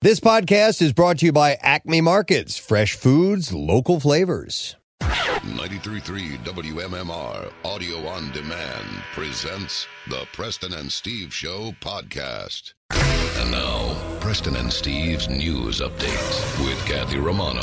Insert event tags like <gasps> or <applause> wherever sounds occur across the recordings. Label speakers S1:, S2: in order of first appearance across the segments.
S1: This podcast is brought to you by Acme Markets, fresh foods, local flavors.
S2: 933 WMMR Audio on Demand presents the Preston and Steve Show podcast. And now, Preston and Steve's news update with Kathy Romano.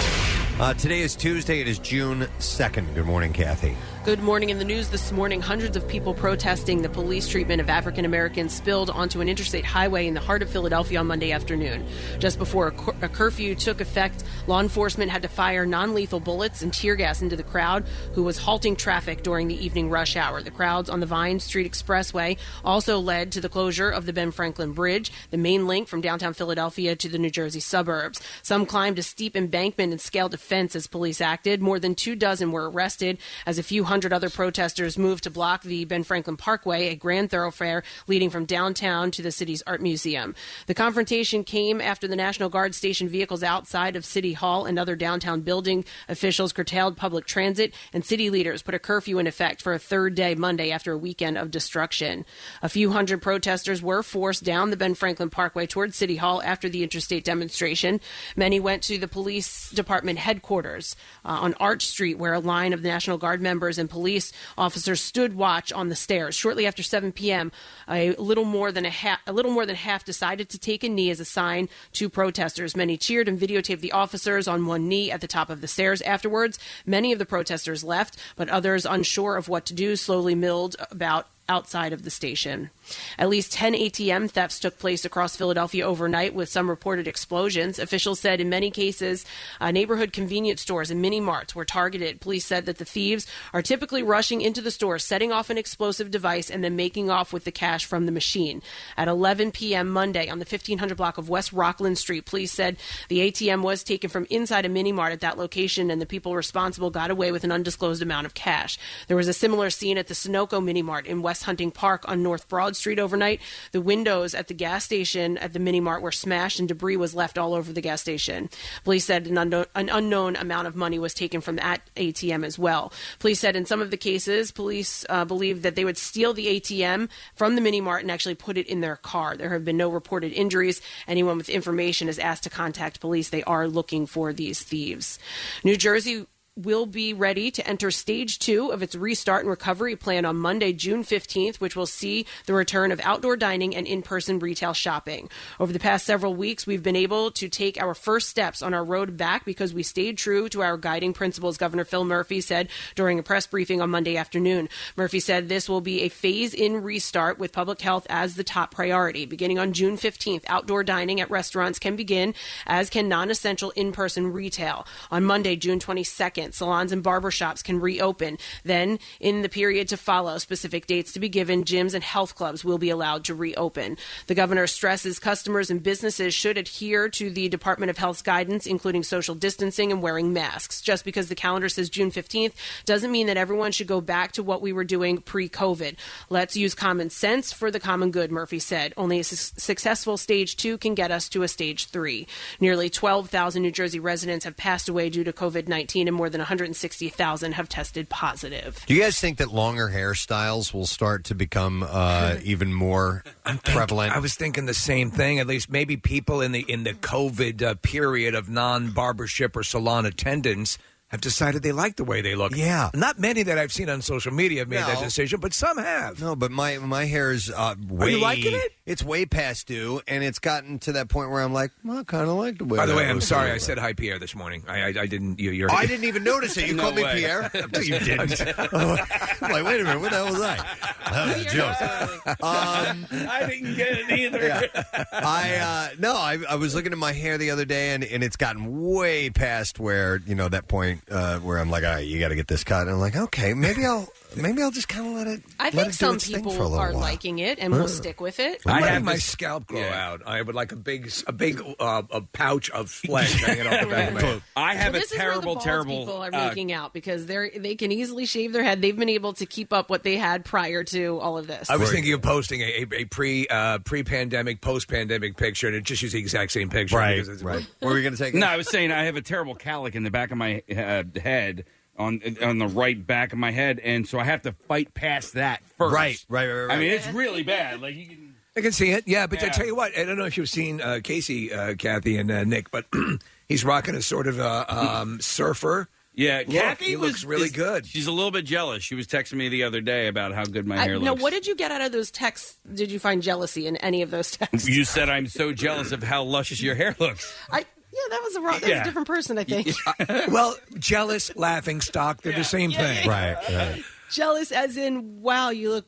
S1: Uh, today is Tuesday. It is June 2nd. Good morning, Kathy.
S3: Good morning. In the news this morning, hundreds of people protesting the police treatment of African Americans spilled onto an interstate highway in the heart of Philadelphia on Monday afternoon. Just before a, cur- a curfew took effect, law enforcement had to fire non lethal bullets and tear gas into the crowd who was halting traffic during the evening rush hour. The crowds on the Vine Street Expressway also led to the closure of the Ben Franklin Bridge, the main link from downtown Philadelphia to the New Jersey suburbs. Some climbed a steep embankment and scaled a fence as police acted. More than two dozen were arrested as a few hundred other protesters moved to block the Ben Franklin Parkway, a grand thoroughfare leading from downtown to the city's art museum. The confrontation came after the National Guard stationed vehicles outside of City Hall and other downtown building officials curtailed public transit, and city leaders put a curfew in effect for a third day Monday after a weekend of destruction. A few hundred protesters were forced down the Ben Franklin Parkway towards City Hall after the interstate demonstration. Many went to the police department headquarters uh, on Arch Street, where a line of National Guard members and police officers stood watch on the stairs. Shortly after 7 p.m., a little more than a half, a little more than half decided to take a knee as a sign to protesters. Many cheered and videotaped the officers on one knee at the top of the stairs. Afterwards, many of the protesters left, but others, unsure of what to do, slowly milled about outside of the station. At least 10 ATM thefts took place across Philadelphia overnight with some reported explosions. Officials said in many cases, uh, neighborhood convenience stores and mini marts were targeted. Police said that the thieves are typically rushing into the store, setting off an explosive device, and then making off with the cash from the machine. At 11 p.m. Monday on the 1500 block of West Rockland Street, police said the ATM was taken from inside a mini mart at that location, and the people responsible got away with an undisclosed amount of cash. There was a similar scene at the Sunoco mini mart in West. Hunting Park on North Broad Street overnight. The windows at the gas station at the mini mart were smashed and debris was left all over the gas station. Police said an, unknown, an unknown amount of money was taken from that ATM as well. Police said in some of the cases, police uh, believe that they would steal the ATM from the mini mart and actually put it in their car. There have been no reported injuries. Anyone with information is asked to contact police. They are looking for these thieves. New Jersey will be ready to enter stage two of its restart and recovery plan on Monday, June 15th, which will see the return of outdoor dining and in person retail shopping. Over the past several weeks, we've been able to take our first steps on our road back because we stayed true to our guiding principles, Governor Phil Murphy said during a press briefing on Monday afternoon. Murphy said this will be a phase in restart with public health as the top priority. Beginning on June 15th, outdoor dining at restaurants can begin, as can non essential in person retail. On Monday, June 22nd, Salons and barbershops can reopen. Then, in the period to follow, specific dates to be given, gyms and health clubs will be allowed to reopen. The governor stresses customers and businesses should adhere to the Department of Health's guidance, including social distancing and wearing masks. Just because the calendar says June 15th doesn't mean that everyone should go back to what we were doing pre COVID. Let's use common sense for the common good, Murphy said. Only a su- successful stage two can get us to a stage three. Nearly 12,000 New Jersey residents have passed away due to COVID 19 and more than than 160,000 have tested positive.
S1: Do you guys think that longer hairstyles will start to become
S4: <laughs>
S1: uh, even more prevalent?
S4: I was thinking the same thing. At least maybe people in the in the COVID uh, period of non barbership or salon attendance have decided they like the way they look.
S1: Yeah.
S4: Not many that I've seen on social media have made that
S1: No.
S4: decision, but some have.
S1: No, but my my hair is uh, way.
S4: liking it?
S1: It's way past due, and it's gotten to that point where I'm like, well, I kind of like the way.
S4: By the
S1: that
S4: way, I'm
S1: looks
S4: sorry
S1: right
S4: I said hi Pierre this morning. I I, I didn't. You, you're.
S1: Oh, <laughs> I didn't even notice it. You called me
S4: <laughs>
S1: Pierre? No, you didn't. <laughs> I'm like, wait a minute, what the hell was
S4: <laughs>
S1: I? That was a joke. Um,
S4: I didn't get it either.
S1: I uh, no, I, I was looking at my hair the other day, and, and it's gotten way past where you know that point uh, where I'm like, all right, you got to get this cut. And I'm like, okay, maybe I'll <laughs> maybe I'll just kind of let it.
S3: I
S1: let it
S3: think
S1: do
S3: some
S1: its thing for a
S3: people
S1: little
S3: are
S1: while.
S3: liking it and will stick with it.
S4: <laughs> I
S1: Might
S4: had my
S1: just-
S4: scalp grow out. I would like a big, a big, uh, a pouch of flesh hanging off the back of <laughs> my head.
S5: I have a
S3: Well, this is where the
S5: terrible,
S3: bald
S5: terrible.
S3: People are
S5: uh,
S3: making out because they're they can easily shave their head. They've been able to keep up what they had prior to all of this.
S4: I was thinking of posting a, a, a pre uh, pre pandemic, post pandemic picture, and it just use the exact same picture.
S1: Right,
S4: because it's-
S1: right. Where are we gonna take? it?
S5: no, I was saying I have a terrible calic in the back of my uh, head on on the right back of my head, and so I have to fight past that first.
S1: Right, right, right, right,
S5: I mean,
S1: right.
S5: it's really bad. Like you can.
S4: I can see it. Yeah, but I
S5: Yeah.
S4: tell you what, I don't know if you've seen uh, Casey, uh, Kathy, and uh, Nick, but <clears throat> he's rocking a sort of uh, um, surfer.
S5: Yeah,
S4: look.
S5: Kathy
S4: He
S5: was,
S4: looks really
S5: is-
S4: good.
S5: She's a little bit jealous. She was texting me the other day about how good my
S3: I,
S5: hair
S3: now,
S5: looks.
S3: what did you get out of those texts? Did you find jealousy in any of
S5: <laughs>
S3: those texts?
S5: You said I'm so jealous of how luscious your hair looks.
S3: I yeah, that was a wrong, that was
S5: Yeah.
S3: a different person. I think
S5: <laughs>
S4: Uh, well, jealous, laughing stock. They're the same thing,
S1: <laughs> Right, right.
S3: jealous, as in, wow, you look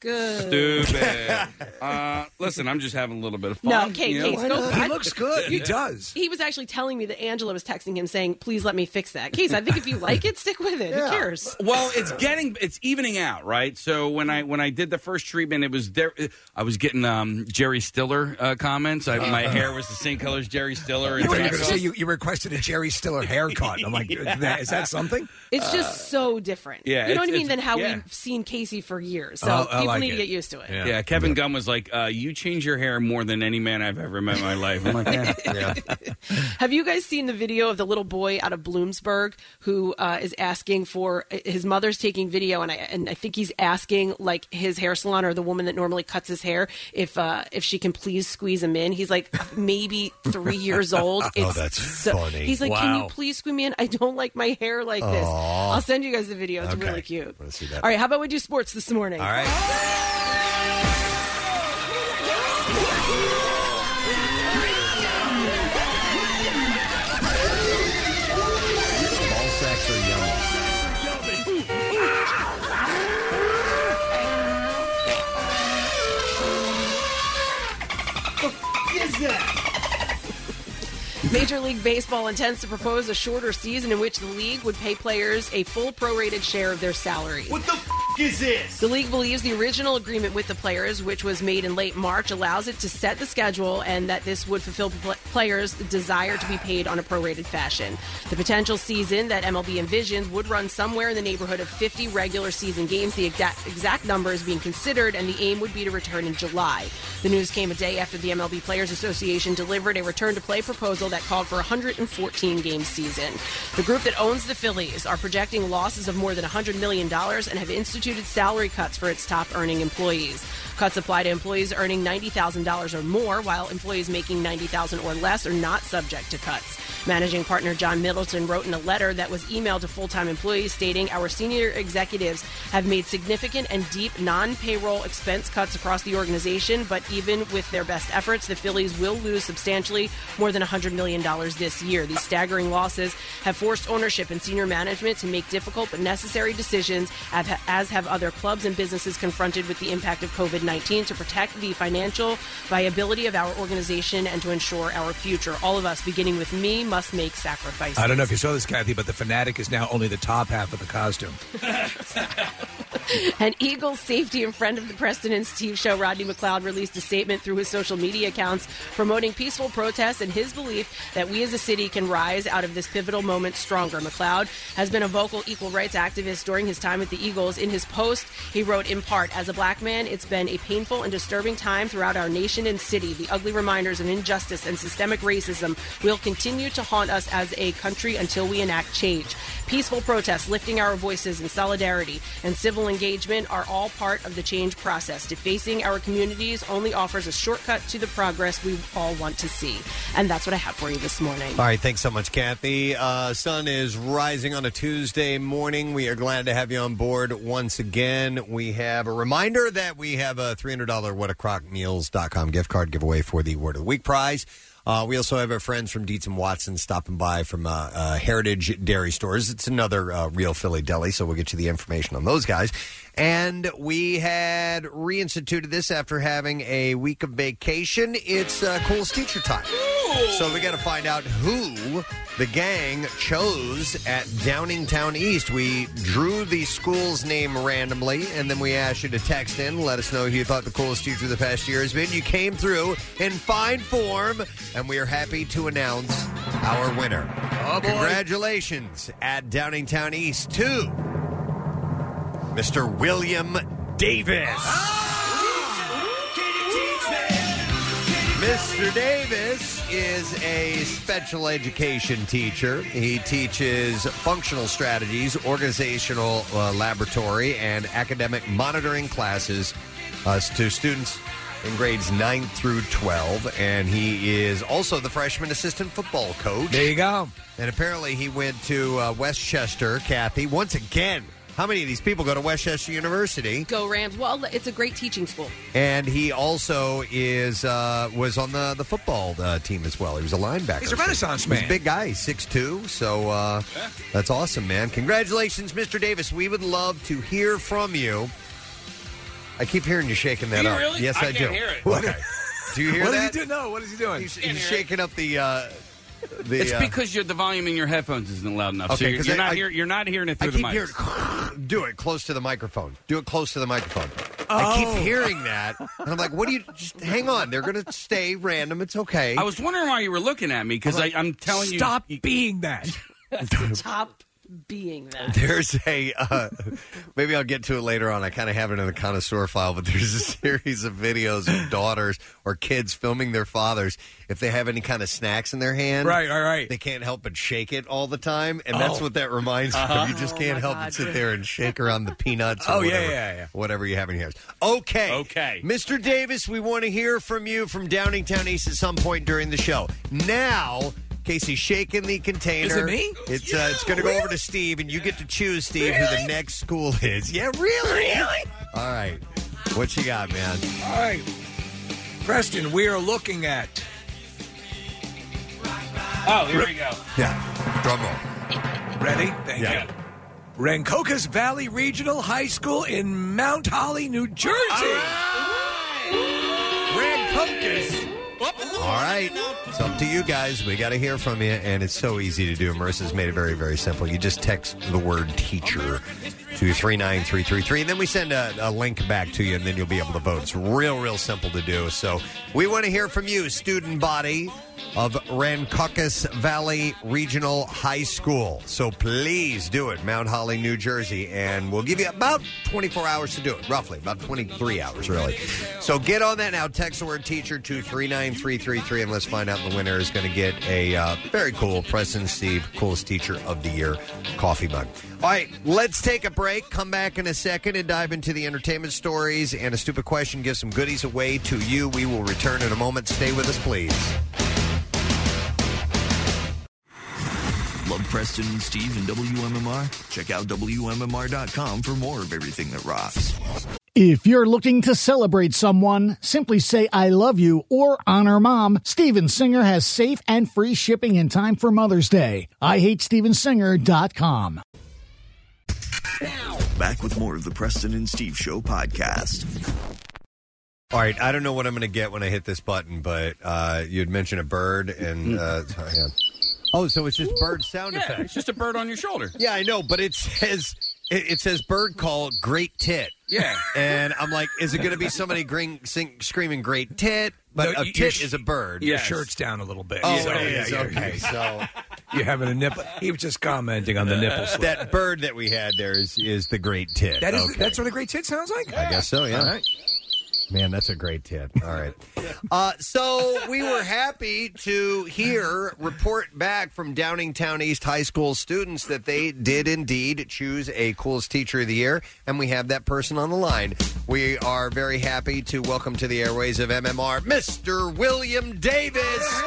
S3: good.
S5: Stupid. uh, listen, I'm just having a little bit of fun.
S3: <laughs> No, Kate,
S5: you know?
S3: Kate, go.
S4: He
S3: I-
S4: looks good. He does.
S3: He was actually telling me that Angela was texting him saying, "Please let me fix that." Case, I think if you like it, stick with it. Who cares?
S5: Well, it's getting it's evening out, right? So when I when I did the first treatment, it was there. I was getting um, Jerry Stiller uh, comments. I,
S3: Uh-huh.
S5: my hair was the same color as Jerry Stiller.
S4: You,
S5: And
S4: were gonna say
S5: Seinfeld.
S4: you, you requested a Jerry Stiller haircut. I'm like, is that something?
S3: It's just so different.
S5: yeah,
S3: you know what
S5: it's-
S3: I mean
S5: it's-
S3: than how
S5: yeah. Oh,
S3: we've seen Casey for years. So
S4: Oh, I- I
S3: people
S4: like
S3: need to
S4: it.
S3: get used to it.
S4: Yeah.
S5: yeah, Kevin Gunn was like, uh, "You change your hair more than any man I've ever met in my life." I'm like,
S3: <laughs>
S5: yeah.
S3: Have you guys seen the video of the little boy out of Bloomsburg who uh, is asking for his mother's taking video, and I and I think he's asking like his hair salon or the woman that normally cuts his hair if uh, if she can please squeeze him in. He's like maybe
S6: <laughs>
S3: three
S1: <laughs>
S3: years old.
S6: Oh,
S3: It's
S1: Oh, that's
S3: so-
S1: funny.
S3: He's like, can
S4: Wow.
S3: you please squeeze me in? I don't like my hair like this. I'll send you guys the video. It's
S1: Okay.
S3: really cute.
S1: Wanna see that.
S3: All right, how about we do sports this morning?
S1: All right. Ball sacks are yellow.
S3: Major League Baseball intends to propose a shorter season in which the league would pay players a full prorated share of their salaries.
S7: What the f- is this?
S3: The league believes the original agreement with the players, which was made in late March, allows it to set the schedule and that this would fulfill pl- players' desire to be paid on a prorated fashion. The potential season that MLB envisions would run somewhere in the neighborhood of 50 regular season games. The exact, exact number is being considered, and the aim would be to return in July. The news came a day after the MLB Players Association delivered a return to play proposal that called for a 114 game season. The group that owns the Phillies are projecting losses of more than $100 million and have instituted salary cuts for its top earning employees. Cuts apply to employees earning $90,000 or more, while employees making $90,000 or less are not subject to cuts. Managing partner John Middleton wrote in a letter that was emailed to full time employees stating, Our senior executives have made significant and deep non payroll expense cuts across the organization, but even with their best efforts, the Phillies will lose substantially more than $100 million this year. These staggering losses have forced ownership and senior management to make difficult but necessary decisions, av- as have other clubs and businesses confronted with the impact of COVID 19 to protect the financial viability of our organization and to ensure our future. All of us, beginning with me, must make sacrifices.
S4: I don't know if you saw this, Kathy, but the fanatic is now only the top half of the costume.
S3: <laughs> An Eagles safety and friend of the Preston and Steve show, Rodney McLeod, released a statement through his social media accounts promoting peaceful protests and his belief that we as a city can rise out of this pivotal moment stronger. McLeod has been a vocal equal rights activist during his time with the Eagles. In his post, he wrote, in part, as a black man, it's been a painful and disturbing time throughout our nation and city. The ugly reminders of injustice and systemic racism will continue to haunt us as a country until we enact change. Peaceful protests, lifting our voices in solidarity, and civil engagement are all part of the change process. Defacing our communities only offers a shortcut to the progress we all want to see. And that's what I have for you this morning.
S1: All right, thanks so much, Kathy. Uh, sun is rising on a Tuesday morning. We are glad to have you on board once again. We have a reminder that we have a $300 whatacrockmeals.com gift card giveaway for the Word of the Week prize. Uh, we also have our friends from Dietz and Watson stopping by from uh, uh, Heritage Dairy Stores. It's another uh, real Philly deli, so we'll get you the information on those guys. And we had reinstituted this after having a week of vacation. It's uh, Coolest Teacher Time. So we got to find out who the gang chose at Downingtown East. We drew the school's name randomly, and then we asked you to text in, let us know who you thought the coolest teacher of the past year has been. You came through in fine form, and we are happy to announce our winner. Congratulations at Downingtown East to Mr. William Davis. Mr. Davis is a special education teacher. He teaches functional strategies, organizational uh, laboratory, and academic monitoring classes uh, to students in grades 9 through 12, and he is also the freshman assistant football coach. There
S4: you go.
S1: And apparently, he went to uh, Westchester, Kathy, once again. How many of these people go to Westchester University?
S3: Go Rams. Well, it's a great teaching school.
S1: And he also is uh, was on the the football uh, team as well. He was a linebacker.
S4: He's a renaissance
S1: He's a
S4: man.
S1: big guy, six two. So uh, that's awesome, man. Congratulations, Mr. Davis. We would love to hear from you. I keep hearing you shaking that
S4: Do you
S1: up.
S4: really?
S1: Yes, I,
S4: I
S1: do.
S4: can't hear it.
S1: Okay. do you hear
S4: What is
S1: that?
S4: he doing? No,
S1: <laughs>
S4: what is he doing?
S1: He's, he's shaking up the. Uh, the
S5: it's
S1: uh,
S5: because your the volume in your headphones isn't loud enough.
S1: Okay,
S5: so you're,
S1: 'cause
S5: you're
S1: I-
S5: not
S1: I-
S5: hear, you're not hearing it
S1: I
S5: through the
S1: keep
S5: mic.
S1: hearing. Do it close to the microphone. Do it close to the microphone. I
S5: Oh.
S1: keep hearing that, and I'm like, "What do you? Just hang on. They're going to stay random. It's okay."
S5: I was wondering why you were looking at me because I'm telling you.
S4: Stop being that.
S3: Top being
S4: <laughs>
S3: that.
S1: There's a uh, maybe I'll get to it later on. I kind of have it in the connoisseur file, but there's a <laughs> series of videos of daughters or kids filming their fathers if they have any kind of snacks in their hand.
S4: Right, right, right.
S1: They can't help but shake it all the time, and that's
S4: Oh.
S1: what that reminds me. <laughs>
S4: Uh-huh.
S1: of. You just
S4: Oh,
S1: can't
S4: my
S1: help but
S4: God.
S1: sit there and shake around the peanuts. Or
S4: Oh, yeah,
S1: whatever,
S4: yeah, yeah.
S1: Whatever you have in your hands. Okay, okay, Mr. Davis, we want to hear from you from Downingtown East at some point during the show. Now. Casey's shaking the container.
S4: me?
S1: It's uh, it's going to go over to Steve, and you get to choose, Steve, who the next school is. Yeah, really? Really? All right. What you got, man?
S4: All right. Preston, we are looking at.
S5: Oh, here we go.
S1: Yeah. Drum roll.
S4: Ready? Thank
S1: Yeah.
S4: you. Rancocas Valley Regional High School in Mount Holly, New Jersey.
S1: All right. It's up to you guys. We got to hear from you, and it's so easy to do. Marissa's made it very, very simple. You just text the word teacher to 39333, and then we send a, a link back to you, and then you'll be able to vote. It's real, real simple to do. So we want to hear from you, student body of Rancocas Valley Regional High School. So please do it, Mount Holly, New Jersey, and we'll give you about 24 hours to do it, roughly, about 23 hours, really. So get on that now. Text the word teacher to 39333, and let's find out the winner is going to get a uh, very cool Preston Steve Coolest Teacher of the Year coffee mug. All right, let's take a break. Come back in a second and dive into the entertainment stories and a stupid question. Give some goodies away to you. We will return in a moment. Stay with us, please.
S7: Love Preston and Steve and WMMR? Check out WMMR.com for more of everything that rocks.
S8: If you're looking to celebrate someone, simply say I love you or honor mom. Steven Singer has safe and free shipping in time for Mother's Day. I hate stevensinger.com.
S7: Back with more of the Preston and Steve Show podcast.
S1: All right, I don't know what I'm going to get when I hit this button, but uh, you'd mentioned a bird, and
S4: Mm.
S1: uh, hang on. Oh, so it's just bird sound
S5: Yeah,
S1: effects.
S5: it's just a bird on your shoulder.
S1: Yeah, I know, but it says it, it says bird call great tit.
S5: Yeah.
S1: and I'm like, is it going to be somebody gring, sing, screaming great tit? But
S4: No,
S1: a
S4: you-
S1: tit
S4: your sh-
S1: is a bird.
S4: Your shirt's down a little bit.
S1: Oh,
S4: so
S1: it is.
S4: you're-
S1: Okay,
S4: <laughs>
S1: so
S4: you're having a nipple. He was just commenting on the nipple slip.
S1: Uh, That bird that we had there is is the great tit.
S4: That is.
S1: Okay.
S4: That's what a great tit sounds like.
S1: I guess so. Yeah.
S4: All right.
S1: Man, that's a great tip. All right. <laughs> Uh, so we were happy to hear report back from Downingtown East High School students that they did indeed choose a coolest teacher of the year, and we have that person on the line. We are very happy to welcome to the airways of MMR, Mr. William Davis,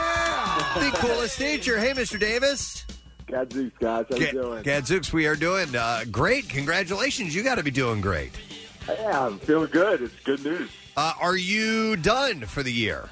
S1: the coolest teacher. Hey, Mr. Davis.
S9: Gadzooks, guys. How
S1: Ga-
S9: you doing?
S1: Gadzooks, we are doing uh, great. Congratulations. You got to be doing great.
S9: yeah, I'm feeling good. It's good news.
S1: Uh, are you done for the year?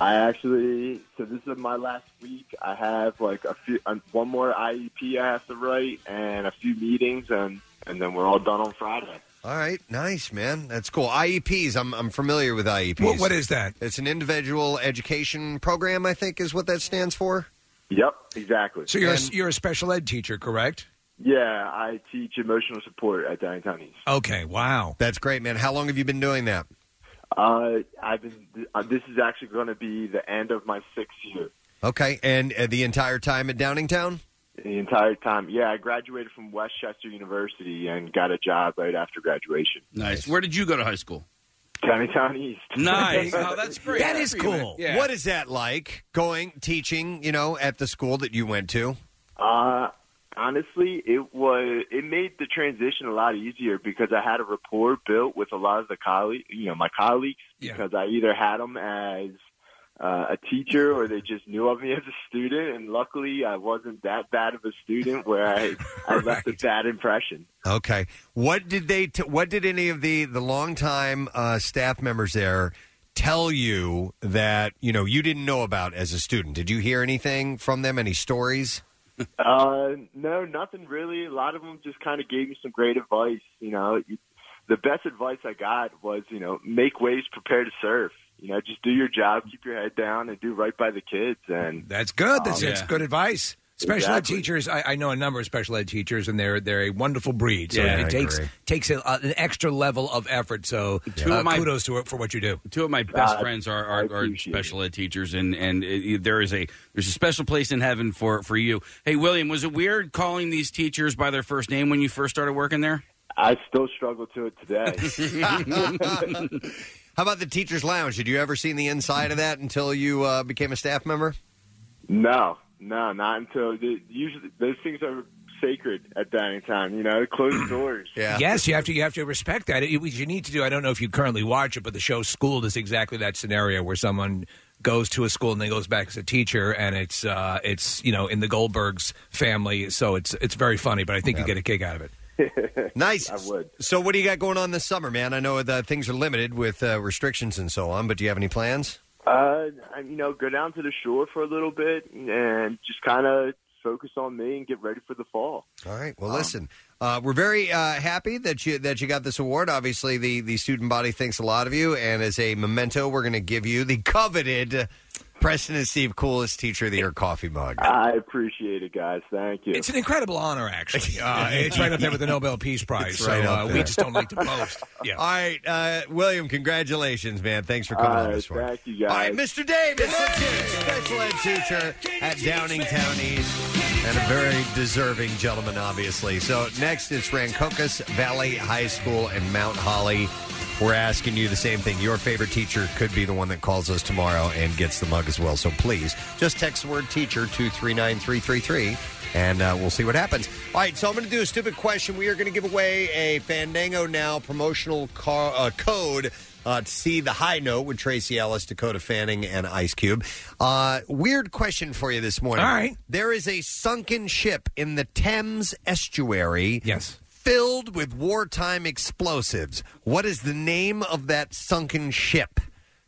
S9: I actually, so this is my last week. I have like a few, um, one more IEP I have to write and a few meetings, and and then we're all done on Friday.
S1: All right, nice man. That's cool. IEPs. I'm I'm familiar with IEPs.
S4: What- what is that?
S1: It's an individual education program. I think is what that stands for.
S9: Yep, exactly.
S4: So you're
S9: And-
S4: a, you're a special ed teacher, correct?
S9: yeah, I teach emotional support at Downtown East.
S4: Okay. Wow.
S1: That's great, man. How long have you been doing that?
S9: Uh, I've been. Uh, this is actually going to be the end of my sixth year.
S1: Okay, and uh, the entire time at Downingtown.
S9: The entire time. Yeah, I graduated from Westchester University and got a job right after graduation.
S5: Nice. Where did you go to high school?
S9: Downtown East. <laughs>
S5: Nice. Oh, that's great.
S4: That is cool.
S5: Yeah.
S1: What is that like? Going teaching, you know, at the school that you went to.
S9: Uh, honestly, it was it made the transition a lot easier because I had a rapport built with a lot of the colleague, you know, my colleagues because I either had them as uh, a teacher or they just knew of me as a student. And luckily, I wasn't that bad of a student where I I left a bad impression.
S1: Okay. What did they? T- what did any of the the longtime uh, staff members there tell you that you know you didn't know about as a student? Did you hear anything from them? Any stories? <laughs>
S9: Uh, no, nothing really. A lot of them just kind of gave me some great advice. You know, You- the best advice I got was, you know, make waves, prepare to serve. You know, just do your job, keep your head down, and do right by the kids. And
S4: that's good. That's,
S9: Um,
S4: that's
S9: yeah.
S4: good advice. Special
S9: Exactly.
S4: ed teachers, I, I know a number of special ed teachers, and they're they're a wonderful breed. So
S5: Yeah,
S4: it
S5: I
S4: takes
S5: agree.
S4: takes a, an extra level of effort. So
S5: Two
S4: uh,
S5: of my-
S4: kudos to it for what you do.
S5: Two of
S9: Ah,
S5: my best friends are, are, are special ed teachers, and and it, there is a there's a special place in heaven for for you. Hey, William, was it weird calling these teachers by their first name when you first started working there?
S9: I still struggle to it
S5: <laughs>
S4: <laughs>
S9: today.
S1: How about the teachers' lounge? Did you ever seen the inside of that until you uh, became a staff member? <laughs>
S9: No, no, not until the, usually those things are sacred at dining time. You know, closed doors.
S4: Yes, you have to you have to respect that. It, what you need to do. I don't know if you currently watch it, but the show Schooled is exactly that scenario where someone goes to a school and then goes back as a teacher, and it's uh, it's you know in the Goldbergs family, so it's it's very funny. But I think you get a kick out of it.
S1: nice. I would. So, what do you got going on this summer, man? I know that things are limited with uh, restrictions and so on, but do you have any plans?
S9: Uh, I- you know, go down to the shore for a little bit and just kind of focus on me and get ready for the fall.
S1: All right.
S9: Um,
S1: Well, listen, uh, we're very uh, happy that you that you got this award. Obviously, the the student body thinks a lot of you, and as a memento, we're going to give you the coveted Preston and Steve Coolest Teacher of the Year coffee mug.
S9: I appreciate it, guys. Thank you.
S4: It's an incredible honor, <laughs> actually. Uh, it's right up there with the Nobel Peace Prize.
S1: It's
S4: so
S1: right up
S4: uh, we
S1: there.
S4: just don't
S1: <laughs>
S4: like to boast. Yeah.
S1: All right, uh, William, congratulations, man. Thanks for coming
S9: All
S1: on
S9: right,
S1: this one.
S9: thank you, guys.
S1: All right, Mr. Davis, the kid, special ed teacher at Downingtown East, and a very deserving gentleman, obviously. So next is Rancocas Valley High School and Mount Holly. We're asking you the same thing. Your favorite teacher could be the one that calls us tomorrow and gets the mug as well. So please just text the word teacher to 39333 and uh, we'll see what happens. All right, so I'm going to do a stupid question. We are going to give away a Fandango Now promotional car, uh, code uh, to see the high note with Tracy Ellis, Dakota Fanning, and Ice Cube. Uh, weird question for you this morning.
S4: All right.
S1: There is a sunken ship in the Thames estuary. Yes. Filled with wartime explosives. What is the name of that sunken ship?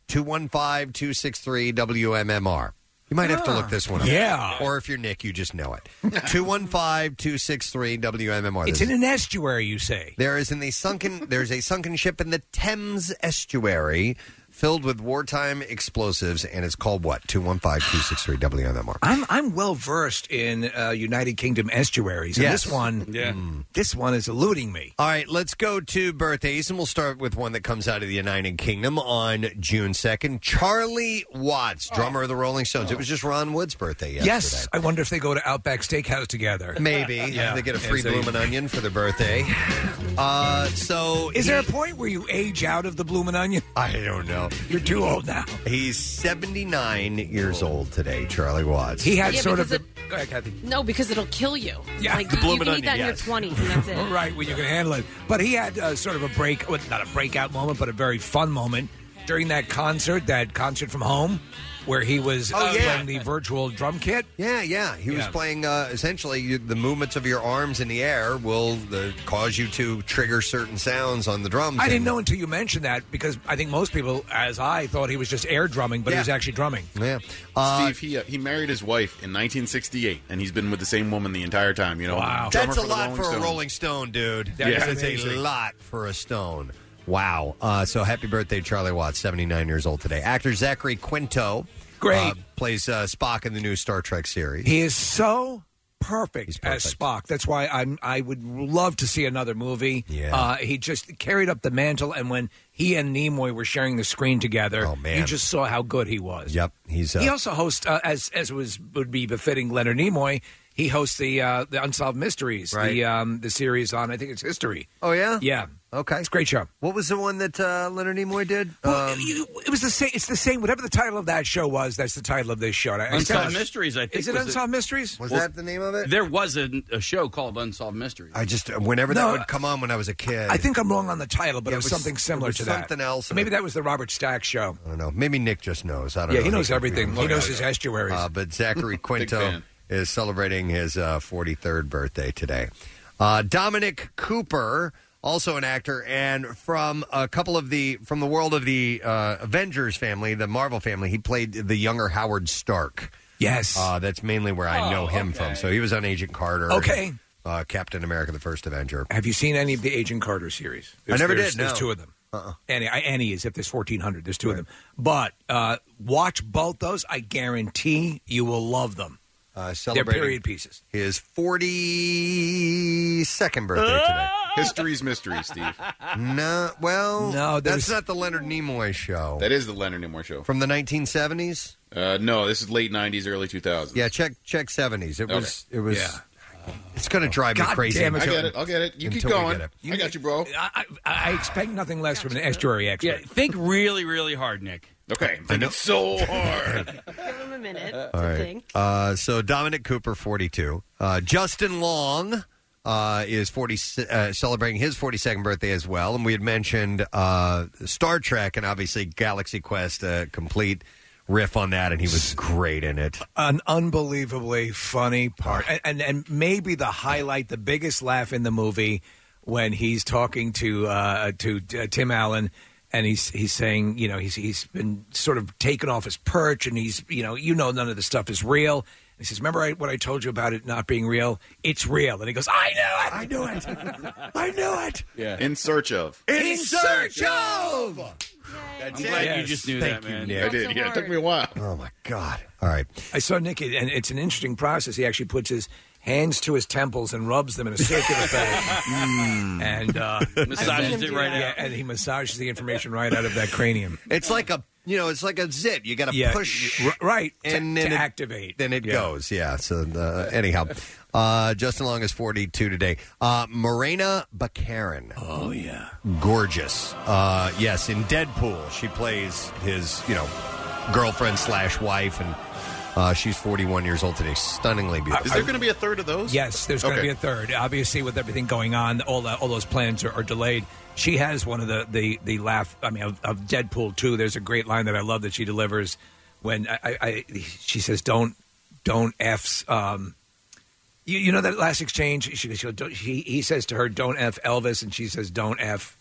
S1: 215 263 WMMR. You might have to look this one up.
S4: Ah. Yeah.
S1: Or if you're Nick, you just know it.
S4: <laughs>
S1: 215 263 WMMR.
S4: It's in an estuary, you say.
S1: There is in the sunken there's a sunken ship in the Thames estuary filled with wartime explosives and it's called what? 215-263 WMMR.
S4: I'm I'm well versed in uh, United Kingdom estuaries, and
S1: Yes.
S4: this one, Hmm.
S1: Yeah.
S4: this one is eluding me.
S1: All right, let's go to birthdays, and we'll start with one that comes out of the United Kingdom on June 2nd. Charlie Watts, drummer of the Rolling Stones. It was just Ron Wood's birthday yesterday.
S4: Oh. Yes, I wonder if they go to Outback Steakhouse together.
S1: Maybe.
S4: <laughs>
S1: They get a free
S4: so you-
S1: bloomin' onion for their birthday. Uh, so
S4: Is
S1: he-
S4: there a point where you age out of the bloomin' onion?
S1: <laughs> I don't know.
S4: You're too old now.
S1: He's 79 years old today, Charlie Watts.
S4: He had
S3: Yeah,
S4: sort of the.
S3: because
S4: Go ahead, Kathy.
S3: No, because it'll kill you.
S4: Yeah.
S3: like
S4: The
S3: you, you
S4: bloomin'
S3: can
S4: onion,
S3: eat that in your
S4: yes.
S3: twenties, and that's
S4: <laughs>
S3: it.
S4: All right, when you can handle it. But he had uh, sort of a break, well, not a breakout moment, but a very fun moment during that concert, that concert from home, where he was
S1: Oh,
S4: uh,
S1: yeah.
S4: playing the virtual drum kit.
S1: Yeah, yeah. He was
S4: Yeah.
S1: playing uh, essentially you, the movements of your arms in the air will uh, cause you to trigger certain sounds on the drums.
S4: I
S1: and-
S4: didn't know until you mentioned that because I think most people, as I, thought he was just air drumming, but he was actually drumming.
S1: Yeah.
S10: Steve, he, uh, he married his wife in 1968, and he's been with the same woman the entire time. You know,
S1: Wow.
S10: Drummer
S1: That's a
S10: the
S1: lot for a
S10: Stones.
S1: Rolling Stone, dude.
S10: That is
S1: That's a
S10: amazing.
S1: lot for a Stone. Wow. Uh, so happy birthday, Charlie Watts, 79 years old today. Actor Zachary Quinto.
S4: Great.
S1: uh, plays uh, Spock in the new Star Trek series.
S4: He is so perfect, as Spock. That's why I'm. I would love to see another movie.
S1: Yeah.
S4: Uh, he just carried up the mantle, and when he and Nimoy were sharing the screen together, oh,
S1: man.
S4: you just saw how good he was.
S1: Yep. He's uh,
S4: He also hosts, uh, as as was would be befitting Leonard Nimoy. He hosts the uh, the Unsolved Mysteries, the um, the series on I think it's History.
S1: Oh yeah,
S4: Yeah.
S1: Okay.
S4: It's a great show.
S1: What was the one that uh, Leonard Nimoy did? um,
S4: It was the same. It's the same. Whatever the title of that show was, that's the title of this show. And I- I
S5: Unsolved
S4: said-
S5: Mysteries, I think.
S4: Is it
S5: was
S4: Unsolved Mysteries?
S1: Was that the name of it?
S5: There was a, a show called Unsolved Mysteries.
S1: I just whenever that
S4: No,
S1: would come on when I was a kid.
S4: I think I'm wrong on the title, but
S1: Yeah,
S4: it was,
S1: it was-
S4: something similar
S1: it was
S4: to that.
S1: something else.
S4: Maybe that was the Robert Stack show.
S1: I don't know. Maybe Nick just knows. I don't
S4: Yeah,
S1: know.
S4: he knows
S1: Nick-
S4: everything. He
S1: Yeah.
S4: knows his estuaries.
S1: Uh, but Zachary Quinto
S4: fan.
S1: is celebrating his uh, 43rd birthday today. Uh, Dominic Cooper, also an actor, and from a couple of the from the world of the uh, Avengers family, the Marvel family, he played the younger Howard Stark.
S4: Yes,
S1: uh, that's mainly where I know him from. So he was on Agent Carter.
S4: Okay.
S1: and, uh, Captain America: The First Avenger.
S4: Have you seen any of the Agent Carter series?
S1: I never
S4: there's,
S1: did,
S4: There's
S1: no.
S4: two of them. Uh-uh. Annie, I, Annie is if there's 1400. There's two of them. But uh, watch both those. I guarantee you will love them.
S1: Uh, They're
S10: celebrating-
S4: period pieces.
S1: His 42nd birthday today.
S10: <laughs> History's mystery, Steve.
S1: No, well,
S10: No,
S1: that's
S10: there's-
S1: not the Leonard Nimoy show.
S10: That is the Leonard Nimoy show.
S1: from the 1970s.
S10: Uh, no, this is late '90s, early 2000s.
S1: Yeah, check check 70s. It was
S10: Okay.
S1: it was. It's going to drive me
S4: God
S1: crazy.
S4: damn it,
S10: I get it. I'll get it. You keep
S1: Until we
S10: going.
S1: get it.
S10: I got you, bro.
S4: I, I, I expect nothing less from an estuary expert.
S5: Yeah, think really, really hard, Nick.
S10: Okay,
S1: I know.
S10: it's so hard.
S3: Give him a minute.
S1: All right. Uh, so Dominic Cooper, 42. Uh, Justin Long uh, is 40, uh, celebrating his 42nd birthday as well. And we had mentioned uh, Star Trek and obviously Galaxy Quest, a complete riff on that, and he was great in it.
S4: an unbelievably funny part, and, and and maybe the highlight, the biggest laugh in the movie, when he's talking to uh, to uh, Tim Allen, and he's he's saying, you know, he's he's been sort of taken off his perch, and he's you know, you know, none of this stuff is real. He says, "Remember I, what I told you about it not being real? It's real." And he goes, "I knew it! I knew it! I knew it!"
S10: Yeah. In search of.
S4: In search of.
S5: I'm glad you just knew
S1: Thank
S5: that,
S1: you,
S5: man.
S1: Nick.
S10: I did. Yeah, it took me
S4: <laughs>
S10: a while.
S1: Oh, my God. All right.
S4: I saw Nick, and it's an interesting process. He actually puts his hands to his temples and rubs them in
S1: <laughs>
S4: a circular
S1: Hmm.
S4: pattern, and uh,
S5: <laughs> Massages it right
S4: yeah,
S5: out.
S4: and he massages the information right out of that cranium.
S1: It's like a you know, it's like a zit. You got to
S4: Yeah,
S1: push
S4: r- right, to-
S1: and then
S4: to
S1: it,
S4: activate.
S1: Then it
S4: Yeah.
S1: goes. Yeah. So uh, anyhow, uh, Justin Long is 42 today. Uh, Morena Baccarin,
S4: Oh yeah,
S1: gorgeous. Uh, yes, in Deadpool, she plays his you know girlfriend slash wife, and uh, she's 41 years old today. Stunningly
S10: Is
S1: beautiful.
S10: there going to be a third of those?
S4: yes. There's going to
S10: Okay.
S4: be a third. Obviously, with everything going on, all that, all those plans are, are delayed. She has one of the the the laugh. I mean, of, of Deadpool too. There's a great line that I love that she delivers when I, I, I she says, "Don't don't f's." Um, you, you know that last exchange. She, she, she he says to her, "Don't f Elvis," and she says, "Don't f."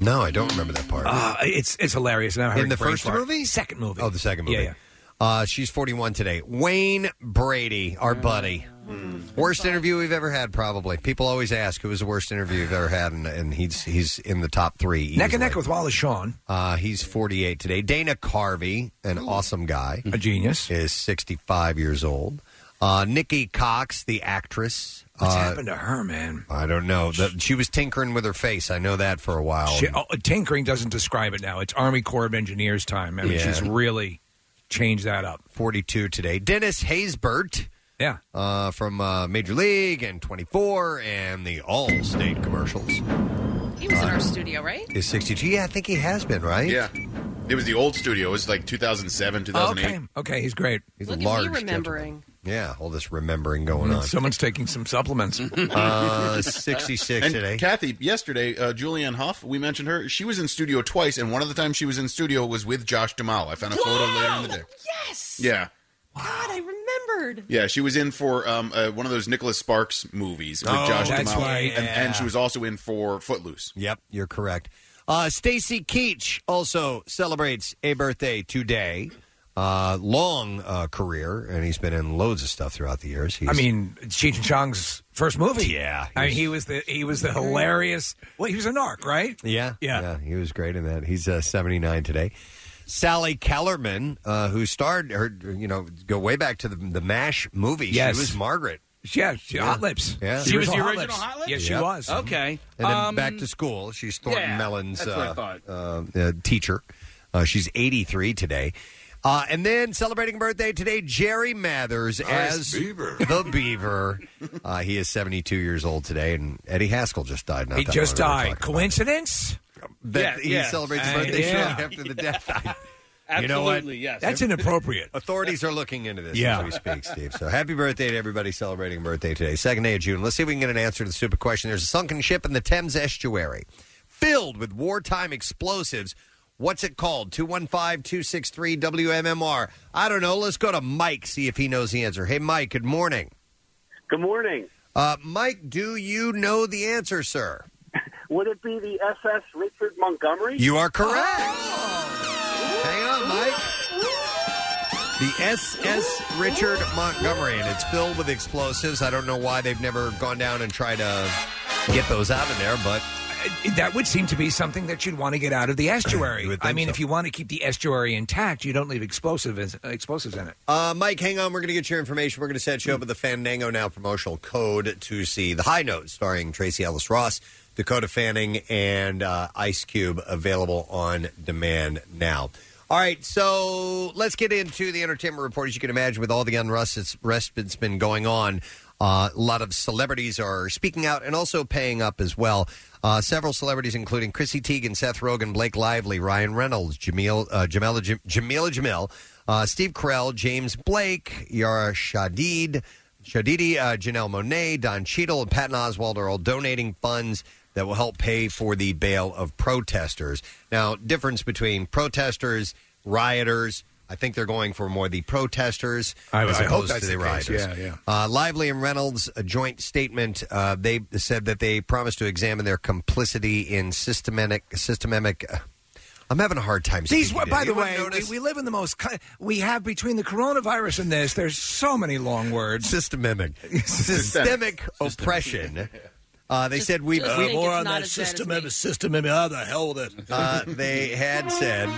S1: no, I don't remember that part.
S4: Uh, it's it's hilarious. Now her
S1: in the
S4: brain
S1: first
S4: fart.
S1: movie,
S4: second movie.
S1: Oh, the second movie.
S4: Yeah, yeah.
S1: Uh, she's 41 today. Wayne Brady, our buddy. Worst interview we've ever had, probably. People always ask who was the worst interview you've ever had, and, and he's he's in the top three.
S4: Neck and
S1: easily.
S4: neck with Wallace Shawn.
S1: Uh, he's 48 today. Dana Carvey, an awesome guy,
S4: a genius,
S1: is 65 years old. Uh, Nikki Cox, the actress.
S4: What's
S1: uh,
S4: happened to her, man?
S1: I don't know. The- she was tinkering with her face. I know that for a while.
S4: She, oh, tinkering doesn't describe it now. It's Army Corps of Engineers time. I mean,
S1: Yeah.
S4: she's really changed that up.
S1: 42 today. Dennis Haysbert.
S4: Yeah.
S1: uh, from uh, Major League and 24 and the All-State commercials Uh,
S3: He was in our studio, right?
S1: is 62. Yeah, I think he has been, right?
S10: Yeah. It was the old studio. It was like 2007,
S4: Oh,
S10: 2008.
S4: okay. Okay. He's great.
S1: He's
S3: Look
S1: a
S3: at
S1: large
S3: me remembering.
S1: gentleman. Yeah, all this remembering going on.
S4: Someone's taking some supplements.
S1: <laughs>
S3: <laughs>
S1: Uh, 66
S10: And
S1: today.
S10: Kathy, yesterday, uh, Julianne Huff, we mentioned her. She was in studio twice, and one of the times she was in studio was with Josh Duhamel. I found a photo later in the day.
S3: Yes.
S10: Yeah.
S3: God, I remembered.
S10: Yeah, she was in for um, uh, one of those Nicholas Sparks movies with
S4: Oh,
S10: Josh
S4: that's
S10: Duhamel,
S4: right.
S10: and,
S4: Yeah.
S10: and she was also in for Footloose.
S1: Yep, you're correct. Uh, Stacy Keach also celebrates a birthday today. Uh, long uh, career, and he's been in loads of stuff throughout the years. He's,
S4: I mean, Cheech and Chong's first movie.
S1: Yeah,
S4: I mean, he was the he was the hilarious. Well, he was a narc, right?
S1: Yeah,
S4: Yeah.
S1: he was great in that. He's uh, 79 today. Sally Kellerman, uh, who starred her, you know, go way back to the, the MASH movie.
S4: Yes.
S1: She was Margaret.
S4: Yeah, she, Hot Lips.
S1: Yeah.
S5: She was the
S4: Hot
S5: original
S4: Lips.
S5: Hot Lips?
S4: Yes, she
S1: Yep.
S4: was.
S5: Okay.
S1: And then
S5: Um,
S1: back to school. She's Thornton
S5: yeah,
S1: Mellon's
S5: that's what I
S1: uh,
S5: thought.
S1: uh, uh, teacher. Uh, she's 83 today. Uh, and then celebrating a birthday today, Jerry Mathers as
S6: beaver.
S1: <laughs> the Beaver. Uh, he is 72 years old today, and Eddie Haskell just died. Not
S4: he
S1: that
S4: just
S1: long ago. We were
S4: died.
S1: talking
S4: Coincidence?
S1: That he celebrates his
S4: Uh,
S1: birthday
S4: yeah.
S1: shortly after the death.
S4: <laughs> Absolutely,
S1: you know what?
S4: yes. That's inappropriate.
S1: Authorities are looking into <laughs> this
S4: Yeah.
S1: as we speak, Steve. So happy birthday to everybody celebrating a birthday today, second day of June. Let's see if we can get an answer to the stupid question. There's a sunken ship in the Thames estuary filled with wartime explosives. What's it called? 215 263 WMMR. I don't know. Let's go to Mike, see if he knows the answer. Hey, Mike, good morning.
S11: Good morning.
S1: Uh, Mike, do you know the answer, sir?
S11: <laughs> Would it be the SS Richard Montgomery?
S1: You are correct. Hang on, Mike. The SS Richard Montgomery, and it's filled with explosives. I don't know why they've never gone down and tried to get those out of there, but
S4: That would seem to be something that you'd want to
S1: <clears throat>
S4: get out of the estuary. I mean,
S1: so.
S4: if you want to keep the estuary intact, you don't leave explosives explosives in it.
S1: Uh, Mike, hang on. We're going to get your information. We're going to set you up with the Fandango Now promotional code to see The High Note, starring Tracy Ellis Ross, Dakota Fanning, and uh, Ice Cube, available on demand now. All right, so let's get into the entertainment report. As you can imagine, with all the unrest that's rest that's been going on, uh, a lot of celebrities are speaking out and also paying up as well. Uh, several celebrities, including Chrissy Teigen, Seth Rogen, Blake Lively, Ryan Reynolds, Jamil, uh, Jamila, Jam- Jamila Jamil, uh, Steve Carell, James Blake, Yara Shadid, Shadidi, uh, Janelle Monet, Don Cheadle, and Patton Oswald are all donating funds that will help pay for the bail of protesters. Now, difference between protesters, rioters. I think they're going for more the protesters
S4: I-
S1: as
S4: I hope
S1: opposed
S4: that's
S1: to the,
S4: the case.
S1: rioters.
S4: Yeah, yeah.
S1: Uh, Lively and Reynolds, a joint statement, uh, they said that they promised to examine their complicity in systematic. systematic uh, I'm having a hard time.
S4: These,
S1: speaking
S4: were- by the
S1: today.
S4: way, we, we live in the most. co- We have between the coronavirus and this. There's so many long words.
S1: Systemic, systemic oppression. <laughs> Uh, they said we
S4: just
S1: we
S4: think More it's on not that as bad as system- me. system. How the hell with it?
S1: Uh, <laughs> they had said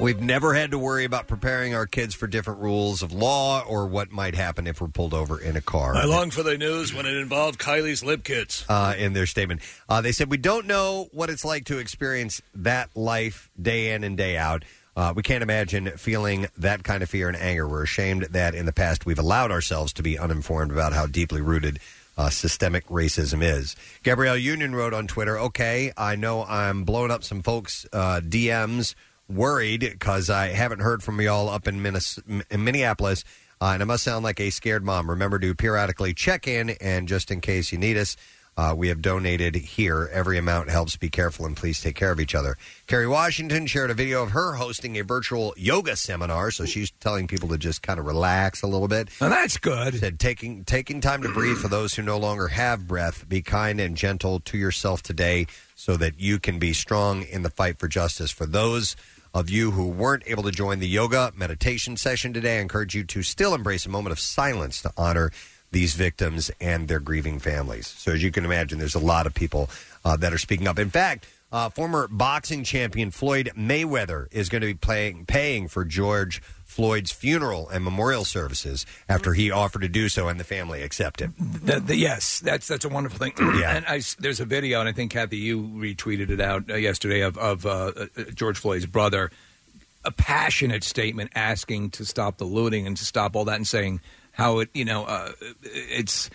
S1: we've never had to worry about preparing our kids for different rules of law or what might happen if we're pulled over in a car.
S12: I long for the news when it involved Kylie's lip kits.
S1: uh, in their statement. Uh, they said, We don't know what it's like to experience that life day in and day out. Uh, we can't imagine feeling that kind of fear and anger. We're ashamed that in the past we've allowed ourselves to be uninformed about how deeply rooted uh, systemic racism is. Gabrielle Union wrote on Twitter, Okay, I know I'm blowing up some folks' uh, DMs worried because I haven't heard from y'all up in, Minnes- in Minneapolis. Uh, and I must sound like a scared mom. Remember to periodically check in, and just in case you need us, uh, we have donated here. Every amount helps. Be careful and please take care of each other. Kerry Washington shared a video of her hosting a virtual yoga seminar, so she's telling people to just kind of relax a little bit.
S4: Now that's good.
S1: Said taking taking time to breathe for those who no longer have breath. Be kind and gentle to yourself today, so that you can be strong in the fight for justice for those. Of you who weren't able to join the yoga meditation session today, I encourage you to still embrace a moment of silence to honor these victims and their grieving families. So, as you can imagine, there's a lot of people uh, that are speaking up. In fact, uh, former boxing champion Floyd Mayweather is going to be playing, paying for George Floyd's funeral and memorial services after he offered to do so and the family accepted.
S4: The, the, yes, that's that's a wonderful thing. <clears throat>
S1: Yeah.
S4: And I s there's a video, and I think Kathy, you retweeted it out uh, yesterday of of uh, uh, George Floyd's brother, a passionate statement asking to stop the looting and to stop all that, and saying how it, you know, uh, it's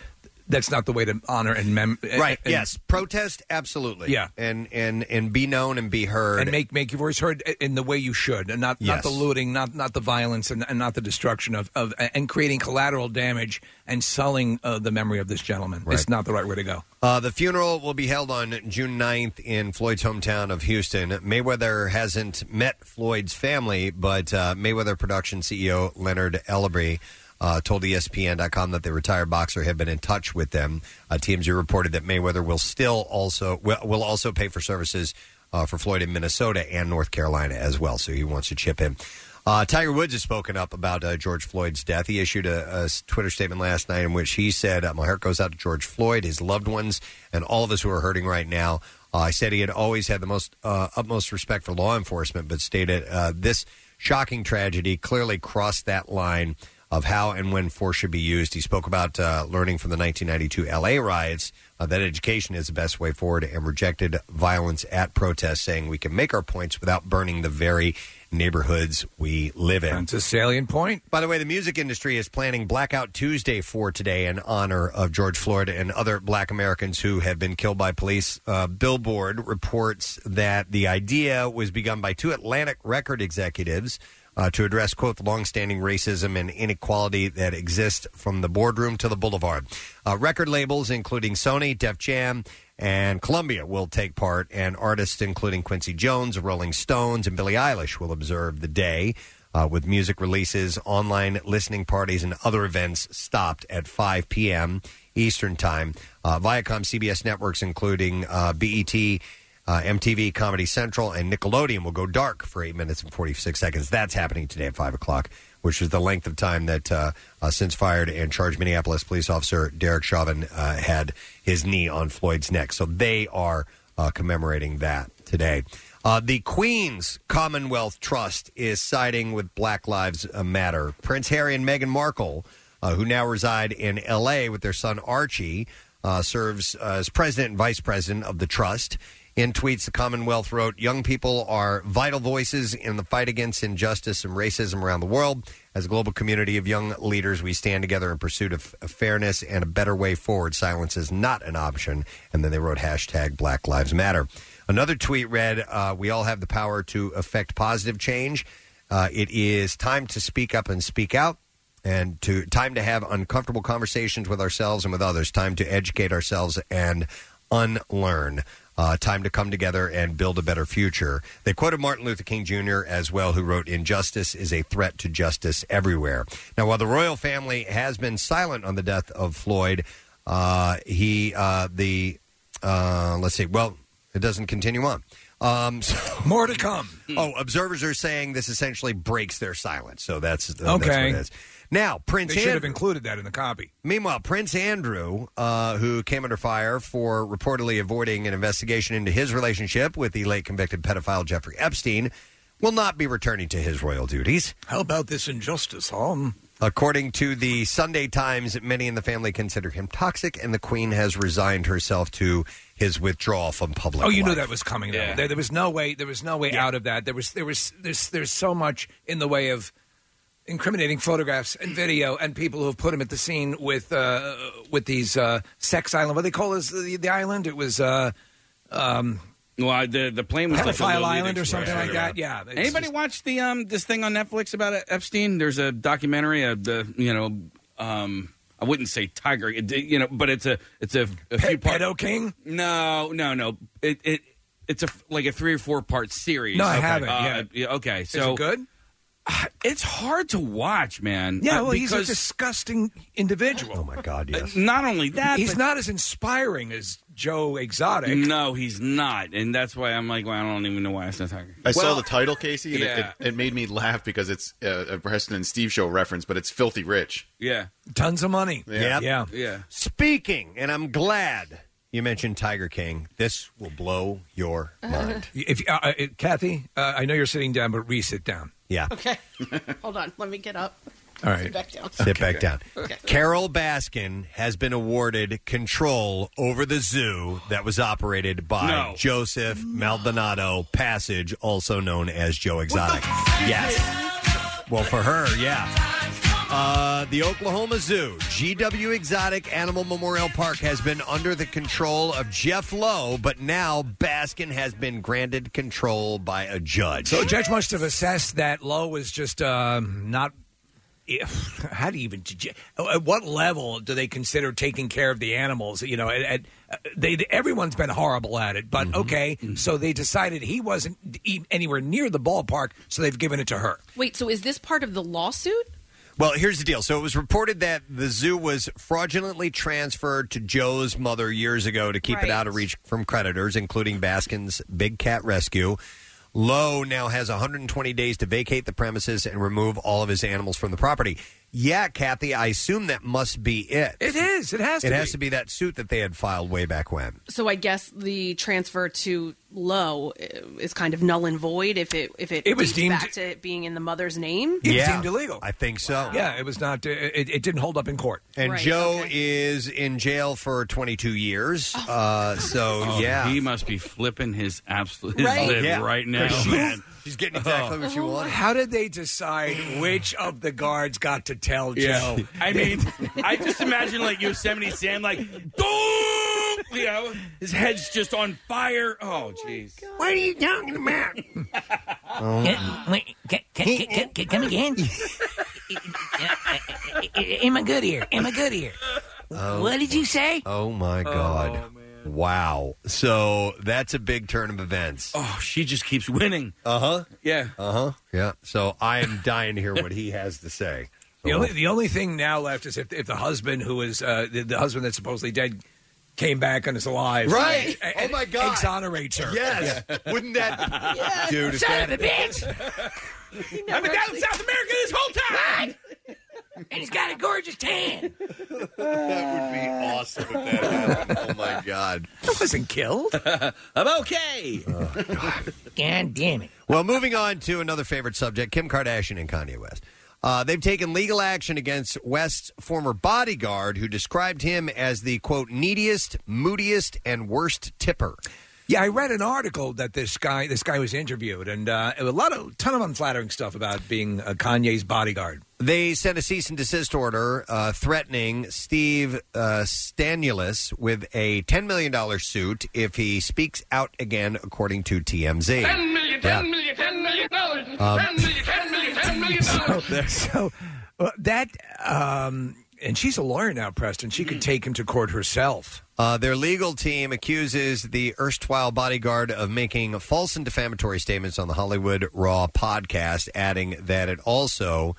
S4: that's not the way to honor and mem-
S1: Right.
S4: and-
S1: yes. Protest. Absolutely.
S4: Yeah.
S1: And and and be known and be heard.
S4: and make make your voice heard in the way you should, and not
S1: Yes.
S4: not the looting, not not the violence, and, and not the destruction of, of and creating collateral damage and selling uh, the memory of this gentleman. It's not the right way to go.
S1: Uh, the funeral will be held on June 9th in Floyd's hometown of Houston. Mayweather hasn't met Floyd's family, but uh, Mayweather production CEO Leonard Ellerby uh, told ESPN.com that the retired boxer had been in touch with them. Uh, TMZ reported that Mayweather will still also will, will also pay for services uh, for Floyd in Minnesota and North Carolina as well. So he wants to chip in. Uh, Tiger Woods has spoken up about uh, George Floyd's death. He issued a, a Twitter statement last night in which he said, uh, My heart goes out to George Floyd, his loved ones, and all of us who are hurting right now. Uh, I said he had always had the most uh, utmost respect for law enforcement, but stated uh, this shocking tragedy clearly crossed that line of how and when force should be used. He spoke about uh, learning from the 1992 LA riots uh, that education is the best way forward and rejected violence at protests, saying we can make our points without burning the very neighborhoods we live in.
S4: That's a salient point.
S1: By the way, the music industry is planning Blackout Tuesday for today in honor of George Floyd and other black Americans who have been killed by police. Uh, Billboard reports that the idea was begun by two Atlantic record executives. Uh, to address, quote, the longstanding racism and inequality that exists from the boardroom to the boulevard. Uh, record labels, including Sony, Def Jam, and Columbia will take part, and artists including Quincy Jones, Rolling Stones, and Billie Eilish will observe the day uh, with music releases, online listening parties, and other events stopped at 5 p.m. Eastern Time. Uh, Viacom CBS networks, including uh, BET, uh, MTV, Comedy Central, and Nickelodeon, will go dark for 8 minutes and 46 seconds. That's happening today at 5 o'clock, which is the length of time that uh, uh, since fired and charged Minneapolis police officer Derek Chauvin uh, had his knee on Floyd's neck. So they are uh, commemorating that today. Uh, the Queen's Commonwealth Trust is siding with Black Lives uh, Matter. Prince Harry and Meghan Markle, uh, who now reside in L.A. with their son Archie, uh, serves as president and vice president of the trust. In tweets, the Commonwealth wrote, Young people are vital voices in the fight against injustice and racism around the world. As a global community of young leaders, we stand together in pursuit of of fairness and a better way forward. Silence is not an option. And then they wrote hashtag Black Lives Matter. Another tweet read, uh, We all have the power to affect positive change. Uh, it is time to speak up and speak out and to time to have uncomfortable conversations with ourselves and with others time to educate ourselves and unlearn uh, time to come together and build a better future they quoted martin luther king jr as well who wrote injustice is a threat to justice everywhere now while the royal family has been silent on the death of floyd uh, he uh, the uh, let's see well it doesn't continue on um, <laughs> so,
S4: more to come
S1: oh observers are saying this essentially breaks their silence so that's uh, that's what
S4: Okay.
S1: it is. now prince
S4: they should have
S1: Andrew-
S4: included that in the copy.
S1: Meanwhile, Prince Andrew, uh, who came under fire for reportedly avoiding an investigation into his relationship with the late convicted pedophile Jeffrey Epstein, will not be returning to his royal duties.
S4: How about this injustice, huh? Hmm.
S1: According to the Sunday Times, many in the family consider him toxic, and the Queen has resigned herself to his withdrawal from public.
S4: oh, you knew
S1: life.
S4: that was coming. Though. There, there was no way. There was no way out of that. There was. There was. There's. There's so much in the way of incriminating photographs and video and people who have put him at the scene with uh, with these uh, sex island. What do they call this? The, the island. It was. Uh, um,
S5: well, the the plane
S4: was
S5: like a
S4: Pedophile
S5: Lolita
S4: Island or something
S5: Express.
S4: like that. Yeah. it's
S5: Anybody watch the um this thing on Netflix about E- Epstein? There's a documentary. Uh, the you know um I wouldn't say tiger. It, it- you know, but it's a it's a, a few part.
S4: Pedo King?
S5: No, no, no. It it it's a f- like a three or four part series. Uh,
S4: No, I haven't, yeah.
S5: Okay.
S4: Is
S5: So
S4: it good?
S5: <sighs> It's hard to watch, man.
S4: Yeah,
S5: Uh,
S4: well, he's a
S5: because-
S4: disgusting individual. Oh
S1: my God, yes.
S5: Not only that,
S4: he's
S5: but- Mm.
S4: not as inspiring as Joe Exotic.
S5: No, he's not, and that's why I'm like, well, I don't even know why it's not talking.
S10: I saw the title, Casey, and
S5: yeah.
S10: it, it, it made me laugh because it's uh, a Preston and Steve show reference, but it's filthy rich.
S5: Yeah.
S4: Tons of money.
S1: Yep.
S4: Yeah.
S5: Yeah.
S1: Speaking, and I'm glad you mentioned Tiger King. This will blow your mind.
S4: If uh, uh, Kathy, uh, I know you're sitting down, but re-sit down.
S1: Yeah.
S3: Okay. Hold on. Let me get up.
S1: All right.
S3: Sit back down.
S1: Sit back down.
S3: Okay.
S1: Carol Baskin has been awarded control over the zoo that was operated by
S6: No.
S1: Joseph Maldonado Passage, also known as Joe Exotic. Yes. Well, for her, yeah. Uh, the Oklahoma Zoo, GW Exotic Animal Memorial Park, has been under the control of Jeff Lowe, but now Baskin has been granted control by a judge.
S4: So a judge must have assessed that Lowe was just um, not. If, how do you even? did you- At what level do they consider taking care of the animals? You know, at, at, they everyone's been horrible at it, but okay. So they decided he wasn't e- anywhere near the ballpark, so they've given it to her.
S3: Wait, so is this part of the lawsuit?
S1: Well, here's the deal. So it was reported that the zoo was fraudulently transferred to Joe's mother years ago to keep
S6: Right.
S1: it out of reach from creditors, including Baskin's Big Cat Rescue. Lowe now has 120 days to vacate the premises and remove all of his animals from the property. Yeah, Kathy, I assume that must be it.
S4: It is. It has to
S1: It
S4: be.
S1: has to be that suit that they had filed way back when.
S3: So I guess the transfer to Lowe uh, is kind of null and void if it if it,
S4: It was
S3: dates
S4: deemed-
S3: back to it being in the mother's name.
S4: It was deemed illegal.
S1: I think so.
S4: Yeah, it was not. uh, It, it didn't hold up in court.
S1: And
S3: Right,
S1: Joe is in jail for 22 years. Uh,
S6: <laughs>
S1: so,
S5: Oh,
S1: yeah.
S5: he must be flipping his absolute his
S1: Right.
S5: lid
S1: Yeah.
S5: right now.
S1: She's-
S5: man.
S1: she's getting exactly what she Oh, wanted.
S4: How did they decide which of the guards got to tell
S5: Oh,
S1: <laughs>
S5: Yeah.
S4: Joe?
S5: I mean, I just imagine like Yosemite Sam, like, "Dunk!" you know, his head's just on fire. Oh, jeez.
S6: What are you talking about? come <laughs> again? Am I good here? Am I good here?
S1: Oh.
S6: What did you say?
S1: Oh, my God. wow. So, that's a big turn of events.
S5: Oh, she just keeps winning.
S1: Uh huh.
S5: Yeah.
S1: Uh huh. Yeah. So, I am dying to hear what he has to say.
S4: The
S1: Oh,
S4: only the only thing now left is if, if the husband who is uh, the, the husband that's supposedly dead came back and is alive,
S1: Right.
S4: And-
S1: Oh,
S4: and
S1: my God.
S4: Exonerates her.
S1: Yes. <laughs> Wouldn't
S4: <laughs>
S1: that, dude? if
S6: Son
S1: that-
S6: of a bitch! <laughs>
S5: I've been down in South America this whole time!
S6: And he's got a gorgeous tan.
S1: that would be awesome if that happened. Oh my
S6: <laughs>
S1: god!
S4: I wasn't killed.
S5: <laughs> I'm okay.
S6: God damn it!
S1: Well, moving on to another favorite subject: Kim Kardashian and Kanye West. Uh, they've taken legal action against West's former bodyguard, who described him as the quote neediest, moodiest, and worst tipper.
S4: Yeah, I read an article that this guy this guy was interviewed, and uh, a lot of ton of unflattering stuff about being uh, Kanye's bodyguard.
S1: They sent a cease and desist order uh, threatening Steve uh, Stanulis with a $10 million suit if he speaks out again, according to TMZ. Yeah.
S6: million, ten million dollars,
S1: Um,
S6: million, ten million, ten million
S4: So, <laughs> so uh, that um, and she's a lawyer now, Preston. She could take him to court herself.
S1: Uh, their legal team accuses the erstwhile bodyguard of making false and defamatory statements on the Hollywood Raw podcast, adding that it also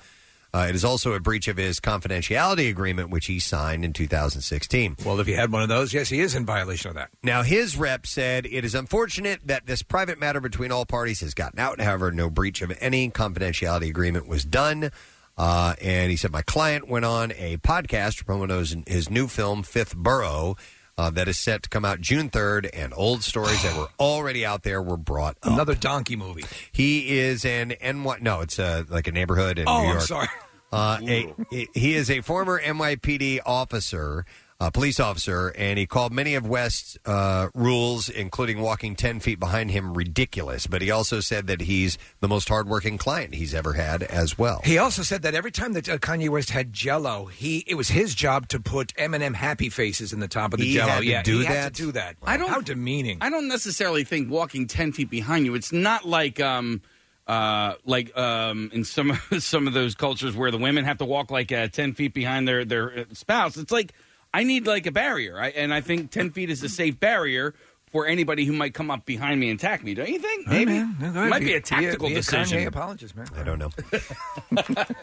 S1: uh, it is also a breach of his confidentiality agreement, which he signed in 2016.
S4: Well, if he had one of those, yes, he is in violation of that.
S1: Now, his rep said it is unfortunate that this private matter between all parties has gotten out. However, no breach of any confidentiality agreement was done. Uh, and he said, My client went on a podcast to promote his, his new film, Fifth Burrow, uh, that is set to come out June 3rd, and old stories that were already out there were brought up.
S4: Another donkey movie.
S1: He is an NY. No, it's uh like a neighborhood in
S4: Oh,
S1: New
S4: I'm
S1: York.
S4: sorry.
S1: Uh, a, he is a former NYPD officer, a police officer, and he called many of West's uh, rules, including walking 10 feet behind him, ridiculous. But he also said that he's the most hardworking client he's ever had as
S4: <laughs>
S1: well.
S4: He also said that every time that uh, Kanye West had Jello, he it was his job to put Eminem happy faces in the top of the
S1: He
S4: Jello.
S1: had to
S4: yeah,
S1: do
S4: he
S1: that?
S4: had to do that.
S5: I don't-
S4: How demeaning.
S5: I don't necessarily think walking ten feet behind you. It's not like um uh like um in some some of <laughs> those cultures where the women have to walk like uh, ten feet behind their their uh, spouse. It's like I need like a barrier, I, and I think ten feet is a safe barrier for anybody who might come up behind me and attack me. Don't you think? Maybe it might be, a tactical decision.
S4: Kanye apologist, man.
S1: I don't know.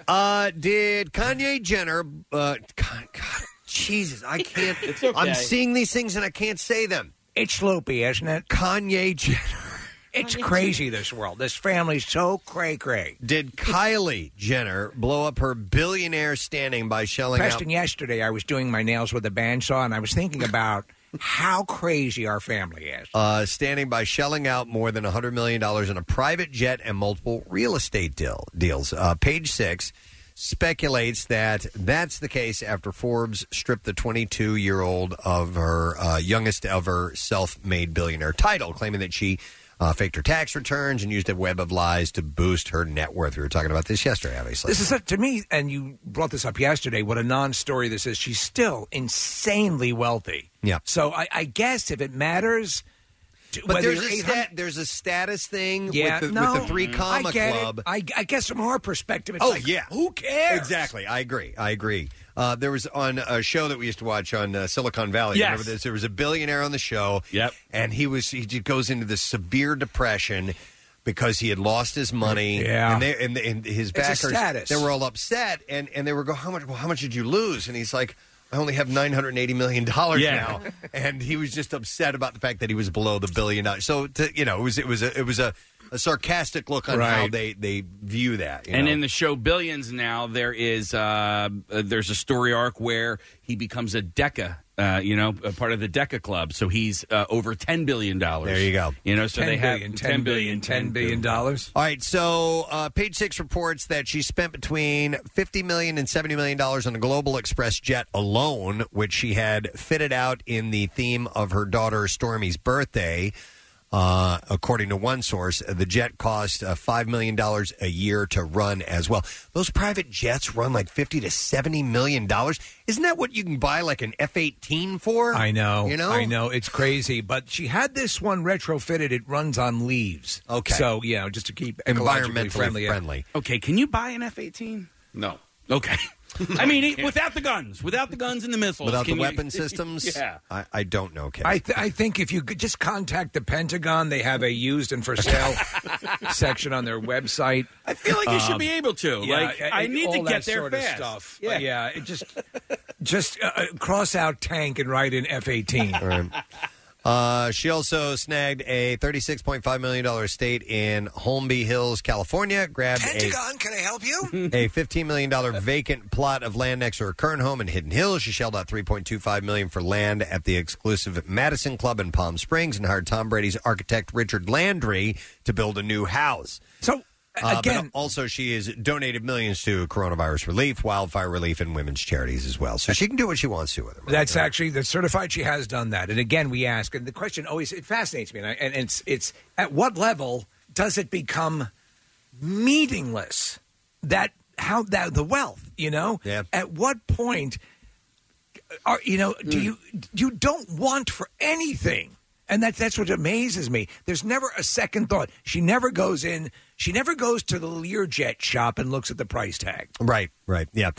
S1: uh, did Kanye Jenner. Uh, God, God, Jesus, I
S4: <laughs>
S1: can't. I'm seeing these things and I can't say them.
S4: It's loopy, isn't it?
S1: Kanye Jenner.
S4: It's crazy, this world. This family's so cray cray.
S1: Did Kylie Jenner blow up her billionaire standing by shelling out
S4: Preston, yesterday I was doing my nails with a bandsaw and I was thinking about how crazy our family is.
S1: uh, standing by shelling out more than $100 million in a private jet and multiple real estate deal, deals. Uh, page six speculates that that's the case after Forbes stripped the 22 year old of her uh, youngest ever self made billionaire title, claiming that she. Uh, faked her tax returns and used a web of lies to boost her net worth. We were talking about this yesterday, obviously.
S4: This is such, to me, and you brought this up yesterday. What a non-story this is. She's still insanely wealthy.
S1: Yeah.
S4: So I, I guess if it matters, to-
S1: but
S4: whether
S1: there's a,
S4: you're 800
S1: stat, there's a status thing
S4: yeah,
S1: with, the,
S4: no,
S1: with the three comma
S4: I get it.
S1: club.
S4: I, I guess from our perspective, it's
S1: oh
S4: like,
S1: yeah,
S4: who cares?
S1: Exactly. I agree. I agree. Uh, there was on a show that we used to watch on uh, Silicon Valley.
S5: Yes.
S1: Remember this? There was a billionaire on the show. Yep. And he was he just goes into this severe depression because he had lost his money.
S4: Yeah.
S1: And, they, and, and his
S4: It's a
S1: backers
S4: status.
S1: they were all upset and and they were going how much well, how much did you lose? And he's like. I only have nine hundred eighty million dollars
S5: Yeah.
S1: now, <laughs> and he was just upset about the fact that he was below the billion dollars. So to, you know, it was it was a it was a a sarcastic look on how
S5: Right.
S1: they they view that. you
S5: and
S1: know?
S5: in the show Billions now, there is uh, uh, there's a story arc where he becomes a Deca. Uh, you know, a part of the Deca Club, so he's uh, over ten billion dollars.
S1: There you go.
S5: You know, so
S1: 10
S5: they
S1: billion,
S5: have
S1: 10
S5: billion, ten billion
S4: dollars.
S1: All right, so uh, page six reports that she spent between fifty million and seventy million dollars on a Global Express jet alone, which she had fitted out in the theme of her daughter Stormy's birthday. Uh, according to one source, the jet cost uh, five million dollars a year to run as well. Those private jets run like fifty to seventy million dollars. Isn't that what you can buy like an F eighteen for?
S4: I know.
S1: You know.
S4: I know. It's crazy. But she had this one retrofitted. It runs on leaves.
S1: Okay.
S4: So, you know, just to keep
S1: Environmentally
S4: ecologically friendly.
S1: friendly.
S5: Okay, can you buy an F eighteen?
S4: <laughs>
S10: No.
S5: Okay. I mean, it- without the guns, without the guns and the missiles,
S1: Without the
S5: can you-
S1: weapon systems,
S5: <laughs> yeah.
S1: I, I don't know, Ken.
S4: I, th- I think if you could just contact the Pentagon, they have a used and for
S5: <laughs>
S4: sale section on their website. Um, I
S5: feel like you should
S6: Um,
S5: be able to. Like, I need to get there
S4: sort
S5: fast.
S4: Of stuff.
S5: Yeah.
S4: Yeah, yeah. It just just uh, uh, cross out tank and write in F eighteen.
S1: Uh, she also snagged a $36.5 million estate in Holmby Hills, California, grabbed a,
S4: can I help you?
S1: <laughs> a $15 million vacant plot of land next to her current home in Hidden Hills. She shelled out $3.25 million for land at the exclusive Madison Club in Palm Springs and hired Tom Brady's architect, Richard Landry, to build a new house. Uh,
S4: So,
S1: again, also she has donated millions to coronavirus relief, wildfire relief, and women's charities as well. So she can do what she wants to with it.
S4: That's actually that's certified. She has done that. And again, we ask, and the question always it fascinates me, and, I, and it's it's at what level does it become meaningless? That how that the wealth, you know, yeah. at what point are you know do you you don't want for anything? And that that's what amazes me. There's never a second thought. She never goes in. She never goes to the Learjet shop and looks at the price tag.
S1: Right, right, yeah.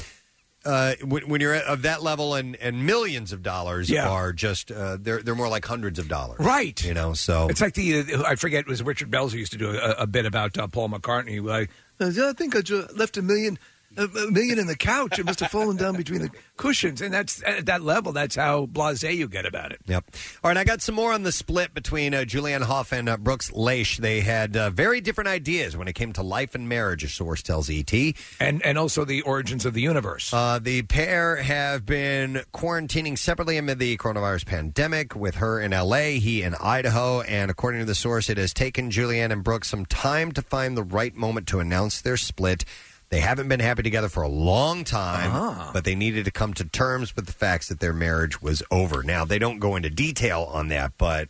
S1: Uh, when, when you're of that level and, and millions of dollars
S4: Yeah.
S1: are just uh, they're they're more like hundreds of dollars,
S4: Right.
S1: You know, so
S4: It's like the uh, I forget it was Richard Bells who used to do a, a bit about uh, Paul McCartney. Like "Uh, yeah, I think I ju- left a million a a million in the couch. It must have fallen down between the cushions, and that's at that level. That's how blasé you get about it.
S1: Yep. All right, I got some more on the split between uh, Julianne Hough and uh, Brooks Leish. They had uh, very different ideas when it came to life and marriage, a source tells ET.
S4: And and also the origins of the universe.
S1: Uh, the pair have been quarantining separately amid the coronavirus pandemic, with her in L.A., he in Idaho. And according to the source, it has taken Julianne and Brooks some time to find the right moment to announce their split. They haven't been happy together for a long time, but they needed to come to terms with the facts that their marriage was over. Now, they don't go into detail on that, but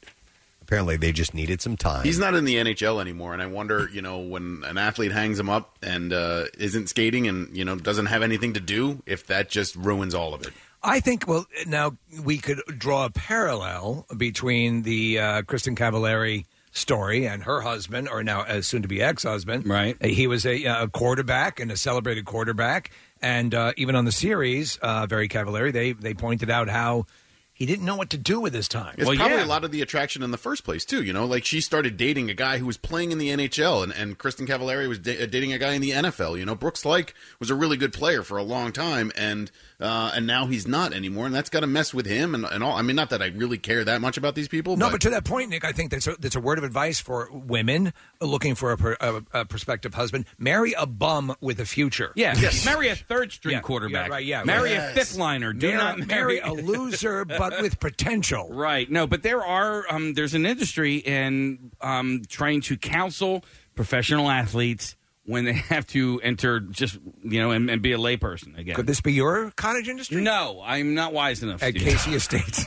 S1: apparently they just needed some time.
S10: He's not in the NHL anymore, and I wonder, you know, when an athlete hangs him up and uh, isn't skating and you know doesn't have anything to do, if that just ruins all of it.
S4: I think. Well, now we could draw a parallel between the uh, Kristen Cavallari story and her husband, or now uh, soon-to-be ex-husband. Right. He was a, uh quarterback and a celebrated quarterback, and uh, even on the series, uh, very Cavallari, they they pointed out how he didn't know what to do with his time.
S10: It's probably a lot of the attraction in the first place too. You know, like she started dating a guy who was playing in the NHL, and, and Kristen Cavallari was da- uh, dating a guy in the NFL. You know, Brooks Like was a really good player for a long time, and uh, and now he's not anymore, and that's got to mess with him and, and all. I mean, not that I really care that much about these people.
S4: No, but to that point, Nick, I think that's a, that's a word of advice for women looking for a, per, a, a prospective husband. Marry a bum with a future.
S5: Yeah, marry a third string
S4: Yeah,
S5: quarterback.
S4: yeah, right, yeah,
S5: marry
S4: right.
S5: a fifth liner. Do
S4: Marry-
S5: not
S4: marry <laughs> a loser, but with potential.
S5: <laughs> Right. No, but there are um, there's an industry in um, trying to counsel professional athletes when they <laughs> have to enter just you know and, and be a layperson again.
S4: Could this be your cottage industry?
S5: No, I'm not wise enough.
S4: At
S5: Steve.
S4: Casey
S5: <laughs>
S4: Estates.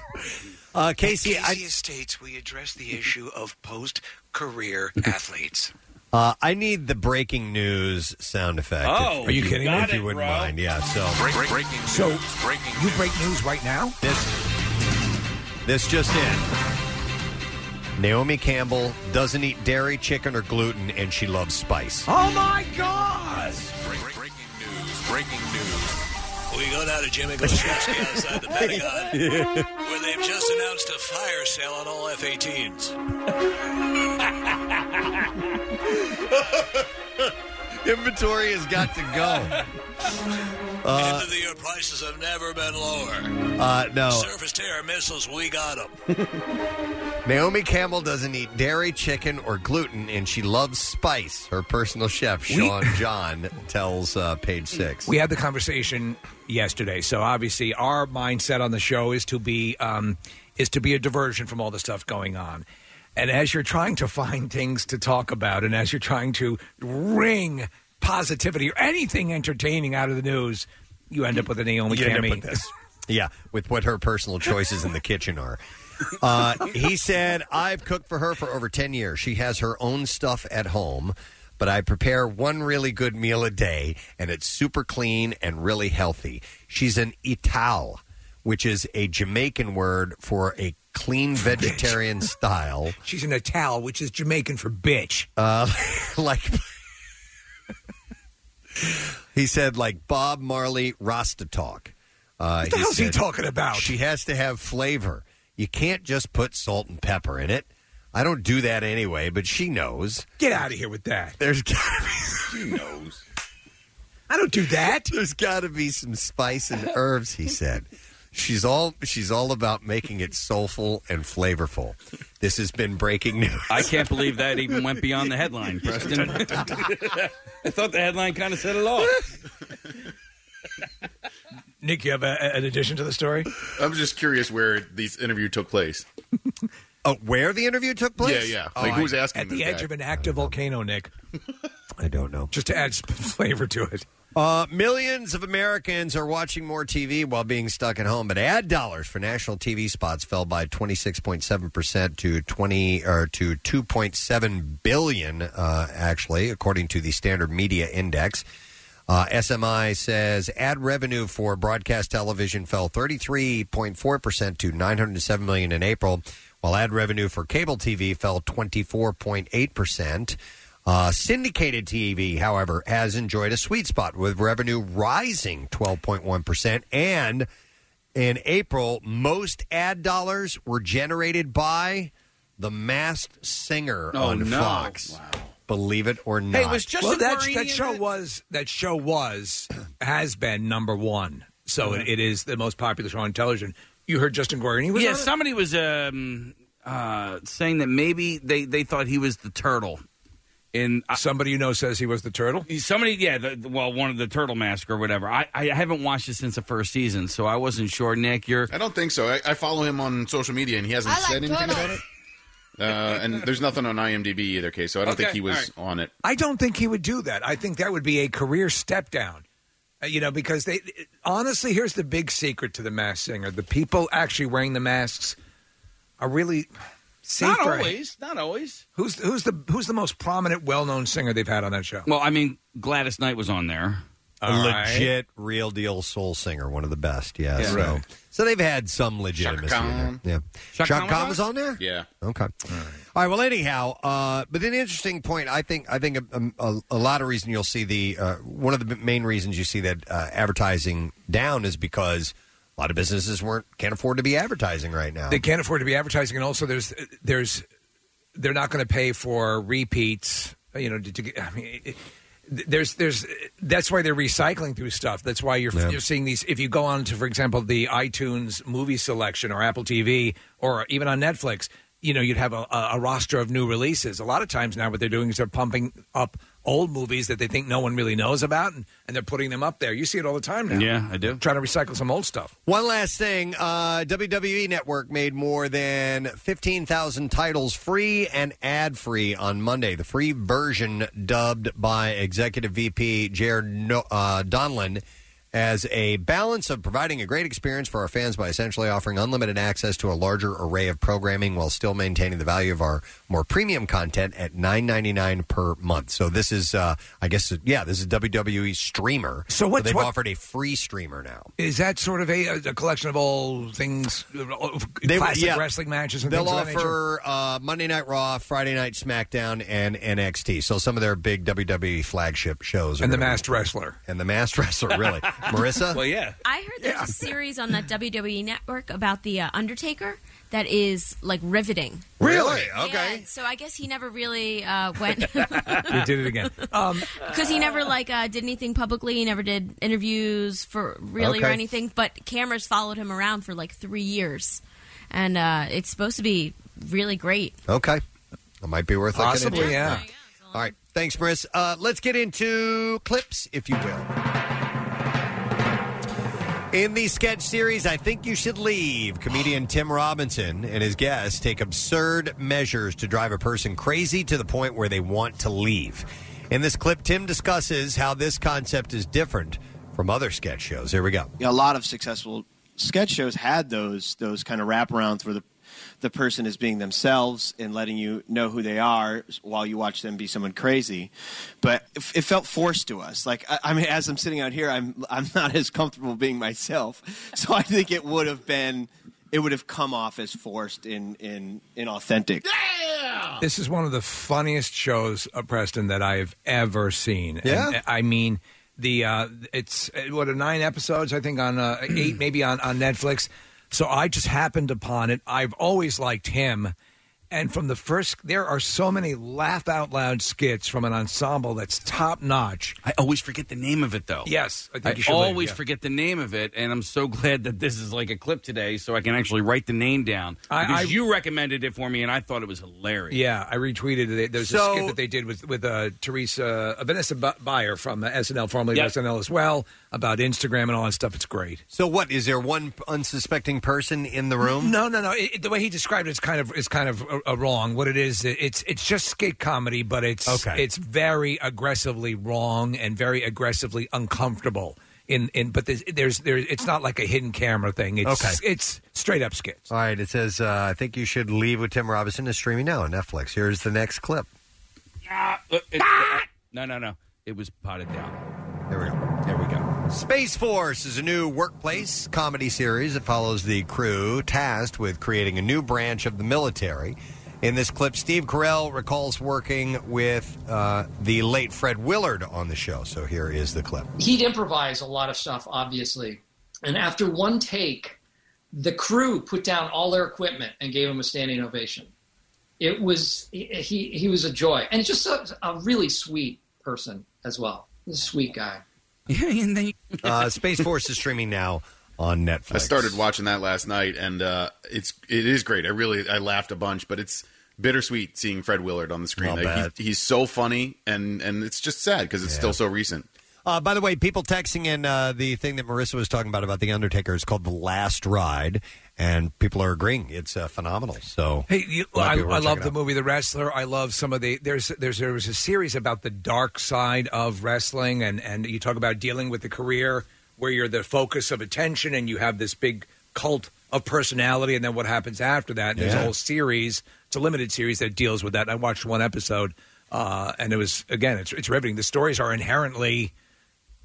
S1: Uh,
S13: Casey, Estates, we address the issue of post-career athletes.
S1: Uh, I need the breaking news sound effect. if-
S13: Oh,
S1: if
S13: you got
S1: If you
S13: it,
S1: wouldn't
S13: bro.
S1: mind, yeah. So
S13: Break- break- breaking news,
S4: So
S13: breaking
S4: you break news right now.
S1: This this just in. Naomi Campbell doesn't eat dairy, chicken, or gluten, and she loves spice.
S4: Oh my
S12: <laughs>
S4: God!
S13: breaking news! Breaking news!
S12: We go now to Jimmy Gillespie's outside the Pentagon, where they've just announced a fire sale on all F-18s. <laughs>
S1: Inventory has got to go. Uh,
S12: End of the year prices have never been lower.
S1: Uh, no.
S12: Surface to air missiles, we got them.
S1: <laughs> Naomi Campbell doesn't eat dairy, chicken, or gluten, and she loves spice. Her personal chef, Sean John, tells uh, page six.
S4: We had the conversation yesterday, so obviously our mindset on the show is to be um, is to be a diversion from all the stuff going on. And as you're trying to find things to talk about, and as you're trying to wring positivity or anything entertaining out of the news, you end up with a Naomi
S1: You end up
S4: Campbell.
S1: with this. <laughs> Yeah, with what her personal choices in the kitchen are. Uh, he said, I've cooked for her for over 10 years. She has her own stuff at home, but I prepare one really good meal a day, and it's super clean and really healthy. She's an Ital, which is a Jamaican word for a clean vegetarian style.
S4: <laughs> She's an Ital, which is Jamaican for bitch.
S1: Uh, <laughs> like he said, like Bob Marley Rasta talk. Uh,
S4: What the hell's he talking about?
S1: She has to have flavor. You can't just put salt and pepper in it. I don't do that anyway, but she knows.
S4: Get out of here with that.
S1: There's gotta be. She knows.
S4: I don't do that.
S1: There's got to be some spice and herbs. He said. She's all she's all about making it soulful and flavorful. This has been breaking news.
S5: I can't believe that even went beyond
S13: <laughs>
S5: the headline, Preston. I thought the headline kind of said it all.
S4: <laughs> Nick, you have a, an addition to the story?
S10: I'm just curious where this interview
S4: <laughs>
S10: took place.
S1: oh, where the interview took
S4: place?
S10: Yeah, yeah.
S4: Oh,
S10: Like,
S4: I-
S10: who's asking
S4: At the
S10: this
S4: edge
S10: guy?
S4: of an active volcano, Nick.
S1: <laughs> I don't know.
S4: Just to add sp- <laughs> flavor to it.
S1: Uh, millions of Americans are watching more TV while being stuck at home, but ad dollars for national TV spots fell by 26.7 percent to 20 or to 2.7 billion, uh, actually, according to the Standard Media Index. Uh, SMI says ad revenue for broadcast television fell 33.4 percent to 907 million in April, while ad revenue for cable TV fell 24.8 percent. Uh, syndicated TV, however, has enjoyed a sweet spot with revenue rising 12.1%. And in April, most ad dollars were generated by The Masked Singer
S4: Oh,
S1: on
S4: no.
S1: Fox. Believe it or not.
S4: Hey, was Justin well, that, that show was that
S1: <clears throat>
S4: show was has been number one. So it, it is the most popular show on television. You heard Justin Guarini was
S5: yeah,
S4: on it?
S5: somebody was um, uh, saying that maybe they, they thought he was the turtle. And
S4: somebody you know says he was the turtle.
S5: Somebody, yeah, the, the- well, one of the turtle mask or whatever. I, I haven't watched it since the first season, so I wasn't sure. Nick, you're.
S10: I don't think so. I, I follow him on social media, and he hasn't said anything about it. Uh, and there's nothing on IMDb either, case. So I don't think
S4: Okay,
S10: he was
S4: all
S10: on it.
S4: I don't think he would do that. I think that would be a career step down. Uh, you know, because they honestly, here's the big secret to the mass singer: the people actually wearing the masks are really safer.
S5: Not always. Not always.
S4: Who's who's the who's the most prominent, well-known singer they've had on that show?
S5: Well, I mean, Gladys Knight was on there.
S1: a legit, real deal soul singer, one of the best. Yeah.
S5: Yeah.
S1: so,
S5: Right.
S1: so they've had some legitimacy. in
S5: Khan.
S1: there. Yeah.
S5: Shaka
S1: Shaka Khan was on there.
S10: Yeah.
S1: Okay. All right. Well, anyhow, uh, but an interesting point. I think I think a, a, a lot of reason you'll see the uh, one of the main reasons you see that uh, advertising down is because a lot of businesses weren't can't afford to be advertising right now.
S4: They can't afford to be advertising, and also there's there's they're not going to pay for repeats. You know, to, to get- I mean, it, there's there's that's why they're recycling through stuff. That's why you're
S1: Yeah.
S4: you're seeing these. If you go on to, for example, the iTunes movie selection or Apple TV or even on Netflix, you know, you'd have a, a a roster of new releases. A lot of times now, what they're doing is they're pumping up old movies that they think no one really knows about, and, and they're putting them up there. You see it all the time now.
S5: Yeah, I do.
S4: Trying to recycle some old stuff.
S1: One last thing uh, WWE Network made more than 15,000 titles free and ad free on Monday. The free version, dubbed by Executive VP Jared no- uh, Donlin, as a balance of providing a great experience for our fans by essentially offering unlimited access to a larger array of programming while still maintaining the value of our more premium content at $9.99 per month. So this is, uh, I guess, yeah, this is WWE streamer.
S4: So what-
S1: they've
S4: what-
S1: offered a free streamer now.
S4: Is that sort of a, a collection of all things, of classic
S1: yeah.
S4: wrestling matches and
S1: They'll
S4: things of that nature?
S1: offer uh, Monday Night Raw, Friday Night SmackDown, and NXT. So some of their big WWE flagship shows, are
S4: And the
S1: gonna be-
S4: Masked Wrestler. <laughs>
S1: and the Masked Wrestler, really. Marissa?
S4: Well, yeah.
S14: I heard there's a series on that WWE network about the uh, Undertaker that is like riveting.
S1: Really?
S14: Yeah, so I guess he never really uh, went <laughs>
S4: you did it
S6: <laughs>
S4: again. Um,
S14: because he never like uh, did anything publicly. He never did interviews for really or
S4: Okay.
S14: anything. But cameras followed him around for like three years, and uh, it's supposed to be really great.
S1: Okay. It might be worth looking
S4: Possibly,
S1: into.
S4: yeah.
S1: All right. Thanks, Marissa. Uh, let's get into clips, if you will. In the sketch series, I Think You Should Leave, comedian Tim Robinson and his guests take absurd measures to drive a person crazy to the point where they want to leave. In this clip, Tim discusses how this concept is different from other sketch shows. Here we go.
S15: a lot of successful sketch shows had those those kind of wraparounds where the the person is being themselves and letting you know who they are while you watch them be someone crazy. But it, it felt forced to us. Like I, I mean, as I'm sitting out here, I'm I'm not as comfortable being myself. <laughs> So I think it would have been it would have come off as forced in in inauthentic.
S4: This is one of the funniest shows, uh, Preston, that I have ever seen.
S15: Yeah?
S4: And, uh, I mean, the uh, it's uh, what are nine episodes I think on uh,
S1: Mm.
S4: eight maybe on on Netflix. So I just happened upon it. I've always liked him, and from the first, there are so many laugh out loud skits from an ensemble that's top notch.
S5: I always forget the name of it though.
S4: Yes, I think
S5: I
S4: you should leave,
S5: always
S4: yeah.
S5: forget the name of it, and I'm so <laughs> glad that this is like a clip today, so I can actually write the name down.
S4: I-
S5: because
S4: I-
S5: you recommended it for me, and I thought it was hilarious.
S4: Yeah, I retweeted it. There's
S5: So-
S4: a skit that they did with with uh, Teresa uh, Vanessa Bu- Byer from uh, SNL, formerly of
S1: Yep.
S4: SNL as well, about Instagram and all that stuff. It's great.
S1: So, what? Is there one unsuspecting person in the room?
S4: No, no, no. It, it- the way he described it's kind of is kind of uh, uh, wrong. What it is, it- it's it's just skate comedy, but it's
S1: Okay.
S4: it's very aggressively wrong and very aggressively uncomfortable. In in but there's there's, there's it's not like a hidden camera thing. It's
S1: Okay.
S4: it's straight up skits.
S1: All right, it says, uh, I think you should leave with Tim Robinson is streaming now on Netflix. Here's the next clip.
S5: Look, Uh, it-
S1: Ah!
S5: no, no, no. It was potted down.
S1: There we go.
S5: There we go.
S1: Space Force is a new workplace comedy series that follows the crew tasked with creating a new branch of the military. In this clip, Steve Carell recalls working with uh, the late Fred Willard on the show. So here is the clip.
S16: he'd improvise a lot of stuff, obviously. And after one take, the crew put down all their equipment and gave him a standing ovation. It was he he, he was a joy, and just a, a really sweet person as well. A sweet guy.
S1: <laughs> Uh, Space Force is streaming now on Netflix.
S10: I started watching that last night, and uh, it's it is great. I really I laughed a bunch, but it's bittersweet seeing Fred Willard on the screen.
S1: I'll
S10: Like,
S1: bet.
S10: he's, he's so funny, and and it's just sad because it's still so recent.
S1: Uh, by the way, people texting in uh, the thing that Marissa was talking about about the Undertaker is called the Last Ride, and people are agreeing it's uh, phenomenal. So
S4: Hey, you,
S1: might
S4: I,
S1: be worth
S4: I love
S1: checking
S4: the
S1: out.
S4: movie The Wrestler. I love some of the there's there's there was a series about the dark side of wrestling, and and you talk about dealing with the career where you're the focus of attention, and you have this big cult of personality, and then what happens after that? And There's a
S1: Yeah.
S4: whole series. It's a limited series that deals with that. I watched one episode, uh, and it was again, it's it's riveting. The stories are inherently,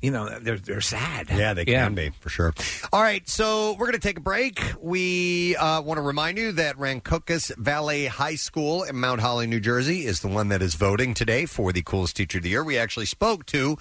S4: you know, they're they're sad.
S1: Yeah, they can be for sure. All right, so we're going to take a break. We uh, want to remind you that Rancocas Valley High School in Mount Holly, New Jersey, is the one that is voting today for the coolest teacher of the year. We actually spoke to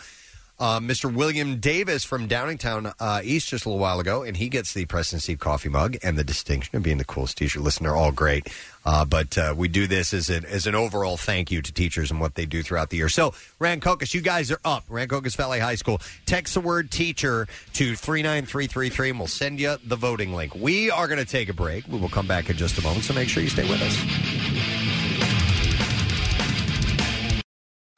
S1: uh, Mr. William Davis from Downingtown uh, East just a little while ago, and he gets the Preston Steve coffee mug and the distinction of being the coolest teacher. Listen, they're all great, uh, but uh, we do this as an as an overall thank you to teachers and what they do throughout the year. So, Rancocas, you guys are up. Rancocas Valley High School. Text the word teacher to three nine three three three, and we'll send you the voting link. We are going to take a break. We will come back in just a moment, so make sure you stay with us.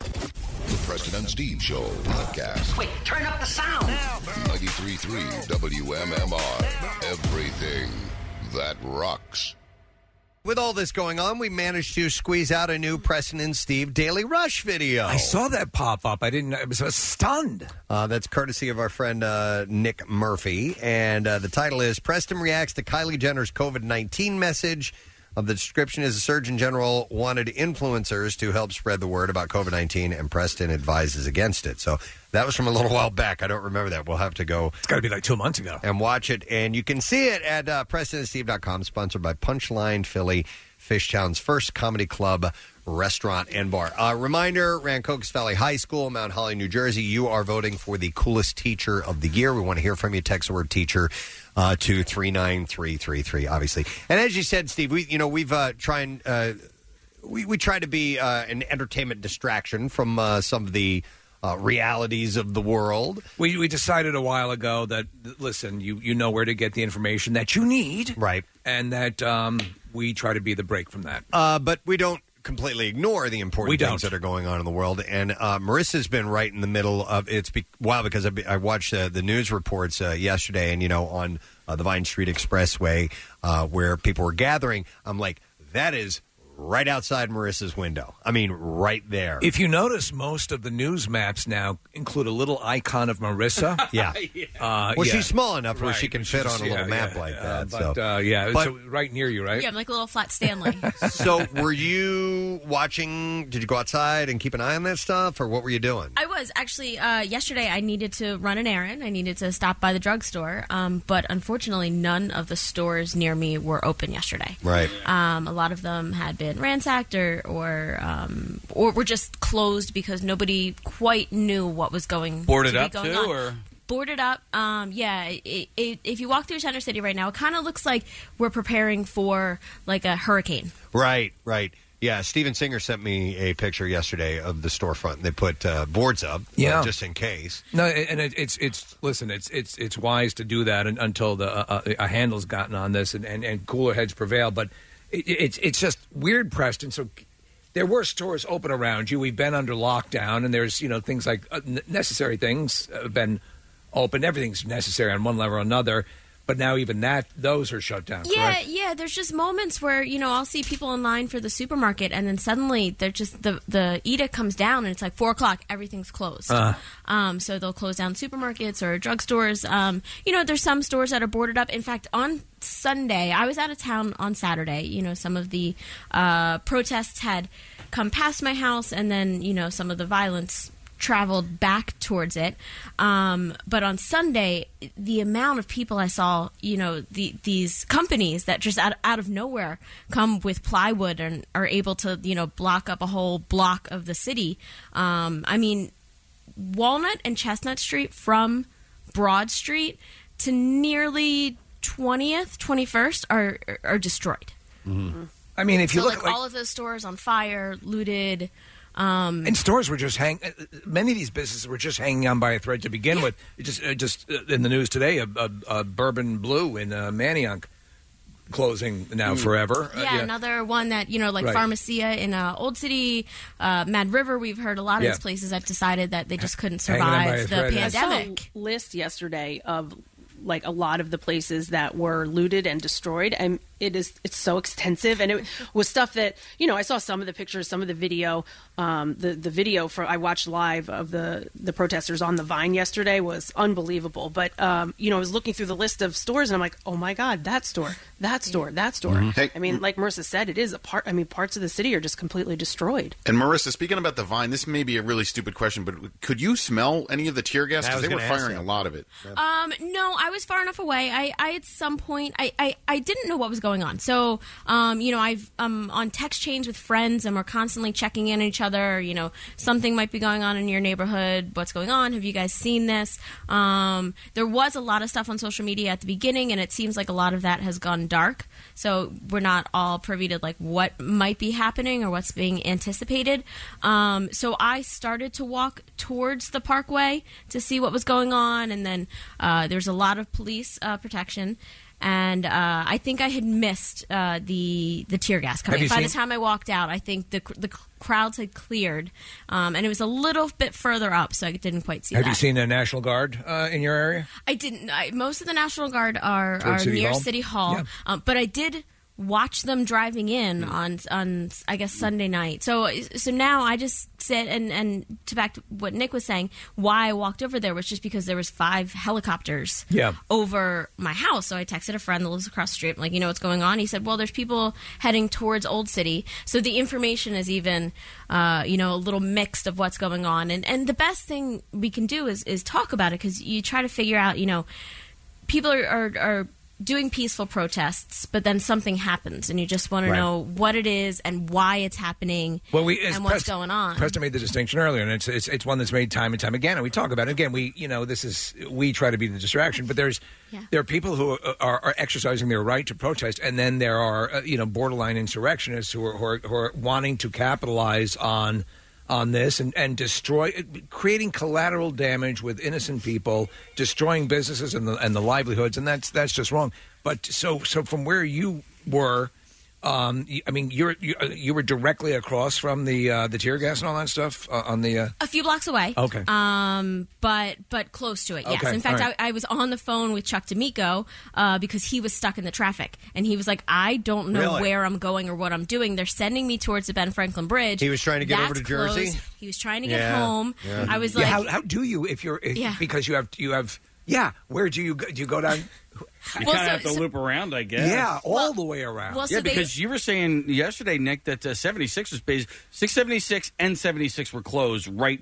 S2: The Preston and Steve Show podcast.
S6: Wait, turn up the sound.
S2: 933 WMMR. Everything that rocks.
S1: With all this going on, we managed to squeeze out a new Preston and Steve Daily Rush video.
S4: I saw that pop up. I didn't. I was stunned.
S1: Uh, that's courtesy of our friend uh, Nick Murphy. And uh, the title is Preston Reacts to Kylie Jenner's COVID 19 message. Uh, the description is the Surgeon General wanted influencers to help spread the word about COVID 19, and Preston advises against it. So that was from a little while back. I don't remember that. We'll have to go. It's
S4: got to be like two months ago.
S1: And watch it. And you can see it at uh, PrestonandSteve.com, sponsored by Punchline Philly. Fishtown's first comedy club, restaurant, and bar. Uh, reminder Rancocas Valley High School, Mount Holly, New Jersey, you are voting for the coolest teacher of the year. We want to hear from you. Text the word teacher uh, to 39333, obviously. And as you said, Steve, we, you know, we've uh, trying. Uh, we, we try to be uh, an entertainment distraction from uh, some of the uh, realities of the world.
S4: We, we decided a while ago that th- listen, you you know where to get the information that you need,
S1: right?
S4: And that um, we try to be the break from that.
S1: Uh, but we don't completely ignore the important
S4: We
S1: things
S4: don't.
S1: that are going on in the world. And uh, Marissa's been right in the middle of it's be, wow because I, be- I watched uh, the news reports uh, yesterday, and you know on uh, the Vine Street Expressway uh, where people were gathering. I'm like, that is right outside Marissa's window. I mean, right there.
S4: If you <laughs> notice, most of the news maps now include a little icon of Marissa.
S1: <laughs> Yeah.
S4: Uh,
S1: well,
S4: <laughs> yeah.
S1: she's small enough where
S4: Right,
S1: she can
S4: she's-
S1: fit on a little
S4: yeah,
S1: map
S4: yeah,
S1: like
S4: uh,
S1: that.
S4: but,
S1: so
S4: uh, yeah,
S1: But-
S4: so right near you, right?
S14: Yeah, I'm like a little flat Stanley.
S1: so were you watching did you go outside and keep an eye on that stuff or what were you doing
S14: I was actually uh, yesterday. I needed to run an errand. I needed to stop by the drugstore, um, but unfortunately, none of the stores near me were open yesterday.
S1: right
S14: Um, a lot of them had been ransacked or or um, or were just closed because nobody quite knew what was going
S5: Boarded
S14: to be
S5: up
S14: going
S5: too,
S14: on.
S5: or
S14: boarded up. Um, yeah, it, it, if you walk through Center City right now, it kind of looks like we're preparing for like a hurricane.
S1: right right yeah steven singer sent me a picture yesterday of the storefront they put uh, boards up uh,
S4: Yeah.
S1: just in case
S4: No, and it, it's it's listen, it's it's it's wise to do that un until the uh, uh, a handle's gotten on this and, and, and cooler heads prevail. But it, it- it's it's just weird, Preston. So there were stores open around you. We've been under lockdown, and there's you know things like uh, n- necessary things have been open. Everything's necessary on one level or another. But now even that those are shut down.
S14: Yeah,
S4: correct?
S14: yeah. There's just moments where you know I'll see people in line for the supermarket, and then suddenly they're just the the edict comes down, and it's like four o'clock, everything's closed.
S4: Uh-huh.
S6: Uh.
S14: Um, so they'll close down supermarkets or drugstores. Um, you know, there's some stores that are boarded up. In fact, on Sunday, I was out of town on Saturday. You know, some of the uh, protests had come past my house, and then you know some of the violence traveled back towards it. Um, but on Sunday, the amount of people I saw, you know, the, these companies that just out, out of nowhere come with plywood and are able to, you know, block up a whole block of the city. Um, I mean, Walnut and Chestnut Street from Broad Street to nearly 20th, 21st are, are destroyed.
S4: Mm-hmm. I mean, if you
S14: So,
S4: look
S14: like,
S4: at, like
S14: all of those stores on fire, looted. Um,
S4: And stores were just hang. uh, Many of these businesses were just hanging on by a thread to begin with. It just, uh, just uh, in the news today, a, a, a Bourbon Blue in uh, Manioc closing now
S14: Mm.
S4: forever. Uh,
S14: Yeah, another one that you know, like
S4: Right.
S14: Pharmacia in uh, Old City, uh, Mad River. We've heard a lot of
S4: Yeah.
S14: these places have decided that they just couldn't
S4: Hanging on by a
S14: survive the
S4: thread. I saw-
S14: pandemic.
S3: I saw a list yesterday of like a lot of the places that were looted and destroyed and it is it's so extensive and it was stuff that you know I saw some of the pictures some of the video um, the the video for I watched live of the the protesters on the vine yesterday was unbelievable but um, you know I was looking through the list of stores and I'm like oh my god that store that store that store
S4: Mm-hmm.
S10: Mhm. Hey,
S3: I mean like Marissa said it is a part I mean parts of the city are just completely destroyed
S10: <laughs> And Marissa, speaking about the vine, this may be a really stupid question, but could you smell any of the tear gas?
S1: I
S10: Because
S1: was
S10: they were
S1: gonna ask
S10: firing
S1: that.
S10: a lot of it.
S14: Um, no, I was far enough away. I, I at some point, I, I, I didn't know what was going on. So, um, you know, I've um on text chains with friends, and we're constantly checking in on each other. You know, something might be going on in your neighborhood. What's going on? Have you guys seen this? Um, there was a lot of stuff on social media at the beginning, and it seems like a lot of that has gone dark. So we're not all privy to like what might be happening or what's being anticipated. Um, so I started to walk towards the parkway to see what was going on, and then uh, there's a lot of police uh, protection. And uh, I think I had missed uh, the the tear gas
S6: Have
S14: coming.
S6: you
S14: By the
S6: seen-
S14: time I walked out, I think the cr- the c- crowds had cleared, um, and it was a little bit further up, so I didn't quite see.
S4: Have
S14: that.
S4: you seen a National Guard uh, in your area?
S14: I didn't. I, most of the National Guard are,
S4: Towards
S14: are
S4: City
S14: near
S4: Hall?
S14: City Hall,
S4: Yeah. Mm.
S14: um, but I did watch them driving in on on I guess Sunday night. So so now I just sit and and to back to what Nick was saying, why I walked over there was just because there was five helicopters
S6: Yeah.
S14: over my house. So I texted a friend that lives across the street, like, you know what's going on? He said, well, there's people heading towards Old City. So the information is even, uh, you know, a little mixed of what's going on. And and the best thing we can do is is talk about it because you try to figure out, you know, people are, are, are doing peaceful protests, but then something happens, and you just want
S4: Right.
S14: to know what it is and why it's happening
S4: Well, we as
S14: and what's
S4: Preston-
S14: going on.
S4: Preston made the distinction earlier, and it's, it's it's one that's made time and time again, and we talk about it again. We you know this is we try to be the distraction, but there's there are people who are, are exercising their right to protest, and then there are uh, you know borderline insurrectionists who are, who are who are wanting to capitalize on on this and and destroy uh, creating collateral damage with innocent people, destroying businesses and the and the livelihoods, and that's that's just wrong. But so so from where you were. Um, y- I mean, you're you, uh, you were directly across from the uh, the tear gas and all that stuff uh, on the. Uh...
S14: A few blocks away.
S4: Okay.
S14: Um, but but close to it. Yes.
S4: Okay,
S14: In fact,
S4: all right.
S14: I, I was on the phone with Chuck D'Amico uh, because he was stuck in the traffic, and he was like, "I don't know
S1: Really?
S14: where I'm going or what I'm doing. They're sending me towards the Ben Franklin Bridge."
S1: He was trying to get over
S14: That's
S1: to Jersey?
S14: closed. He was trying to get
S4: Yeah,
S14: home.
S4: yeah.
S14: I was
S4: Yeah,
S14: like,
S4: how, how do you if you're if,
S14: Yeah.
S4: because you have you have yeah? Where do you go, do you go down?
S5: You
S14: Well,
S5: kind of
S14: so-
S5: have to
S14: so-
S5: loop around, I guess.
S4: Yeah, all the way around.
S14: well, so
S5: yeah,
S14: they-
S5: because you were saying yesterday, Nick, that uh, 76 was based. 676 and 76 were closed right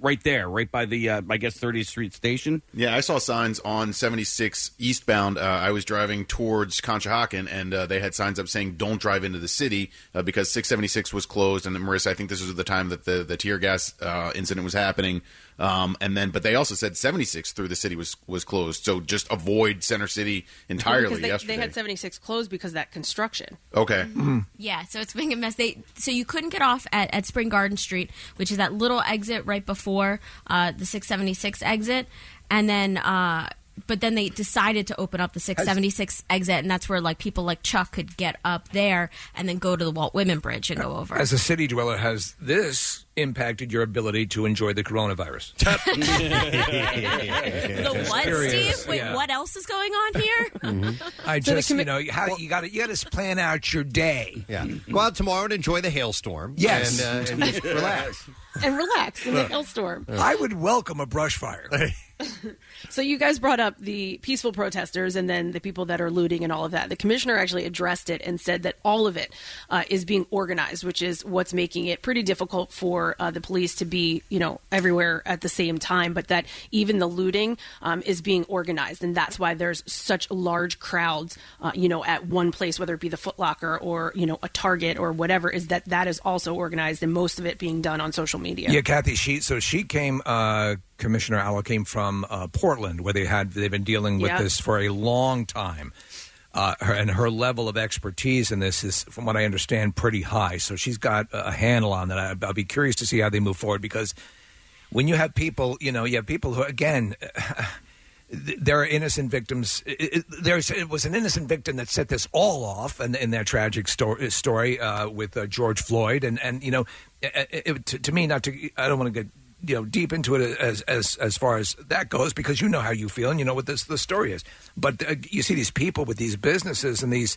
S5: right there, right by the, uh, I guess, 30th Street Station.
S10: Yeah, I saw signs on 76 eastbound. Uh, I was driving towards Conshohocken, and uh, they had signs up saying "Don't drive into the city" uh, because 676 was closed. And Marissa, I think this was the time that the the tear gas uh, incident was happening. Um, and then, but they also said 76 through the city was was closed. So just avoid Center City entirely.
S3: because they,
S10: yesterday,
S3: they had 76 closed because of that construction.
S10: okay.
S3: Mm-hmm.
S14: Yeah, so it's been a mess. They so you couldn't get off at, at Spring Garden Street, which is that little exit right before uh, the 676 exit, and then uh, but then they decided to open up the 676 exit, and that's where like people like Chuck could get up there and then go to the Walt Whitman Bridge and go over.
S4: As a city dweller, has this impacted your ability to enjoy the
S5: <laughs>
S14: <laughs>
S4: coronavirus?
S14: the what, Steve? Wait, what else is going on here? <laughs>
S1: Mm-hmm.
S4: I
S14: So the
S4: just, you know, you- how, you got to you got to plan out your day.
S1: Yeah, go out tomorrow and enjoy the hailstorm.
S4: Yes,
S1: and, uh, and
S12: <laughs>
S4: <laughs>
S1: just relax.
S3: And relax in the
S1: Look.
S3: hailstorm.
S4: I would welcome a brush
S1: <laughs>
S4: fire.
S3: So you guys brought up the peaceful protesters and then the people that are looting and all of that. The commissioner actually addressed it and said that all of it uh, is being organized, which is what's making it pretty difficult for uh, the police to be, you know, everywhere at the same time. But that even the looting um, is being organized, and that's why there's such large crowds, uh, you know, at one place, whether it be the Foot Locker or you know a Target or whatever. Is that that is also organized, and most of it being done on social media.
S4: Yeah. Kathy. She so she came. Uh, Commissioner Allo came from uh, Portland, where they had they've been dealing with
S3: Yeah.
S4: this for a long time. Uh, her, and her level of expertise in this is, from what I understand, pretty high. So she's got a a handle on that. I, I'll be curious to see how they move forward because when you have people, you know, you have people who, again, th- there are innocent victims. It, it, there's it was an innocent victim that set this all off, and in, their tragic story, story uh, with uh, George Floyd, and and you know, it, it- it- to, to me, not to, I don't want to get you know deep into it as as as far as that goes because you know how you feel and you know what this the story is. But uh, you see these people with these businesses and these.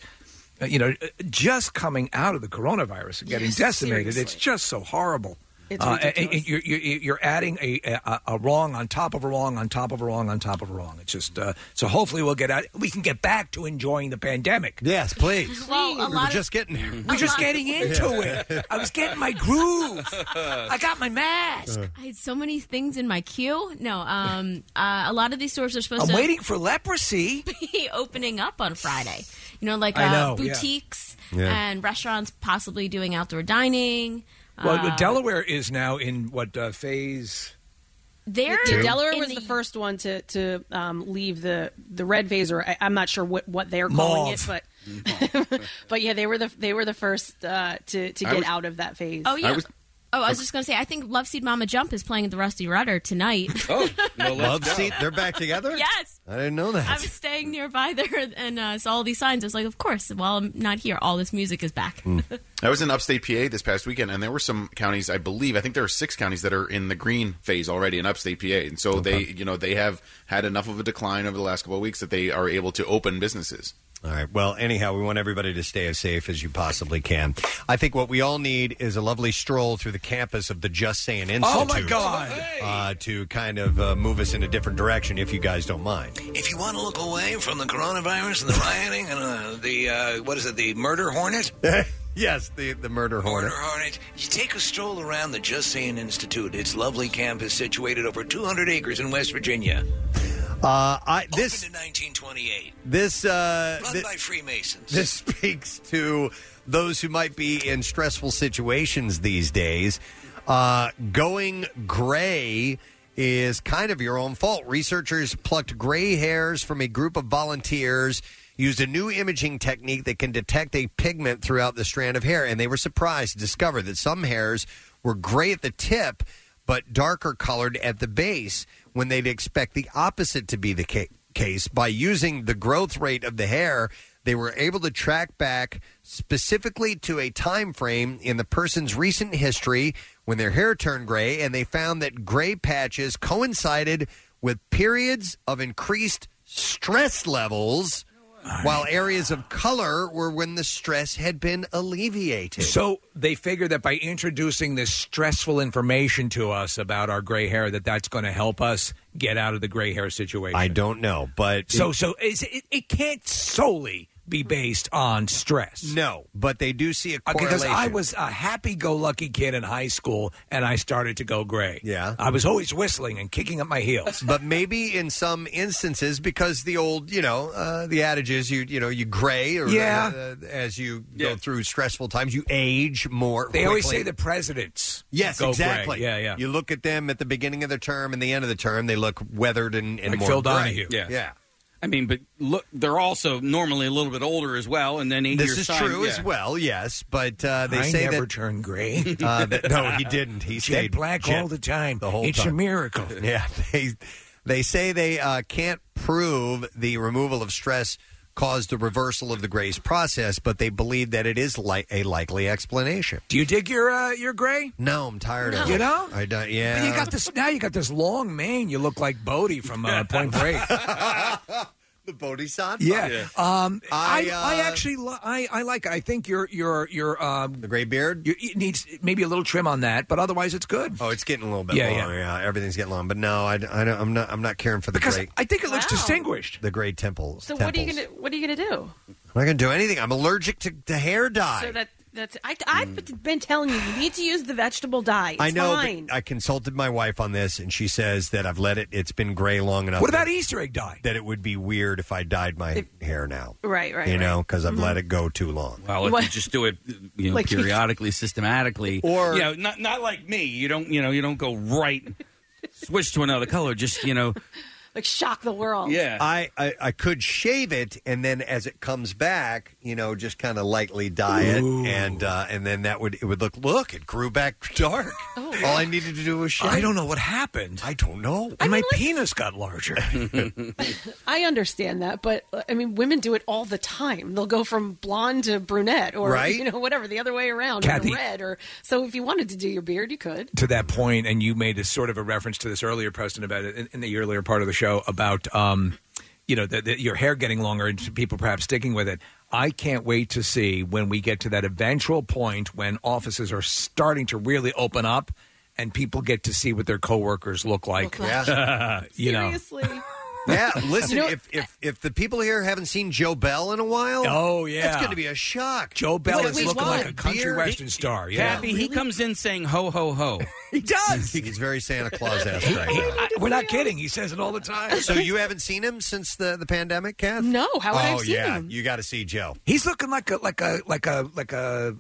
S4: uh, You know, uh, just coming out of the coronavirus and getting
S12: Yes,
S4: decimated, it's
S12: seriously.
S4: just so horrible.
S12: It's
S4: Uh, and- and
S12: ridiculous.
S4: you're, you're, you're adding a, a, a wrong on top of a wrong on top of a wrong on top of a wrong. It's just uh, so hopefully we'll get out. We can get back to enjoying the pandemic.
S1: Yes, please.
S14: Well, a
S1: we
S14: lot
S1: were
S14: of-
S1: just getting there.
S4: We're just getting into
S1: Yeah.
S4: it. I was getting my
S14: <laughs>
S4: groove. I got my mask.
S14: I had so many things in my queue. No, um, uh, a lot of these stores are supposed
S4: I'm
S14: to
S4: waiting for
S14: <laughs>
S4: leprosy.
S14: be opening up on Friday. You know, like
S4: I
S14: uh,
S4: know, yeah.
S14: boutiques
S4: Yeah.
S14: and restaurants possibly doing outdoor dining.
S4: Well,
S14: uh,
S4: Delaware is now in what uh, phase?
S14: They're
S4: Two?
S3: Delaware
S14: in
S3: was the, first one to to um, leave the the red phase, or I, I'm not sure what, what they're calling it,
S4: Mauve.
S3: but but yeah, they were the they were the first uh, to to
S14: I
S3: get
S14: was-
S3: out of that phase.
S14: Oh yeah. oh, I was just gonna say. I think Love Seed Mama Jump is playing at the Rusty Rudder tonight.
S5: Oh,
S1: Love seat. They're back together.
S14: Yes.
S1: I didn't know
S14: I
S1: that.
S14: was staying nearby there and uh, saw all these signs. I was like, of course. While I'm not here, all this music is back.
S10: I was in upstate PA this past weekend, and there were some counties, I believe, I think there are six counties that are in the green phase already in upstate PA, and so they, you know, they have had enough of a decline over the last couple of weeks that they are able to open businesses.
S1: All right. Well, anyhow, we want everybody to stay as safe as you possibly can. I think what we all need is a lovely stroll through the campus of the Just Saying Institute.
S12: Oh, my God.
S1: Uh, to kind of uh, move us in a different direction, if you guys don't mind.
S12: If you want to look away from the coronavirus and the rioting and uh, the uh, what is it, the murder hornet?
S1: <laughs> yes, the the murder
S12: Murder hornet. You take a stroll around the Just Saying Institute. Its lovely campus, situated over 200 acres in West Virginia.
S1: Uh, I, this
S12: Opened in 1928.
S1: This uh,
S12: Run
S1: thi-
S12: by Freemasons.
S1: This <laughs> speaks to those who might be in stressful situations these days. Uh, going gray is kind of your own fault. Researchers plucked gray hairs from a group of volunteers. Used a new imaging technique that can detect a pigment throughout the strand of hair, and they were surprised to discover that some hairs were gray at the tip, but darker colored at the base when they'd expect the opposite to be the ca- case. By using the growth rate of the hair, they were able to track back specifically to a time frame in the person's recent history when their hair turned gray, and they found that gray patches coincided with periods of increased stress levels. While areas of color were when the stress had been alleviated.
S4: So they figure that by introducing this stressful information to us about our gray hair, that that's going to help us get out of the gray hair situation.
S1: I don't know, but
S4: so so is, it, it can't solely be based on stress.
S1: No, but they do see a
S4: Because I
S1: correlation.
S4: was a happy-go-lucky kid in high school, and I started to go gray.
S1: Yeah.
S4: I was always whistling and kicking up my heels.
S1: but maybe in some instances because the old you know uh, the adage is you you know you gray or
S4: Yeah.
S1: uh, as you go through stressful times you age more
S4: They always
S1: quickly.
S4: say the presidents.
S1: yes
S4: go gray.
S1: exactly
S4: Yeah, yeah.
S1: you look at them at the beginning of the term and the end of the term they look weathered and, and
S4: Like
S1: more
S4: Phil
S1: gray.
S4: Donahue.
S1: yeah yeah
S5: I mean, but look, they're also normally a little bit older as well, and then eight
S1: This
S5: years
S1: is
S5: time-
S1: true
S5: yeah.
S1: as well, yes, but uh, they
S5: I
S1: say
S5: never
S1: that
S4: turned gray.
S1: <laughs> Uh, that, no,
S4: <laughs>
S1: he didn't. He
S4: Jet
S1: stayed
S4: black all the time.
S1: The whole
S4: It's a
S1: time.
S4: miracle.
S1: <laughs> Yeah, they they say they uh, can't prove the removal of stress caused the reversal of the grace process, but they believe that it is li- a likely explanation.
S4: Do you dig your uh, your gray?
S1: No, I'm tired of
S4: You
S1: it.
S4: know?
S1: I don't. Yeah,
S4: But you got this now. You got this long mane. You look like Bodie from uh, Point Break.
S1: the Bodhisattva.
S4: Yeah. Um, I,
S1: I,
S4: I,
S1: uh,
S4: actually li- I, I like it. I think your your your um, the
S1: gray beard
S4: it needs maybe a little trim on that, but otherwise it's good.
S1: Oh, it's getting a little bit
S4: Yeah,
S1: long. Yeah. everything's getting long. But no, I, I don't, I'm not. I'm not caring for the
S4: Because
S1: great.
S4: I think it looks
S3: Wow.
S4: distinguished.
S1: The great temples.
S3: So what are you
S1: temples.
S3: gonna what are you gonna do?
S1: I'm not going to do anything. I'm allergic to, to hair dye.
S3: So that that's I, I've been telling you, you need to use the vegetable dye. It's
S1: Hmm. I know. but
S3: Fine.
S1: I consulted my wife on this, and she says that I've let it. It's been gray long enough.
S4: What about
S1: that-
S4: Easter egg dye?
S1: That it would be weird if I dyed my hair now.
S3: Right, right.
S1: you
S3: right.
S1: know, because I've
S3: Mhm.
S1: let it go too long.
S5: Well, if
S3: What?
S5: you just do it, you know,
S3: Like-
S5: periodically, systematically,
S1: <laughs> Or-
S5: you know, not not like me. You don't, you know, you don't go right switch to another color. Just you know,
S3: Like shock the world.
S1: I, I I could shave it, and then as it comes back, you know, just kind of lightly dye it, and uh, and then that would it would look look it grew back dark.
S3: Oh.
S1: All I needed to do was shave.
S4: I don't know what happened.
S1: I don't know.
S4: And my penis got
S1: <laughs>
S4: larger.
S6: <laughs>
S3: I understand that, but uh, I mean, women do it all the time. They'll go from blonde to brunette, or
S4: Right.
S3: you know, whatever the other way around,
S4: Kathy.
S3: or red, or so. If you wanted to do your beard, you could.
S4: to that point, and you made a sort of a reference to this earlier, Preston, about it in, in the earlier part of the show about um, you know the, the, your hair getting longer and people perhaps sticking with it. I can't wait to see when we get to that eventual point when offices are starting to really open up and people get to see what their coworkers look like.
S1: Look like. <laughs> Yeah.
S4: <laughs> you know.
S3: Seriously,
S1: Yeah,
S4: <laughs>
S1: listen.
S3: You know-
S1: if if if the people here haven't seen Joe Bell in a while,
S4: Oh, yeah.
S1: that's going to be a shock.
S4: <laughs> Joe Bell
S1: Look
S4: is
S1: at
S4: looking
S1: what?
S4: like a country
S1: Beard?
S4: western star. Yeah.
S5: Cappy, he comes in saying ho ho ho.
S4: <laughs> he does.
S1: He's very Santa Claus esque right now.
S4: We're not kidding. He says it all the time.
S1: So you haven't seen him since the, the pandemic, Kath?
S3: No, how would I
S1: oh,
S3: have seen
S1: yeah.
S3: him?
S1: You got to see Joe.
S4: He's looking like a like a like a like a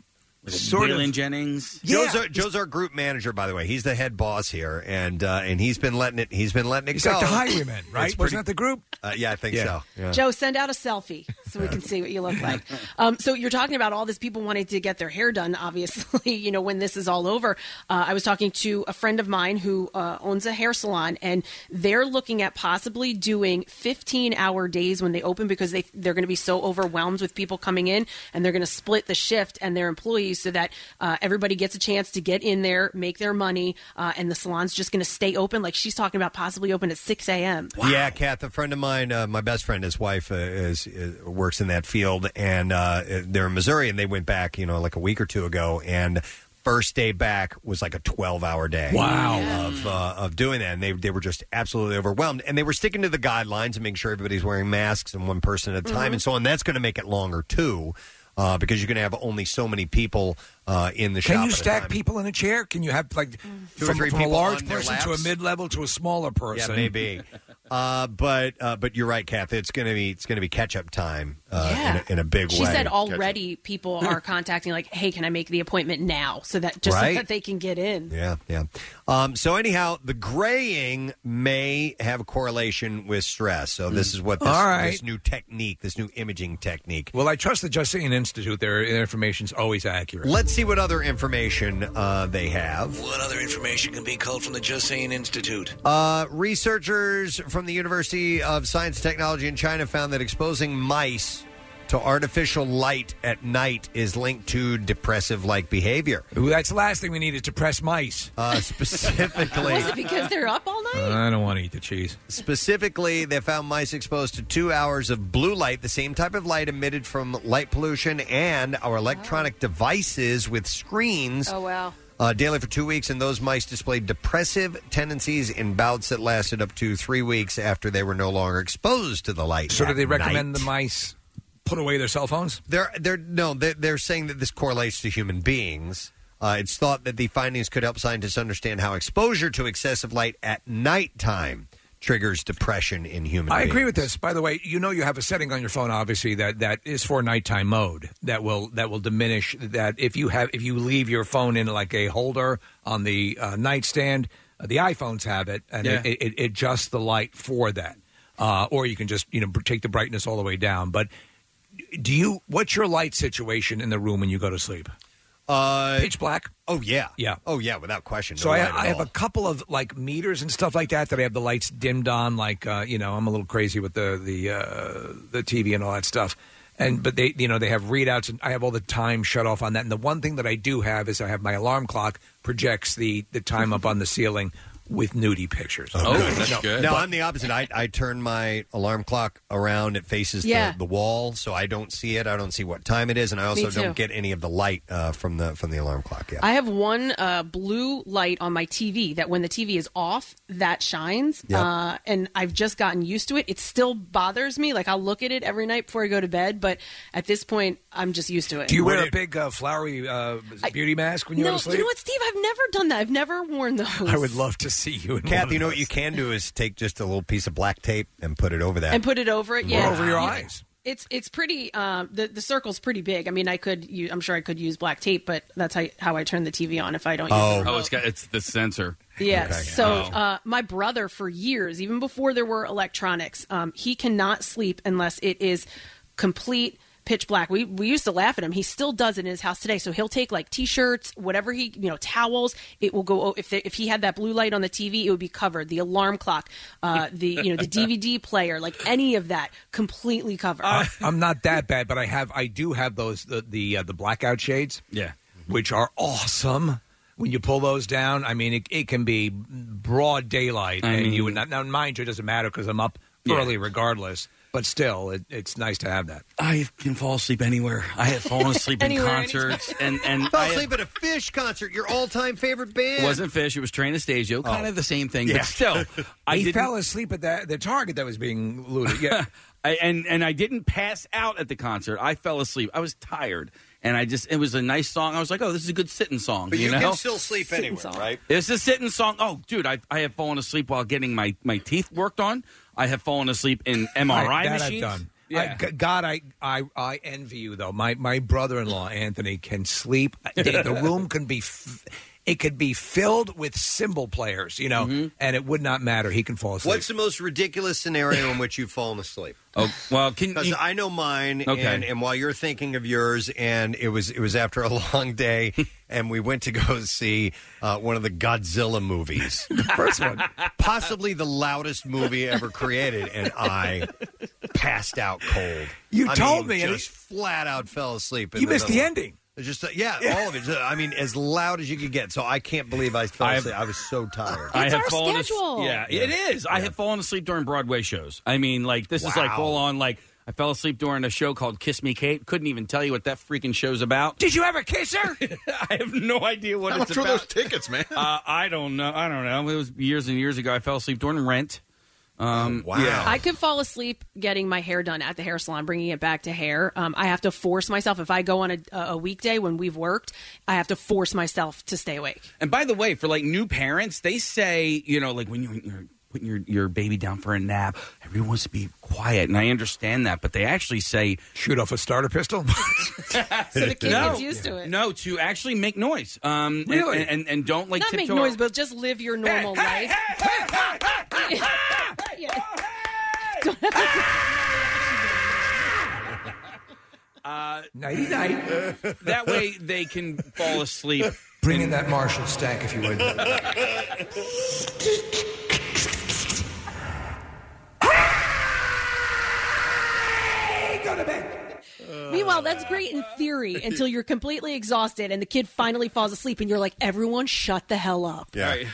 S4: sort
S5: Waylon
S4: of
S5: Jennings.
S1: Joe's, our, Joe's our group manager, by the way. He's the head boss here, and uh, and he's been letting it. He's been letting it
S4: He's
S1: go.
S4: like the
S1: <laughs>
S4: highwayman,
S1: It's
S4: right?
S1: pretty-
S4: Wasn't that the group?
S1: uh, yeah, I think so. Yeah.
S3: Joe, send out a selfie so we can see what you look like. Um, so you're talking about all these people wanting to get their hair done. Obviously, <laughs> you know when this is all over. Uh, I was talking to a friend of mine who uh, owns a hair salon, and they're looking at possibly doing 15 hour days when they open because they they're going to be so overwhelmed with people coming in, and they're going to split the shift and their employees so that uh, everybody gets a chance to get in there, make their money, uh, and the salon's just going to stay open. Like she's talking about possibly open at 6 a.m.
S1: Yeah, Kath, a friend of mine, uh, my best friend, his wife uh, is, is works in that field, and uh, they're in Missouri, and they went back, you know, like a week or two ago, and first day back was like a twelve-hour day.
S4: Wow.
S1: of uh, of doing that, and they they were just absolutely overwhelmed, and they were sticking to the guidelines and making sure everybody's wearing masks and one person at a time,
S17: Mhm.
S1: and so on. That's going to make it longer too. Uh, because you're going to have only so many people uh, in the shop.
S4: Can you
S1: at a
S4: stack
S1: time.
S4: people in a chair? Can you have like
S1: Two or
S4: from,
S1: three
S4: from a
S1: people
S4: large
S1: on their
S4: person to a
S1: laps?
S4: mid-level to a smaller person?
S1: Yeah,
S4: <laughs>
S1: maybe. uh, but uh, but you're right, Kath. It's gonna be it's gonna be catch up time uh,
S3: Yeah.
S1: in, a, in a big
S3: She
S1: way.
S3: said already people are contacting, like, hey, can I make the appointment now? So that just
S1: Right.
S3: so that they can get in.
S1: Yeah, yeah. Um, so anyhow, the graying may have a correlation with stress. So this is what this,
S4: Mm. All right.
S1: this new technique, this new imaging technique.
S4: Well, I trust the Justinian Institute. Their, their information's always accurate.
S1: Let's see what other information uh, they have.
S13: What other information can be culled from the Just Saying Institute?
S1: Uh, researchers from the University of Science and Technology in China found that exposing mice to artificial light at night is linked to depressive like behavior.
S4: Ooh, that's the last thing we need is to press mice.
S1: Uh, <laughs> specifically.
S3: Was it because they're up all night?
S4: I don't want to eat the cheese.
S1: Specifically, they found mice exposed to two hours of blue light, the same type of light emitted from light pollution and our electronic devices with screens.
S3: Oh, wow.
S1: Uh, daily for two weeks, and those mice displayed depressive tendencies in bouts that lasted up to three weeks after they were no longer exposed to the light.
S4: So, do
S1: at
S4: they recommend
S1: night.
S4: the mice put away their cell phones?
S1: They're they're no they're, they're saying that this correlates to human beings. Uh, it's thought that the findings could help scientists understand how exposure to excessive light at nighttime triggers depression in human.
S4: I
S1: beings.
S4: agree with this. By the way, you know you have a setting on your phone, obviously that that is for nighttime mode. That will that will diminish that if you have if you leave your phone in like a holder on the uh, nightstand. uh, The iPhones have it, and
S5: Yeah.
S4: it, it, it adjusts the light for that. Uh, or you can just you know br- take the brightness all the way down. But do you what's your light situation in the room when you go to sleep?
S1: Uh,
S4: Pitch black.
S1: Oh yeah,
S4: yeah.
S1: Oh yeah, without question. No
S4: So I,
S1: light at
S4: I have
S1: all.
S4: a couple of like meters and stuff like that that I have the lights dimmed on. Like uh, you know, I'm a little crazy with the the uh, the TV and all that stuff. And but they you know they have readouts and I have all the time shut off on that. And the one thing that I do have is I have my alarm clock projects the the time up on the ceiling with nudie pictures.
S1: Oh, no, No, I'm the opposite. I, I turn my alarm clock around. It faces
S4: Yeah.
S1: the, the wall, so I don't see it. I don't see what time it is, and I
S3: Me
S1: also
S3: too.
S1: don't get any of the light uh, from the from the alarm clock. Yeah.
S3: I have one uh, blue light on my TV that when the TV is off, that shines.
S1: Yep.
S3: Uh, and I've just gotten used to it. It still bothers me. Like, I'll look at it every night before I go to bed, but at this point, I'm just used to it.
S4: Do you wear a big uh, flowery uh, beauty mask when you
S3: no,
S4: go to sleep?
S3: you know what, Steve? I've never done that. I've never worn those.
S4: I would love to see you. In one
S1: Kath,
S4: of
S1: you know what you can do is take just a little piece of black tape and put it over that.
S3: and put it over it. Yeah,
S1: Over your
S3: You-
S1: eyes.
S3: It's it's pretty. Um, the the circle's pretty big. I mean, I could. Use, I'm sure I could use black tape, but that's how, how I turn the TV on if I don't. use the remote.
S5: oh, it's got it's the sensor.
S3: Yeah. So
S5: Oh.
S3: uh, my brother, for years, even before there were electronics, um, he cannot sleep unless it is complete pitch black. We we used to laugh at him. He still does it in his house today. So he'll take like t-shirts, whatever he you know towels. It will go o- if they, if he had that blue light on the TV, it would be covered. The alarm clock, uh, the you know the DVD player, like any of that, completely covered.
S5: Uh,
S4: I, am not that bad, but I have I do have those the the, uh, the blackout shades.
S5: Yeah,
S4: which are awesome. When you pull those down, I mean, it, it can be broad daylight,
S5: I
S4: and you
S5: mean-
S4: would not. Now, mind you, it doesn't matter because I'm up
S5: Yeah.
S4: early regardless. But still, it, it's nice to have that.
S5: I can fall asleep anywhere. I have fallen asleep in
S1: Anywhere,
S5: concerts, and and
S1: <laughs> Fell
S5: I have-
S1: asleep at a Fish concert. Your all time favorite band.
S5: It wasn't fish. It was Train Anastasio. Kind of the same thing,
S4: Oh. Yeah. <laughs>
S5: but still, I
S4: he
S5: didn't-
S4: fell asleep at that the target that was being looted. Yeah,
S5: <laughs> I, and and I didn't pass out at the concert. I fell asleep. I was tired, and I just it was a nice song. I was like, oh, this is a good sitting song.
S1: But you,
S5: know,
S1: can still sleep
S3: Sitting
S1: anywhere,
S3: song.
S1: right?
S5: It's a sitting song. Oh, dude, I, I have fallen asleep while getting my, my teeth worked on. I have fallen asleep in MRI
S4: I, that
S5: machines.
S4: I've done.
S5: Yeah.
S4: I- g- God, I, I I envy you though. My my brother-in-law Anthony can sleep. the,
S5: <laughs>
S4: the room can be. F- it could be filled with cymbal players, you know,
S5: Mm-hmm.
S4: and it would not matter. He can fall asleep.
S1: What's the most ridiculous scenario in which you've fallen asleep?
S5: Oh well, can
S1: because I know mine,
S4: Okay.
S1: and, and while you're thinking of yours, and it was it was after a <laughs> long day, and we went to go see uh, one of the Godzilla movies,
S4: first one,
S1: possibly the loudest movie ever created,
S4: <laughs>
S1: and I passed out cold.
S4: You
S1: I
S4: told
S1: mean,
S4: me, and
S1: just flat out fell asleep. in
S4: You missed the
S1: middle.
S4: ending.
S1: It's Just yeah, all of it. I mean, as loud as you could get. So I can't believe I fell asleep. I was so tired.
S5: I have fallen as- yeah, it is. I have fallen asleep during Broadway shows. I mean, like this is like
S1: Wow.
S5: full on. Like I fell asleep during a show called Kiss Me Kate. Couldn't even tell you what that freaking show's about. <laughs>
S4: Did you ever
S1: <laughs>
S4: kiss her?
S5: I have no idea what
S10: How
S5: it's
S10: much were
S5: about. <laughs>
S10: those tickets, man?
S5: Uh, I don't know. I don't know. It was years and years ago. I fell asleep during Rent. Um,
S10: Oh,
S3: I could fall asleep getting my hair done at the hair salon, bringing it back to hair. Um, I have to force myself. If I go on a, a weekday when we've worked, I have to force myself to stay awake.
S5: And by the way, for like new parents, they say, you know, like when you- you're putting your, your baby down for a nap, everyone wants to be quiet. And I understand that, but they actually say shoot off a starter pistol.
S3: <laughs> So the kid
S5: no,
S3: gets used to it.
S5: No, to actually make noise. Um, and-
S3: Really?
S5: And, and, and don't like
S3: Not make
S5: tiptoe
S3: noise, but just live your normal life. Yeah. Don't have to-
S4: <laughs>
S5: Uh,
S4: Nighty night.
S5: that way they can fall asleep.
S4: Bring in that Marshall stack if you would.
S3: <laughs>
S4: <laughs>
S3: Meanwhile, that's great in theory until you're completely exhausted and the kid finally falls asleep and you're like, everyone shut the hell up.
S5: Yeah.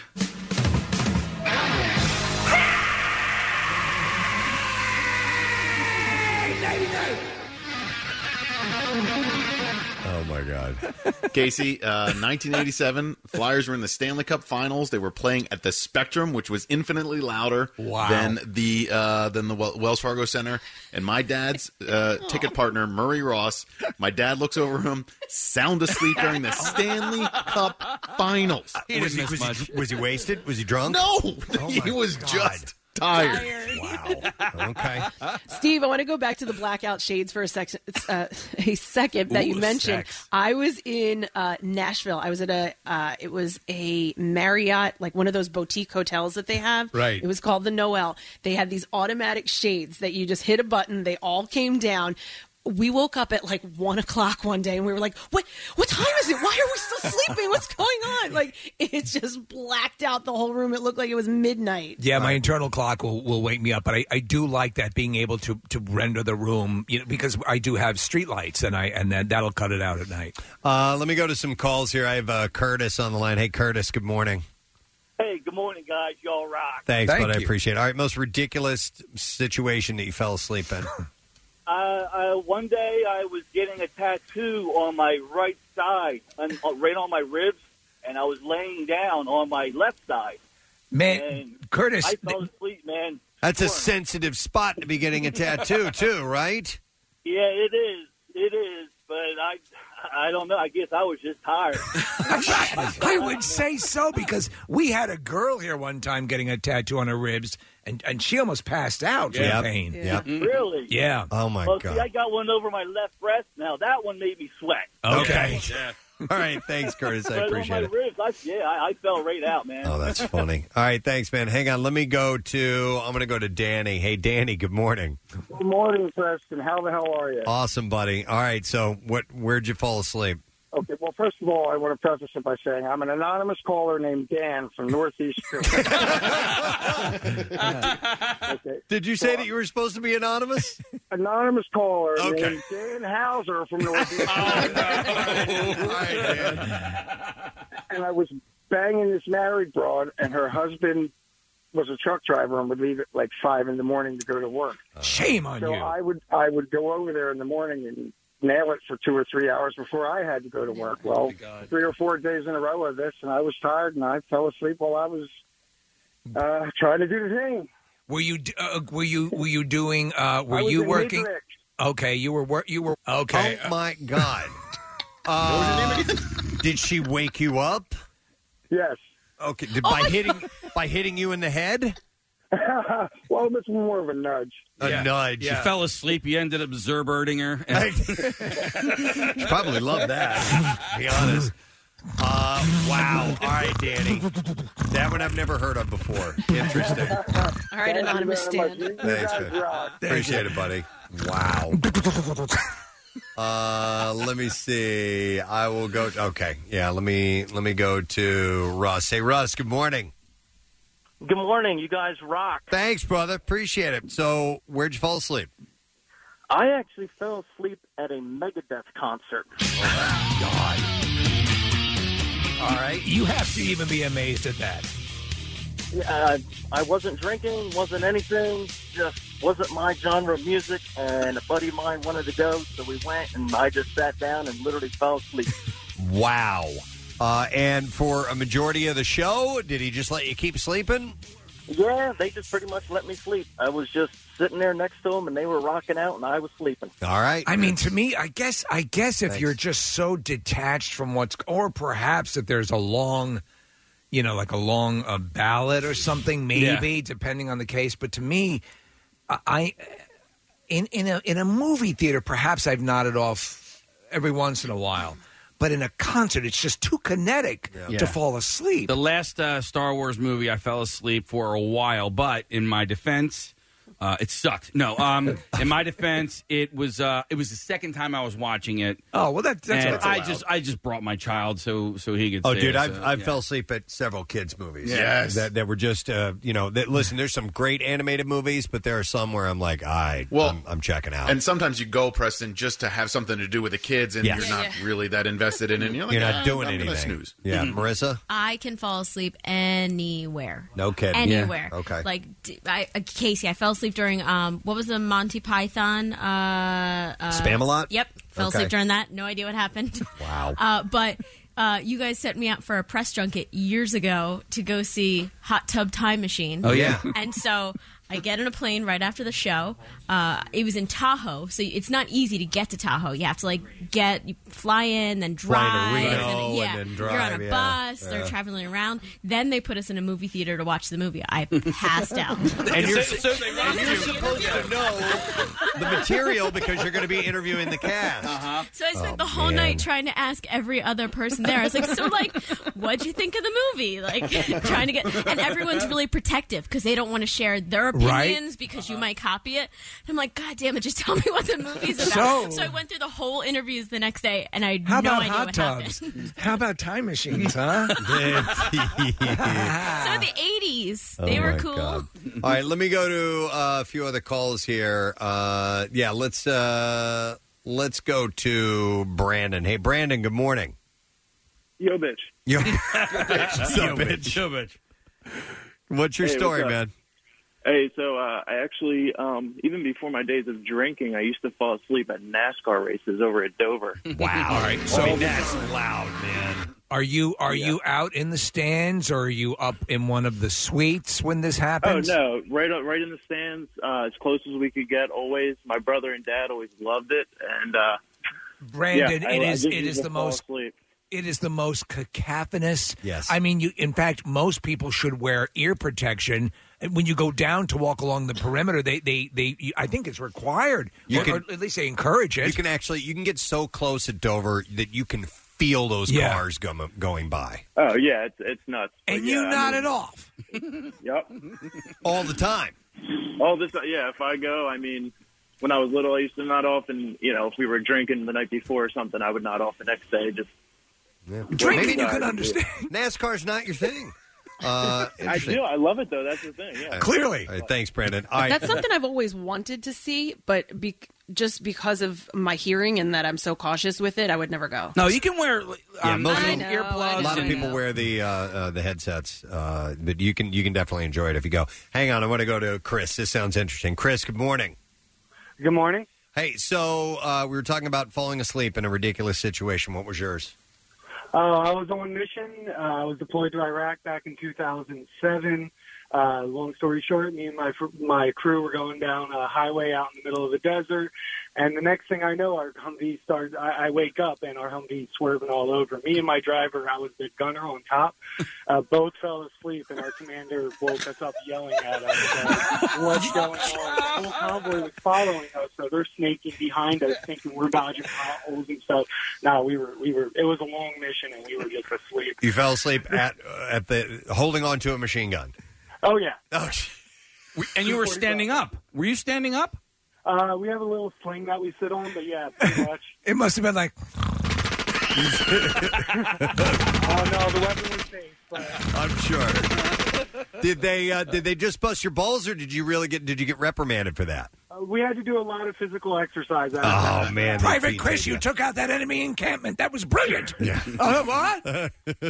S10: Oh my God, <laughs> Casey! Uh, 1987 Flyers were in the Stanley Cup Finals. They were playing at the Spectrum, which was infinitely louder
S17: Wow.
S10: than the uh, than the Wel- Wells Fargo Center. And my dad's uh, ticket partner, Murray Ross. My dad looks over him, sound asleep during the Stanley Cup Finals.
S1: He didn't miss Was he- much. was he wasted? Was he drunk? Oh,
S10: No, he was just tired.
S1: Okay.
S3: Steve, I want to go back to the blackout shades for a, sec- uh, a second that you
S6: Ooh,
S3: mentioned.
S6: sex.
S3: I was in uh, Nashville. I was at a, uh, it was a Marriott, like one of those boutique hotels that they have.
S6: Right.
S3: It was called the Noel. They had these automatic shades that you just hit a button, they all came down. We woke up at like one o'clock one day and we were like, what, what time is it? Why are we
S1: <laughs>
S3: still sleeping? What's going on? Like, it just blacked out the whole room. It looked like it was midnight.
S4: Yeah, my internal clock will, will wake me up, but I, I do like that being able to, to render the room, you know, because I do have street lights and I and that that'll cut it out at night.
S1: Uh, let me go to some calls here. I have uh, Curtis on the line. Hey, Curtis. Good morning.
S18: Hey, good morning, guys. Y'all rock.
S1: Thanks, bud. I appreciate it. All right, most ridiculous situation that you fell asleep in.
S18: Uh, uh, one day I was getting a tattoo on my right side, on, on- right on my ribs, and I was laying down on my left side.
S4: Man,
S18: And
S4: Curtis,
S18: I fell asleep, man.
S1: That's a sensitive spot to be getting a tattoo, too, right?
S18: Yeah, it is. It is. But I, I don't know. I guess I was just
S1: <laughs>
S18: tired.
S4: I would say so because we had a girl here one time getting a tattoo on her ribs and, and she almost passed out from
S1: Yep.
S4: pain.
S1: Yep.
S18: Really?
S4: Yeah.
S1: Mm-hmm. Oh my
S18: well,
S1: god.
S18: see, I got one over my left breast now. That one made me sweat.
S1: Okay. All right, thanks, Curtis. I
S18: But
S1: appreciate
S18: on
S1: it.
S18: my ribs, I, yeah, I, I fell right out, man.
S1: Oh, that's funny. All right, thanks, man. Hang on. Let me go to. I'm going to go to Danny. Hey, Danny. Good morning.
S19: Good morning, Preston. How the hell are you?
S1: Awesome, buddy. All right. So, what? Where'd you fall asleep?
S19: Okay, well, first of all, I want to preface it by saying I'm an anonymous caller named Dan from Northeast.
S1: <laughs>
S19: okay.
S1: Did you say that you were supposed to be
S6: <laughs>
S1: anonymous?
S19: Anonymous caller
S1: Okay.
S19: named Dan Hauser from
S4: <laughs>
S19: Northeast.
S4: Oh,
S19: <laughs> and I was banging this married broad, and her husband was a truck driver and would leave at like five in the morning to go to work.
S4: Uh, Shame on
S19: so
S4: you.
S19: I would I would go over there in the morning and nail it for two or three hours before I had to go to work.
S4: Oh,
S1: Oh,
S19: Well, three or four days in a row of this, and I was tired, and I fell asleep while I was uh, trying to do the thing.
S4: Were you d- uh, were you were you doing uh were
S19: I was
S4: you
S19: in
S4: working
S19: Matrix.
S4: Okay, you were wor- you were okay.
S1: Oh my
S4: <laughs>
S1: god. Uh, did she wake you up?
S19: Yes.
S1: Okay. Did,
S19: Oh
S1: by
S19: my
S1: hitting by hitting you in the head?
S19: <laughs> well, it's more of a nudge.
S1: A nudge.
S5: You
S1: Yeah.
S5: fell asleep. You ended up zerbirding
S1: <laughs>
S5: her. <laughs>
S1: She probably loved that. to be honest. Uh, wow. All right, Danny. That one I've never heard of before. Interesting.
S3: All right, anonymous Dan.
S1: Thanks, man. Appreciate it, buddy. Wow. Uh, let me see. I will go. Okay, yeah. Let me let me go to Russ. Hey, Russ. Good morning.
S20: Good morning. You guys rock.
S1: Thanks, brother. Appreciate it. So, where'd you fall asleep?
S20: I actually fell asleep at a Megadeth concert.
S1: Oh,
S4: All right. You have to even be amazed at that.
S20: Uh, I wasn't drinking, wasn't anything, just wasn't my genre of music, and a buddy of mine wanted to go, so we went, and I just sat down and literally fell asleep.
S1: Wow. Uh, and for a majority of the show, did he just let you keep sleeping?
S20: Yeah, they just pretty much let me sleep. I was just sitting there next to them, and they were rocking out, and I was sleeping.
S1: All right.
S4: I mean, to me, I guess, I guess if
S20: Thanks.
S4: you're just so detached from what's, or perhaps that there's a long, you know, like a long uh, ballad or something, maybe depending on the case. But to me, I- I, in in a in a movie theater, perhaps I've nodded off every once in a while, but in a concert, it's just too kinetic to
S5: Yeah.
S4: fall asleep.
S5: The last uh, Star Wars movie, I fell asleep for a while, but in my defense, uh, it sucked.
S1: <laughs>
S5: No, um, in my defense, it was uh, it was the second time I was watching it.
S4: Oh, well, that- that's-
S5: and
S4: that's
S5: I
S4: allowed.
S5: just I just brought my child so so he could.
S1: Oh,
S5: see
S1: dude,
S5: it,
S1: I've,
S5: so,
S1: I've
S5: yeah.
S1: fell asleep at several kids' movies.
S5: Yes.
S1: that that were just uh, you know. That, listen, there's some great animated movies, but there are some where I'm like, I,
S10: Well,
S1: I'm, I'm checking out.
S10: And sometimes you go, Preston, just to have something to do with the kids, and
S1: Yes.
S10: you're
S1: Yeah,
S10: not really that invested in it. and You're, like,
S1: You're not
S10: "Ah,
S1: doing
S10: I'm gonna
S1: anything.
S10: Snooze. Mm-hmm.
S1: Yeah, Marissa.
S14: I can fall asleep anywhere.
S1: No kidding.
S14: Anywhere.
S1: Yeah. Okay.
S14: Like d- I, uh, Casey, I fell asleep during um what was the Monty Python uh, uh
S1: Spamalot?
S14: Yep. Fell
S1: Okay.
S14: asleep during that. No idea what happened.
S1: <laughs> Wow.
S14: <laughs> Uh, but uh, you guys set me up for a press junket years ago to go see Hot Tub Time Machine.
S6: Oh, yeah.
S14: <laughs> and so I get on a plane right after the show. Uh, it was in Tahoe, so it's not easy to get to Tahoe. You have to like get you fly in, then drive,
S6: Fly to Reno
S14: then-
S6: and
S14: yeah,
S6: then
S14: you're
S6: drive,
S14: on a
S6: yeah.
S14: bus. They're
S6: Yeah.
S14: traveling around. Then they put us in a movie theater to watch the movie. I passed
S6: <laughs>
S14: out.
S1: <laughs> And you're,
S6: So- so they robbed
S1: and you're
S6: you.
S1: supposed to know <laughs> the material because you're going to be interviewing the cast. Uh-huh.
S14: So I spent
S6: Oh,
S14: the whole night trying to ask every other person there. I was like, "So, like, what'd you think of the movie?" Like, <laughs> trying to get, and everyone's really protective because they don't want to share their
S6: Right.
S14: opinions because you might copy it. I'm like, "God damn it, just tell me what the movie's about."
S4: So-
S14: So, I went through the whole interviews the next day, and I had
S4: How
S14: no
S4: about
S14: idea
S4: hot
S14: what
S4: tubs?
S14: happened.
S4: How about time machines, huh?
S14: <laughs>
S1: <laughs>
S4: <laughs>
S10: Uh-huh.
S14: so the
S6: Ah.
S14: '80s, they
S1: Oh,
S14: were
S1: my
S14: cool.
S1: God. All right, let me go to uh, a few other calls here. Uh, yeah, let's uh, let's go to Brandon. Hey, Brandon. Good morning. <laughs>
S18: Yo, bitch.
S1: Yo, <laughs> Yo, bitch.
S5: Yo, bitch.
S1: What's your
S18: Hey,
S1: story,
S18: what's up?
S1: man?
S18: Hey, so uh, I actually, um, even before my days of drinking, I used to fall asleep at NASCAR races over
S4: <laughs>
S18: at Dover.
S4: Wow. All right. So that's
S1: loud, man.
S4: Are you are you out in the stands or are you up in one of the suites when this happens?
S18: Oh no! Right, right in the stands, uh, as close as we could get. Always, my brother and dad always loved it, and uh,
S4: Brandon,
S18: yeah, I-
S4: it
S18: I
S4: is
S18: just
S4: it
S18: used
S4: is
S18: to
S4: the
S18: fall
S4: most
S18: asleep.
S4: it is the most cacophonous.
S1: Yes.
S4: I mean, you in fact most people should wear ear protection And when you go down to walk along the perimeter. They they they you- I think it's required.
S1: You
S4: or,
S1: can-
S4: or at least they encourage it.
S1: You can actually you can get so close at Dover that you can feel those
S4: Yeah.
S1: cars go, going by
S18: Oh yeah, it's it's nuts.
S4: And
S18: But,
S4: you
S18: yeah, I
S4: not
S18: mean-
S4: at off.
S18: Yep.
S1: <laughs> all the time.
S18: All Oh, this, yeah. If I go, I mean, when I was little, I used to not off, and you know, if we were drinking the night before or something, I would not off the next day. Just
S1: Drinking,
S18: you can <laughs>
S1: understand. NASCAR's not your thing. Uh,
S18: I do. I love it though. That's the thing. Yeah.
S1: All right, thanks, Brandon. All right.
S3: That's something <laughs> I've always wanted to see, but be- just because of my hearing and that I'm so cautious with it, I would never go.
S5: No, you can wear um,
S1: Yeah, most
S5: I
S1: of
S5: know,
S1: them-
S5: earplugs.
S1: A lot of
S5: and-
S1: people wear the uh, uh, the headsets, uh, but you can you can definitely enjoy it if you go. Hang on, I want to go to Chris. This sounds interesting. Chris, good morning.
S21: Good morning.
S1: Hey, so uh, we were talking about falling asleep in a ridiculous situation. What was yours?
S21: Uh, I was on mission. Uh, I was deployed to Iraq back in 2007. Uh, long story short, me and my fr- my crew were going down a highway out in the middle of the desert, and the next thing I know, our Humvee starts. I, I wake up and our Humvee's swerving all over me and my driver. I was the gunner on top. Uh, both fell asleep, and our commander woke us up yelling at us, uh, "What's going on?" The whole convoy was following us, so they're snaking behind us, thinking we're dodging potholes and stuff. No, we were we were. It was a long mission, and we were just asleep.
S1: You fell asleep at uh, at the holding on to a machine gun.
S21: Oh yeah.
S1: Oh,
S5: and you were standing up. Were you standing up?
S21: Uh, we have a little sling that we sit on, but yeah,
S5: <laughs>
S21: pretty much.
S4: It must have been like
S21: oh no, the weapon was safe.
S1: I'm sure. did they uh, did they just bust your balls, or did you really get did you get reprimanded for that?
S21: Uh, we had to do a lot of physical exercise.
S1: <laughs>
S21: After
S1: Oh
S21: that.
S1: man, they
S4: Private
S1: beat
S4: Chris, you took out that enemy encampment. That was brilliant.
S1: Yeah.
S4: <laughs> Uh, what?
S1: All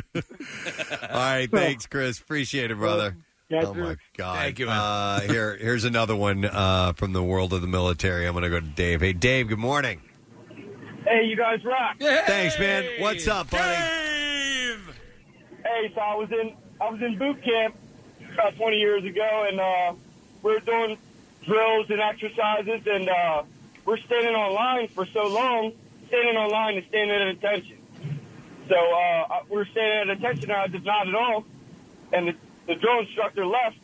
S1: right, thanks,
S4: <laughs>
S1: Chris. <laughs> Appreciate it, brother.
S21: Yeah,
S1: oh my
S21: dude.
S1: god! Thank you. Uh, here, here's another one uh, from the world of the military. I'm going to go to Dave. Hey, Dave. Good
S4: <laughs>
S1: morning.
S22: Hey, you guys rock.
S1: Thanks, man. What's up, buddy?
S22: Hey, so I was in I was in boot camp
S21: about 20 years ago, and uh, we were doing drills and exercises, and uh, we're standing on line for so long, standing on line is standing at attention. So uh, we're standing at attention, and I did not at all, and the, the drill instructor left,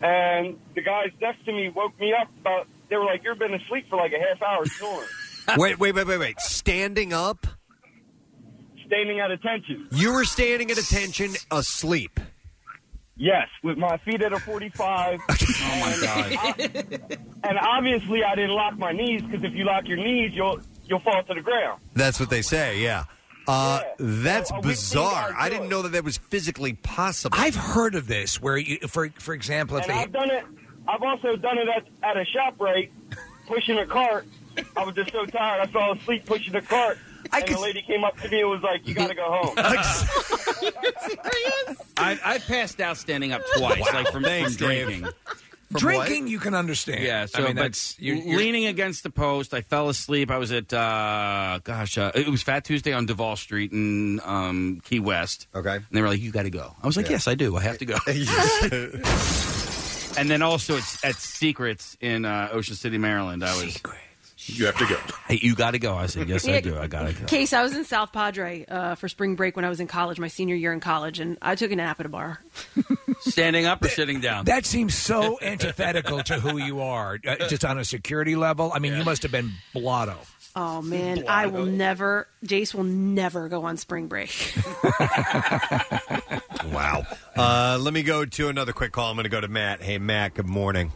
S21: and the guys next to me woke me up. About, they were like, "You've been asleep for like a half hour snoring,
S1: wait, wait, wait, wait, wait. Standing up?
S21: standing at attention."
S1: You were standing at attention, asleep.
S21: Yes, with my feet at a 45. oh my god! and obviously, I didn't lock my knees because if you lock your knees, you'll you'll fall to the ground.
S1: That's what they say, yeah. Uh, That's bizarre. I didn't know that that was
S4: <laughs>
S1: physically possible.
S4: I've heard of this where, you, for for example, if
S21: And
S4: they
S21: I've done it. I've also done it at, at a shop right, pushing a cart. I was just so tired, I fell asleep pushing the cart. and the lady came up to me and was like, "You got to go home."
S5: I, I passed out standing up twice,
S4: Wow.
S5: like from,
S4: Thanks,
S5: from drinking.
S4: Dave. drinking, you can understand.
S5: Yeah, so
S4: I mean,
S5: but
S4: that's you're,
S5: l-
S4: you're-
S5: leaning against the post. I fell asleep. I was at uh, gosh, uh, it was Fat Tuesday on Duval Street in um, Key West.
S1: Okay, and
S5: they were like, "You got to go." I was like,
S1: Yeah.
S5: "Yes, I do. I have to go." <laughs> and then also it's at Secrets in uh, Ocean City, Maryland. I was
S10: You have to go.
S5: Hey, you got to go. <sighs> I said, "Yes,
S3: Yeah.
S5: I do. I got to go."
S3: Case, I was in South Padre uh, for spring break when I was in college, my senior year in college, and I took a nap at a bar.
S5: Standing up or sitting down?
S4: That seems
S5: <laughs>
S4: so antithetical to who you are, uh, just on a security level. I mean, you must have been blotto.
S3: Oh man, I will never. Jace will never go on spring break. <laughs>
S1: Wow. Uh, let me go to another quick call. I'm going to go to Matt. Hey, Matt, good morning.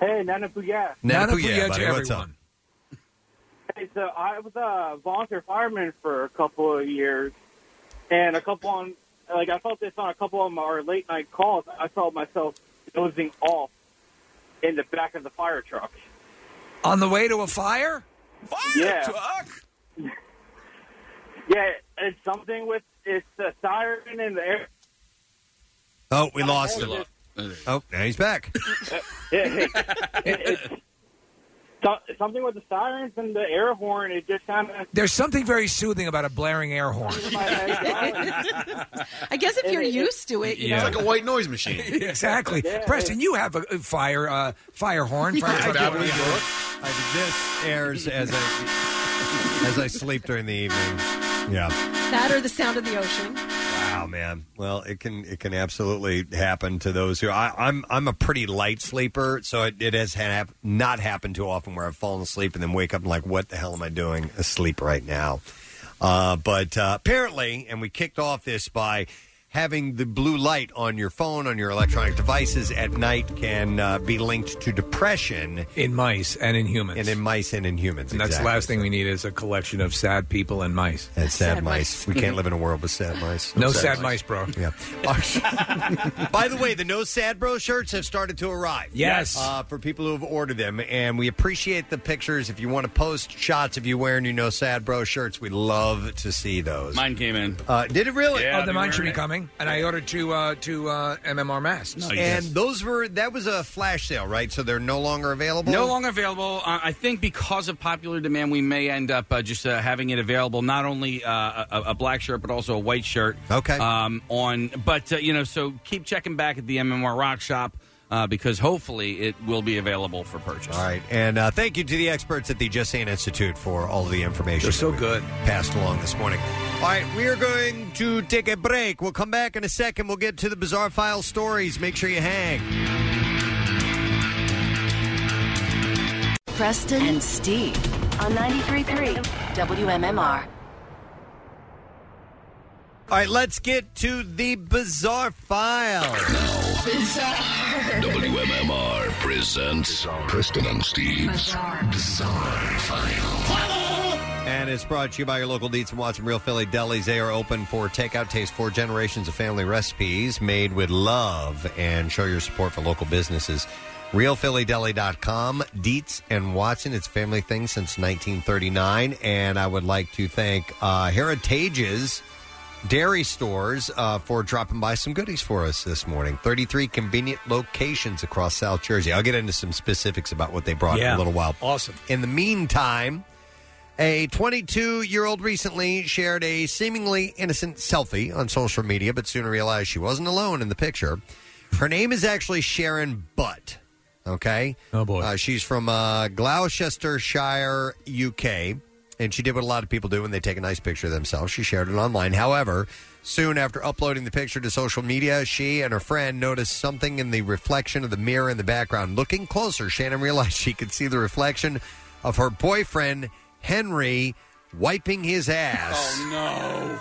S21: Hey, Nana Puya.
S1: Nanapuya, buddy, what's up?
S21: Hey, so I was a volunteer fireman for a couple of years, and a couple on like I felt this on a couple of our late night calls. I felt myself dozing off in the back of the fire truck.
S4: On the way to a fire? Fire
S21: Yeah.
S4: truck.
S21: <laughs> Yeah, it's something with it's the siren in the air. <laughs>
S1: Oh, we lost him. Oh, now he's back.
S21: Yeah, it- it's so- something with the sirens and the air horn. It just kind of
S4: There's something very soothing about a blaring
S1: <laughs>
S4: air horn.
S3: I guess if you're used to it, you know.
S10: It's like a white noise machine.
S4: <laughs> exactly. Preston, you have a a fire uh, fire
S1: <laughs>
S4: horn. Fire
S1: I
S4: truck.
S1: do, I do. I- this airs as I as I sleep during the evening. Yeah.
S3: That or the sound of the ocean.
S1: Wow, man. Well, it can it can absolutely happen to those who I, I'm I'm a pretty light sleeper, so it, it has hap- not happened too often where I've fallen asleep and then wake up and like, what the hell am I doing asleep right now? Uh, but uh, apparently, and we kicked off this by having the blue light on your phone on your electronic devices at night can uh, be linked to depression
S4: in mice and in humans,
S1: and in mice and in humans.
S4: And that's the
S1: exactly.
S4: last thing we need is a collection of sad people and mice.
S1: And sad, mice. We
S4: <laughs>
S1: can't live in a world with sad mice.
S4: No sad mice, bro.
S1: Yeah. <laughs> By the way, the No Sad Bro shirts have started to arrive.
S4: Yes.
S1: Uh, for people who have ordered them. And we appreciate the pictures. If you want to post shots of you wearing your No Sad Bro shirts, we love to see those.
S5: Mine came in.
S1: Uh, did it really?
S4: oh, the mine should be coming. And I ordered two uh, two uh, MMR masks.
S1: and those were, that was a flash sale, right? So they're no longer available?
S5: No longer available. Uh, I think because of popular demand, we may end up uh, just uh, having it available not only uh, a, a black shirt but also a white shirt.
S1: Okay.
S5: Um, on, but uh, you know, so keep checking back at the MMR Rock Shop uh, because hopefully it will be available for purchase.
S1: All right. And uh, thank you to the experts at the Just Saying Institute for all of the information. They're so
S4: good.
S1: Passed along this morning. All right, we are going to take a break. We'll come back in a second. We'll get to the Bizarre File stories. Make sure you hang.
S7: Preston and Steve on 93.3 WMMR.
S1: All right, let's get to the Bizarre File.
S2: WMMR presents Preston and Steve's Bizarre, File.
S1: And it's brought to you by your local Dietz and Watson Real Philly Delis. They are open for takeout. Taste four generations of family recipes made with love and show your support for local businesses. RealPhillyDeli.com, Dietz and Watson. It's a family thing since 1939. And I would like to thank uh, Heritage's dairy stores uh, for dropping by some goodies for us this morning. 33 convenient locations across South Jersey. I'll get into some specifics about what they brought in
S4: Yeah.
S1: a little while.
S4: Awesome.
S1: In the meantime, a 22 year old recently shared a seemingly innocent selfie on social media, but soon realized she wasn't alone in the picture. Her name is actually Sharon Butt. Okay. Oh boy. Uh, she's from uh, Gloucestershire, UK, and she did what a lot of people do when they take a nice picture of themselves. She shared it online. However, soon after uploading the picture to social media, she and her friend noticed something in the reflection of the mirror in the background. Looking closer, Shannon realized she could see the reflection of her boyfriend Henry wiping his ass
S4: Oh,
S5: no.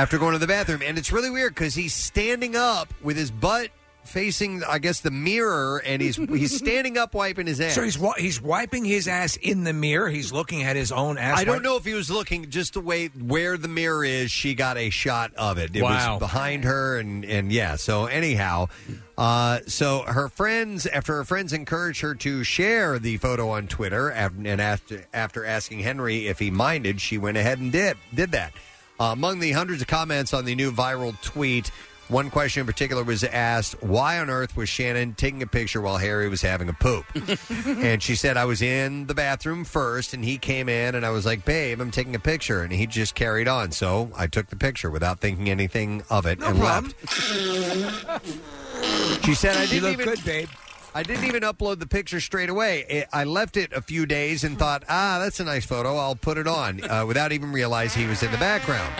S1: after going to the bathroom. And it's really weird because he's standing up with his butt facing, I guess, the mirror, and he's he's standing up wiping his ass.
S4: <laughs> So he's wa- he's wiping his ass in the mirror. He's looking at his own ass.
S1: I
S4: wipe-
S1: don't know if he was looking just the way where the mirror is. She got a shot of it. It
S4: Wow.
S1: was behind her, and and yeah. So anyhow, uh, so her friends, after her friends encouraged her to share the photo on Twitter, af- and after after asking Henry if he minded, she went ahead and did did that. Uh, among the hundreds of comments on the new viral tweet. One question in particular was asked, why on earth was Shannon taking a picture while Harry was having a poop? and she said, I was in the bathroom first, and he came in, and I was like, babe, I'm taking a picture. And he just carried on. So I took the picture without thinking anything of it and left. She said, I
S4: You
S1: didn't
S4: look
S1: even.
S4: good, babe.
S1: I didn't even upload the picture straight away. It, I left it a few days and thought, ah, that's a nice photo. I'll put it on uh, without even realizing he was in the background.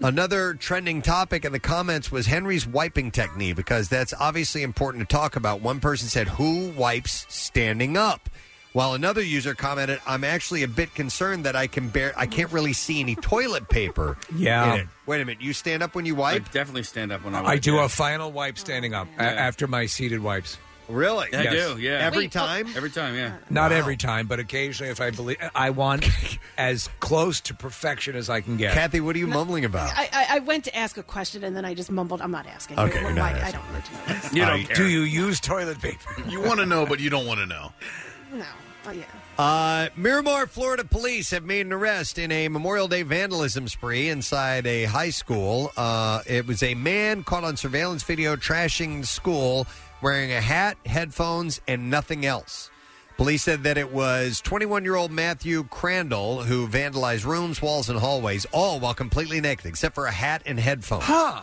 S1: Another trending topic in the comments was Henry's wiping technique because that's obviously important to talk about. One person said, Who wipes standing up? While another user commented, I'm actually a bit concerned that I can bear I can't really see any toilet paper.
S4: Yeah.
S1: in it." Wait a minute, you stand up when you wipe?
S5: definitely stand up when
S4: I do a final wipe standing up a- after my seated wipes.
S1: Really?
S5: I do, yeah.
S4: Every
S1: time?
S5: Every time, yeah.
S4: Not every time, but occasionally if I believe I
S1: <laughs>
S4: want as close to perfection as I can get.
S1: Kathy, what are you mumbling about?
S3: I, I, I went to ask a question and then I just mumbled, I'm not asking.
S1: Okay, you're not
S3: Why- I
S1: asking.
S3: don't
S1: You don't care.
S4: you use toilet paper?
S10: <laughs> You want to know, but you don't want to know.
S3: No. Oh, yeah.
S1: Uh, Miramar, Florida police have made an arrest in a Memorial Day vandalism spree inside a high school. Uh, it was a man caught on surveillance video trashing the school wearing a hat, headphones, and nothing else. Police said that it was 21 year old Matthew Crandall who vandalized rooms, walls, and hallways, all while completely naked except for a hat and headphones.
S4: Huh.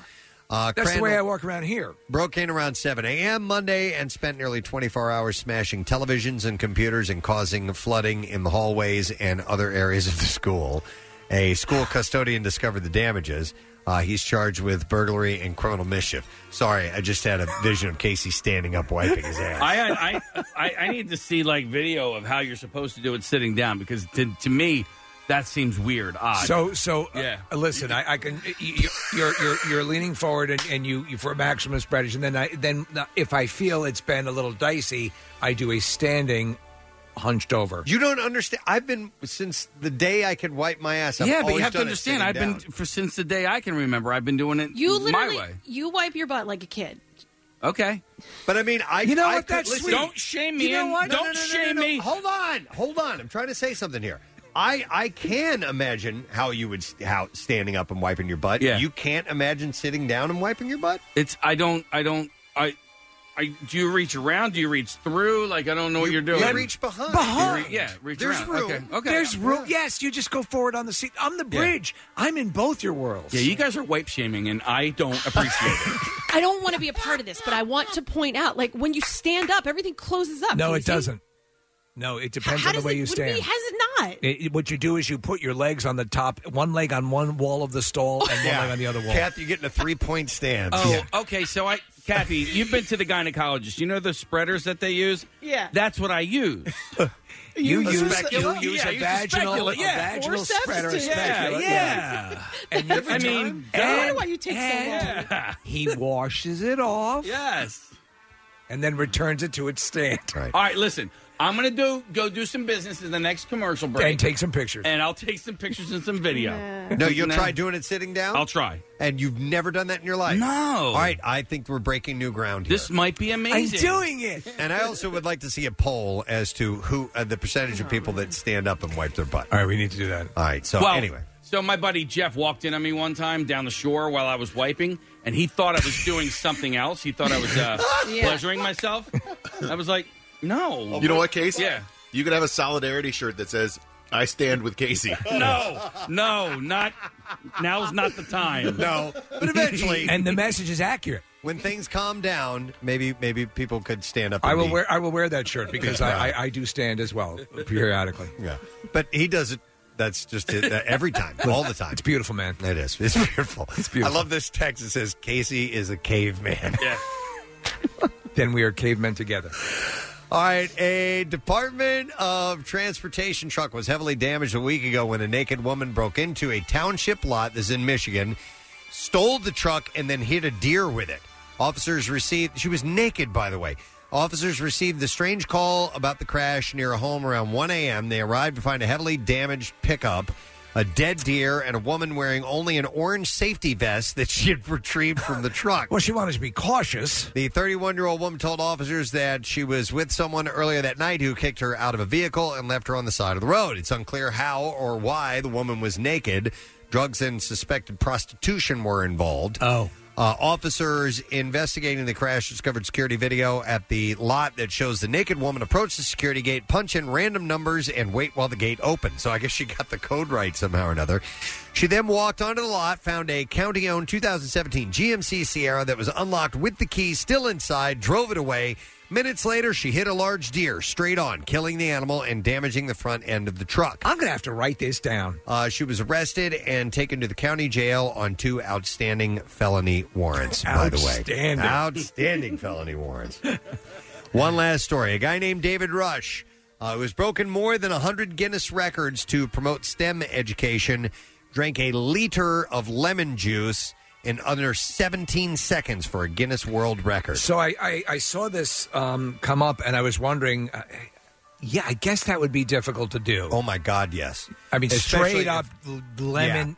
S1: Uh,
S4: That's the way I
S1: Crandall-
S4: walk around here.
S1: Broke in around 7 a.m. Monday and spent nearly 24 hours smashing televisions and computers and causing flooding in the hallways and other areas of the school. A school custodian discovered the damages. Uh, he's charged with burglary and criminal mischief. Sorry, I just had a vision of Casey standing up wiping his ass.
S5: I, I, I, I need to see like video of how you're supposed to do it sitting down because to, to me that seems weird. Odd.
S4: So, so uh, listen, I, I can. You, you're you're you're leaning forward, and, and you, you for maximum spreadage, and then I then uh, if I feel it's been a little dicey, I do a standing, hunched over.
S1: You don't understand. I've been since the day I could wipe my ass. I've
S5: yeah, but you
S1: always
S5: have to
S1: done it
S5: understand.
S1: sitting
S5: I've
S1: down.
S5: been for since the day I can remember. I've been doing it
S3: You literally,
S5: my way.
S3: you wipe your butt like a kid.
S5: Okay,
S1: but I mean, I
S5: you know
S1: I
S5: what?
S1: could-
S5: That's
S1: listen-
S5: sweet. Don't shame me.
S1: You know
S5: and
S1: what? No,
S5: Don't
S1: no, no, no,
S5: shame
S1: no, no.
S5: me.
S1: Hold on, hold on. I'm trying to say something here. I I can imagine how you would st- how standing up and wiping your butt.
S5: Yeah.
S1: You can't imagine sitting down and wiping your butt.
S5: It's I don't I don't I I do you reach around? Do you reach through? Like I don't know what you're doing.
S4: you reach behind. Behind.
S5: You re- yeah, reach
S4: There's
S5: around.
S4: room.
S5: Okay. okay.
S4: There's room. Yes, you just go forward on the seat. I'm the
S5: Yeah.
S4: bridge. I'm in both your worlds.
S5: Yeah, you guys are wipe shaming, and I don't appreciate it.
S3: I don't want to be a part of this, but I want to point out, like when you stand up, everything closes up. Can
S4: No,
S3: you
S4: it
S3: see?
S4: doesn't. No, it depends
S3: How
S4: on the
S3: does
S4: way
S3: it,
S4: you
S3: would it be-
S4: stand.
S3: Has it not?
S4: It- it- what you do is you put your legs on the top, one leg on one wall of the stall, and <laughs> one leg on the other wall.
S3: <laughs>
S1: Kath, you're getting a three point stand.
S5: Oh, okay. So I, Kathy, you've been to the gynecologist. You know the spreaders that they use.
S3: Yeah.
S5: that's what I use.
S4: <laughs> <laughs> You
S5: A
S4: use, you
S5: speculum?
S4: use
S5: Yeah, I
S4: a
S5: use a
S4: vaginal,
S5: speculum,
S4: a
S5: yeah.
S4: vaginal
S5: Forceps
S4: spreader.
S5: to- yeah,
S4: speculum,
S5: yeah.
S4: And
S5: <laughs> Every
S4: I
S5: time?
S4: mean,
S5: God, I wonder
S4: and-
S5: why you take so
S4: and
S5: long.
S4: <laughs> He washes it off.
S5: Yes.
S4: And then returns it to its stand.
S5: All right, listen. I'm gonna do go do some business in the next commercial break
S4: And take some pictures.
S5: and I'll take some pictures and some video.
S1: No, you'll
S5: No.
S1: try doing it sitting down.
S5: I'll try.
S1: And you've never done that in your life.
S5: No.
S1: All right, I think we're breaking new ground here.
S5: This might be amazing.
S4: it.
S1: And I also would like to see a poll as to who uh, the percentage of people that stand up and wipe their butt. All
S4: right, we need to do that.
S1: All right. So
S5: Well,
S1: anyway,
S5: So my buddy Jeff walked in on me one time down the shore while I was wiping, and he thought I was doing something else. He thought I was uh,
S10: Yeah.
S5: pleasuring myself. I was like, no.
S10: You know what, Casey?
S5: Yeah.
S10: You could have a solidarity shirt that says, I stand
S1: <laughs>
S10: with Casey.
S5: No, no, not now's not the time.
S1: No, but eventually.
S6: <laughs>
S4: and the message is accurate.
S1: when things calm down, maybe maybe people could stand up.
S4: I
S1: and
S4: will
S1: be-
S4: wear I will wear that shirt because I, I, I do stand
S1: <laughs>
S4: as well periodically.
S1: Yeah, but he does it. That's just it, that every
S4: <laughs>
S1: time, all the time. It's
S4: beautiful, man.
S1: It is. It's <laughs> beautiful. It's
S4: beautiful.
S1: I love this text. It says Casey is a caveman.
S4: Yeah.
S1: <laughs>
S4: then we are cavemen together.
S1: All right, a Department of Transportation truck was heavily damaged a week ago when a naked woman broke into a township lot, this is in Michigan, stole the truck, and then hit a deer with it. Officers received, she was naked, by the way. Officers received the strange call about the crash near a home around 1 a.m. They arrived to find a heavily damaged pickup, a dead deer, and a woman wearing only an orange safety vest that she had retrieved from the truck.
S4: <laughs> Well, she wanted to be cautious.
S1: The 31 year old woman told officers that she was with someone earlier that night who kicked her out of a vehicle and left her on the side of the road. It's unclear how or why the woman was naked. Drugs and suspected prostitution were involved.
S4: Oh.
S1: Uh, officers investigating the crash discovered security video at the lot that shows the naked woman approach the security gate, punch in random numbers, and wait while the gate opened. So I guess she got the code right somehow or another. She then walked onto the lot, found a county owned 2017 GMC Sierra that was unlocked with the key still inside, drove it away. Minutes later, she hit a large deer straight on, killing the animal and damaging the front end of the truck.
S4: I'm going to have to write this down.
S1: Uh, she was arrested and taken to the county jail on two outstanding felony warrants, by the way.
S4: Outstanding.
S1: Outstanding felony
S6: <laughs>
S1: warrants. One last story. A guy named David Rush, uh, who has broken more than 100 Guinness records to promote STEM education, drank a liter of lemon juice in under 17 seconds for a Guinness World Record.
S4: So I, I, I saw this um, come up and I was wondering, uh, yeah, I guess that would be difficult to do. Oh
S1: my God, yes.
S4: I mean,
S1: Especially
S4: straight
S1: if-
S4: up l- lemon,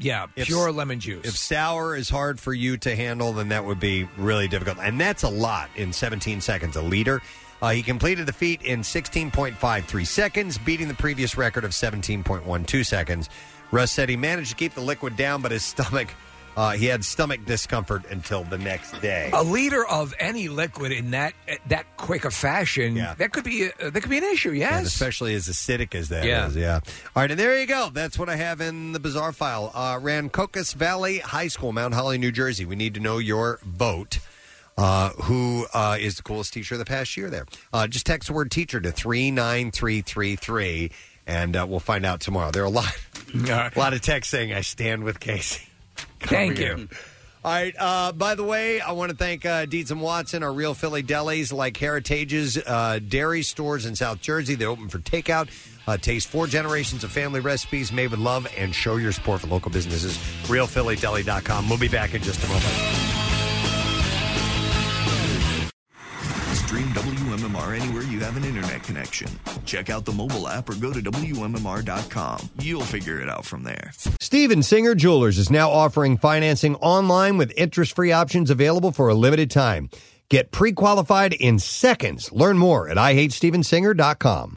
S4: yeah,
S1: If-
S4: pure lemon juice.
S1: If sour is hard for you to handle, then that would be really difficult. And that's a lot in 17 seconds, a liter. Uh, he completed the feat in 16.53 seconds, beating the previous record of 17.12 seconds. Russ said he managed to keep the liquid down, but his stomach, uh, he had stomach discomfort until the next day.
S4: a liter of any liquid in that eh, that quick a fashion, that could be uh, that could be an issue.
S1: And
S4: Yes,
S1: especially as acidic as that is.
S4: Yeah.
S1: yeah. All right, and there you go. That's what I have in the bizarre file. Uh, Rancocas Valley High School, Mount Holly, New Jersey. We need to know your vote. Uh, who uh, is the coolest teacher of the past year there? Uh, just text the word teacher to 39333 and uh, we'll find out tomorrow. There are a lot, <laughs> a lot of texts saying, I stand with Casey.
S4: Thank
S1: Over
S4: you.
S1: here. All right. Uh, by the way, I want to thank uh, Dietz and Watson, our real Philly delis like Heritage's uh, dairy stores in South Jersey. They're open for takeout. Uh, taste four generations of family recipes made with love and show your support for local businesses. RealPhillyDeli.com. We'll be back in just a moment.
S8: Stream WMMR anywhere you have an internet connection. Check out the mobile app or go to WMMR.com. You'll figure it out from there.
S1: Steven Singer Jewelers is now offering financing online with interest free options available for a limited time. Get pre qualified in seconds. Learn more at IHateStevenSinger.com.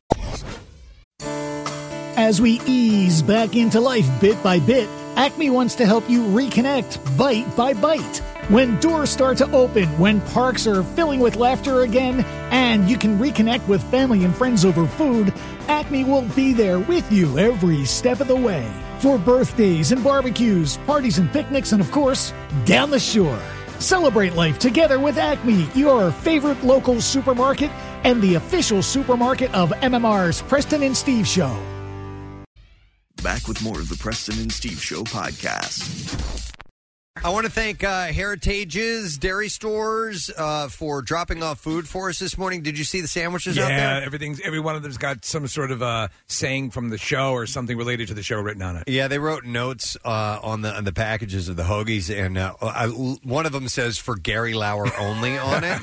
S9: As we ease back into life bit by bit, Acme wants to help you reconnect bite by bite. When doors start to open, when parks are filling with laughter again, and you can reconnect with family and friends over food, Acme will be there with you every step of the way. For birthdays and barbecues, parties and picnics, and of course, down the shore. Celebrate life together with Acme, your favorite local supermarket and the official supermarket of MMR's Preston and Steve Show.
S8: Back with more of the Preston and Steve Show podcast.
S1: I want to thank uh, Heritage's Dairy Stores uh, for dropping off food for us this morning. Did you see the sandwiches out
S4: yeah,
S1: there?
S4: everything's every one of them's got some sort of uh, saying from the show or something related to the show written on it.
S1: Yeah, they wrote notes uh, on the on the packages of the hoagies, and uh, I, one of them says for Gary Lauer only on
S4: <laughs>
S1: it.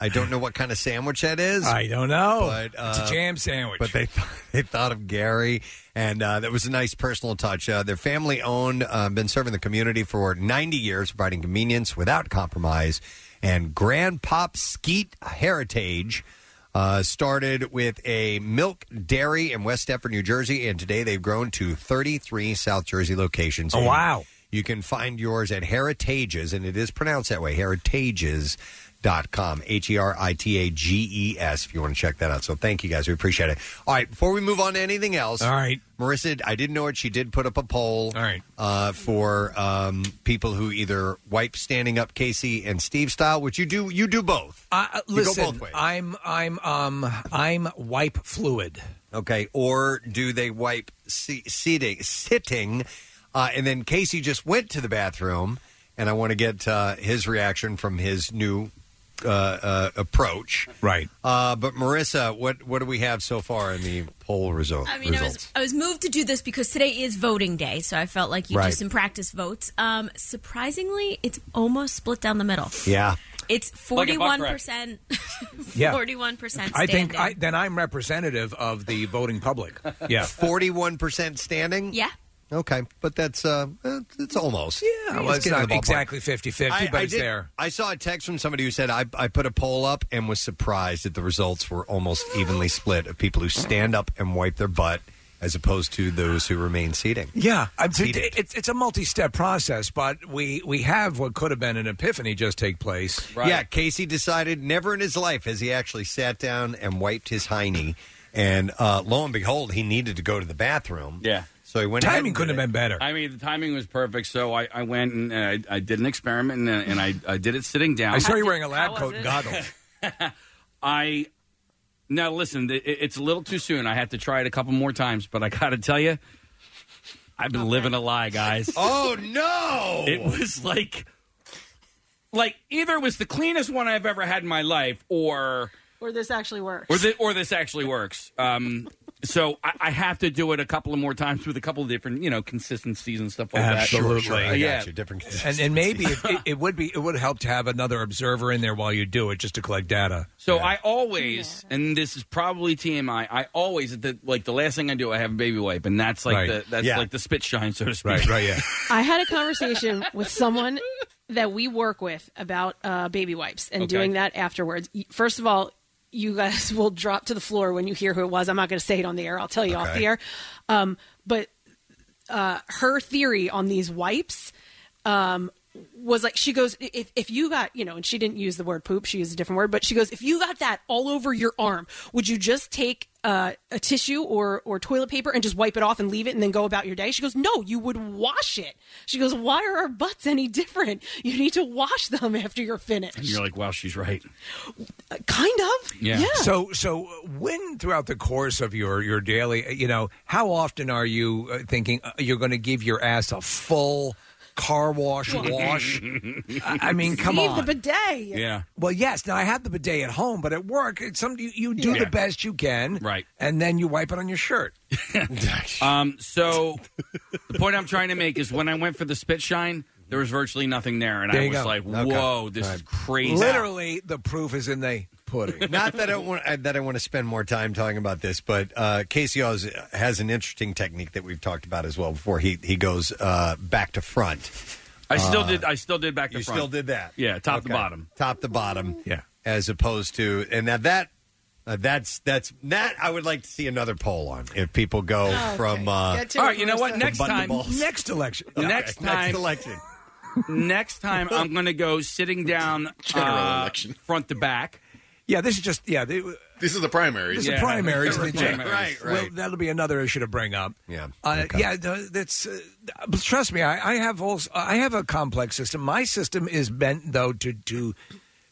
S1: I don't know what kind of sandwich that is.
S4: I don't know.
S1: but,
S4: it's
S1: uh,
S4: a jam sandwich.
S1: But they th- <laughs> they thought of Gary, and uh, that was a nice personal touch. Uh, they're family owned, uh, been serving the community for 90 years, providing convenience without compromise. And Grand Pop Skeet Heritage uh, started with a milk dairy in West Deptford, New Jersey, and today they've grown to 33 South Jersey locations.
S4: Oh, wow.
S1: You can find yours at Heritage's, and it is pronounced that way, Heritage's com. H E R I T A G E S if you want to check that out. So thank you guys. We appreciate it. All right, before we move on to anything else.
S4: All right.
S1: Marissa, I didn't know it. She did put up a poll All right. uh, for um, people who either wipe standing up Casey and Steve style, which you do you do both.
S4: Uh,
S1: You go
S4: listen,
S1: both ways.
S4: I'm I'm um I'm wipe fluid.
S1: Okay, or do they wipe se- seating, sitting? Uh, and then Casey just went to the bathroom, and I want to get uh, his reaction from his new uh, uh, approach.
S4: Right.
S1: Uh, but Marissa, what what do we have so far in the poll result?
S14: I mean, I was,
S1: Oh, results?
S14: I was moved to do this because today is voting day, so I felt like you
S1: Right.
S14: do some practice votes. Um, surprisingly, it's almost split down the middle.
S1: yeah.
S14: It's
S4: Like a buck
S14: forty-one
S1: <laughs>
S4: rack.
S14: percent.
S4: Yeah.
S14: Forty-one percent.
S4: I think I, then I'm representative of the
S1: <laughs>
S4: voting public. Yeah.
S1: Forty-one percent standing.
S14: Yeah.
S1: Okay, but that's uh, uh, it's almost
S4: Yeah, well, it's
S1: getting in
S4: not
S1: the ballpark.
S4: exactly 50-50,
S1: I-
S4: but
S1: I
S4: it's
S1: did-
S4: there.
S1: I saw a text from somebody who said I, I put a poll up and was surprised that the results were almost evenly split of people who stand up and wipe their butt as opposed to those who remain seating.
S4: Yeah, I'm,
S1: Beat it.
S4: it's it's a multi-step process, but we we have what could have been an epiphany just take place.
S1: Yeah, Casey decided never in his life has he actually sat down and wiped his hiney, and uh, lo and behold, he needed to go to the bathroom.
S5: Yeah.
S1: so he went. ahead and did it.
S5: I mean, the timing was perfect. So I, I went and uh, I, I did an experiment and, uh, and I, I did it sitting down.
S4: I saw you wearing a lab coat and goggles.
S5: I now listen. It, it's a little too soon. I have to try it a couple more times, but I got to tell you, I've been living a lie, guys.
S1: Oh no!
S5: It was like, like either it was the cleanest one I've ever had in my life, or
S3: Or this actually works.
S5: or, thi- or this actually works. Um, so I, I have to do it a couple of more times with a couple of different, you know, consistencies and stuff like that. Uh, yeah.
S4: and and maybe it,
S5: <laughs>
S4: it, it would be it would help to have another observer in there while you do it just to collect data.
S5: So I always, and this is probably TMI. I always, at the, like the last thing I do, I have a baby wipe, and that's like
S4: Right.
S5: the that's
S4: Yeah.
S5: like the spit shine, so to speak.
S4: Right, right, yeah.
S3: I had a conversation with someone that we work with about uh, baby wipes and
S5: Okay.
S3: doing that afterwards. Y- First of all, you guys <laughs> will drop to the floor when you hear who it was. I'm not going to say it on the air. I'll tell you off
S6: Okay.
S3: the air. Um, but uh, her theory on these wipes um, was like she goes, if if you got you know, and she didn't use the word poop, she used a different word, but she goes, if you got that all over your arm, would you just take uh, a tissue or or toilet paper and just wipe it off and leave it and then go about your day? She goes, no, you would wash it. She goes, why are our butts any different? You need to wash them after you're finished. Uh,
S5: And you're like, wow, she's right.
S3: kind of.
S4: So so uh, when throughout the course of your your daily, uh, you know, how often are you uh, thinking uh, you're going to give your ass a full car wash
S3: <laughs>
S4: wash? I, I mean, come
S3: Leave
S4: on.
S3: the bidet.
S4: Well, yes. Now I have the bidet at home, but at work, it's some you, you do
S5: Yeah.
S4: the best you can,
S5: Right.
S4: And then you wipe it on your shirt.
S5: <laughs> Um, so the point I'm trying to make is when I went for the spit shine, there was virtually nothing there, and
S4: There
S5: I
S4: you
S5: was
S4: go.
S5: like,
S4: Okay.
S5: whoa, this
S1: All
S5: is
S1: right.
S5: crazy.
S4: Literally, the proof is in the pudding.
S1: Not that I want I- that I want to spend more time talking about this, but uh, Casey Oz has an interesting technique that we've talked about as well before. He he goes uh, back to front.
S5: I still
S1: Uh,
S5: did. I still did back to
S1: you
S5: front.
S1: still did that.
S5: Yeah, top to
S1: Okay.
S5: bottom.
S1: Top to bottom.
S4: Yeah.
S1: As opposed to and now that uh, that's that's that I would like to see another poll on if people go
S4: Oh,
S5: Oh, Okay.
S1: from uh,
S5: Get to it, All right, you know what? Marissa. Next
S1: from butt to
S5: time-
S1: balls.
S4: Next election.
S1: Okay.
S5: Next time.
S1: election.
S5: Next time, I'm going to go sitting down.
S4: <laughs> General
S5: uh, front to back.
S4: Yeah, this is just yeah. They,
S10: this is the primaries.
S4: This is
S10: Yeah.
S4: the
S10: <laughs>
S4: primaries.
S10: They're
S4: The-
S10: primaries. Right, right.
S4: Well, that'll be another issue to bring up.
S1: Yeah.
S4: Uh, Yeah, th- that's. Uh, but trust me, I, I have also, I have a complex system. My system is bent though to to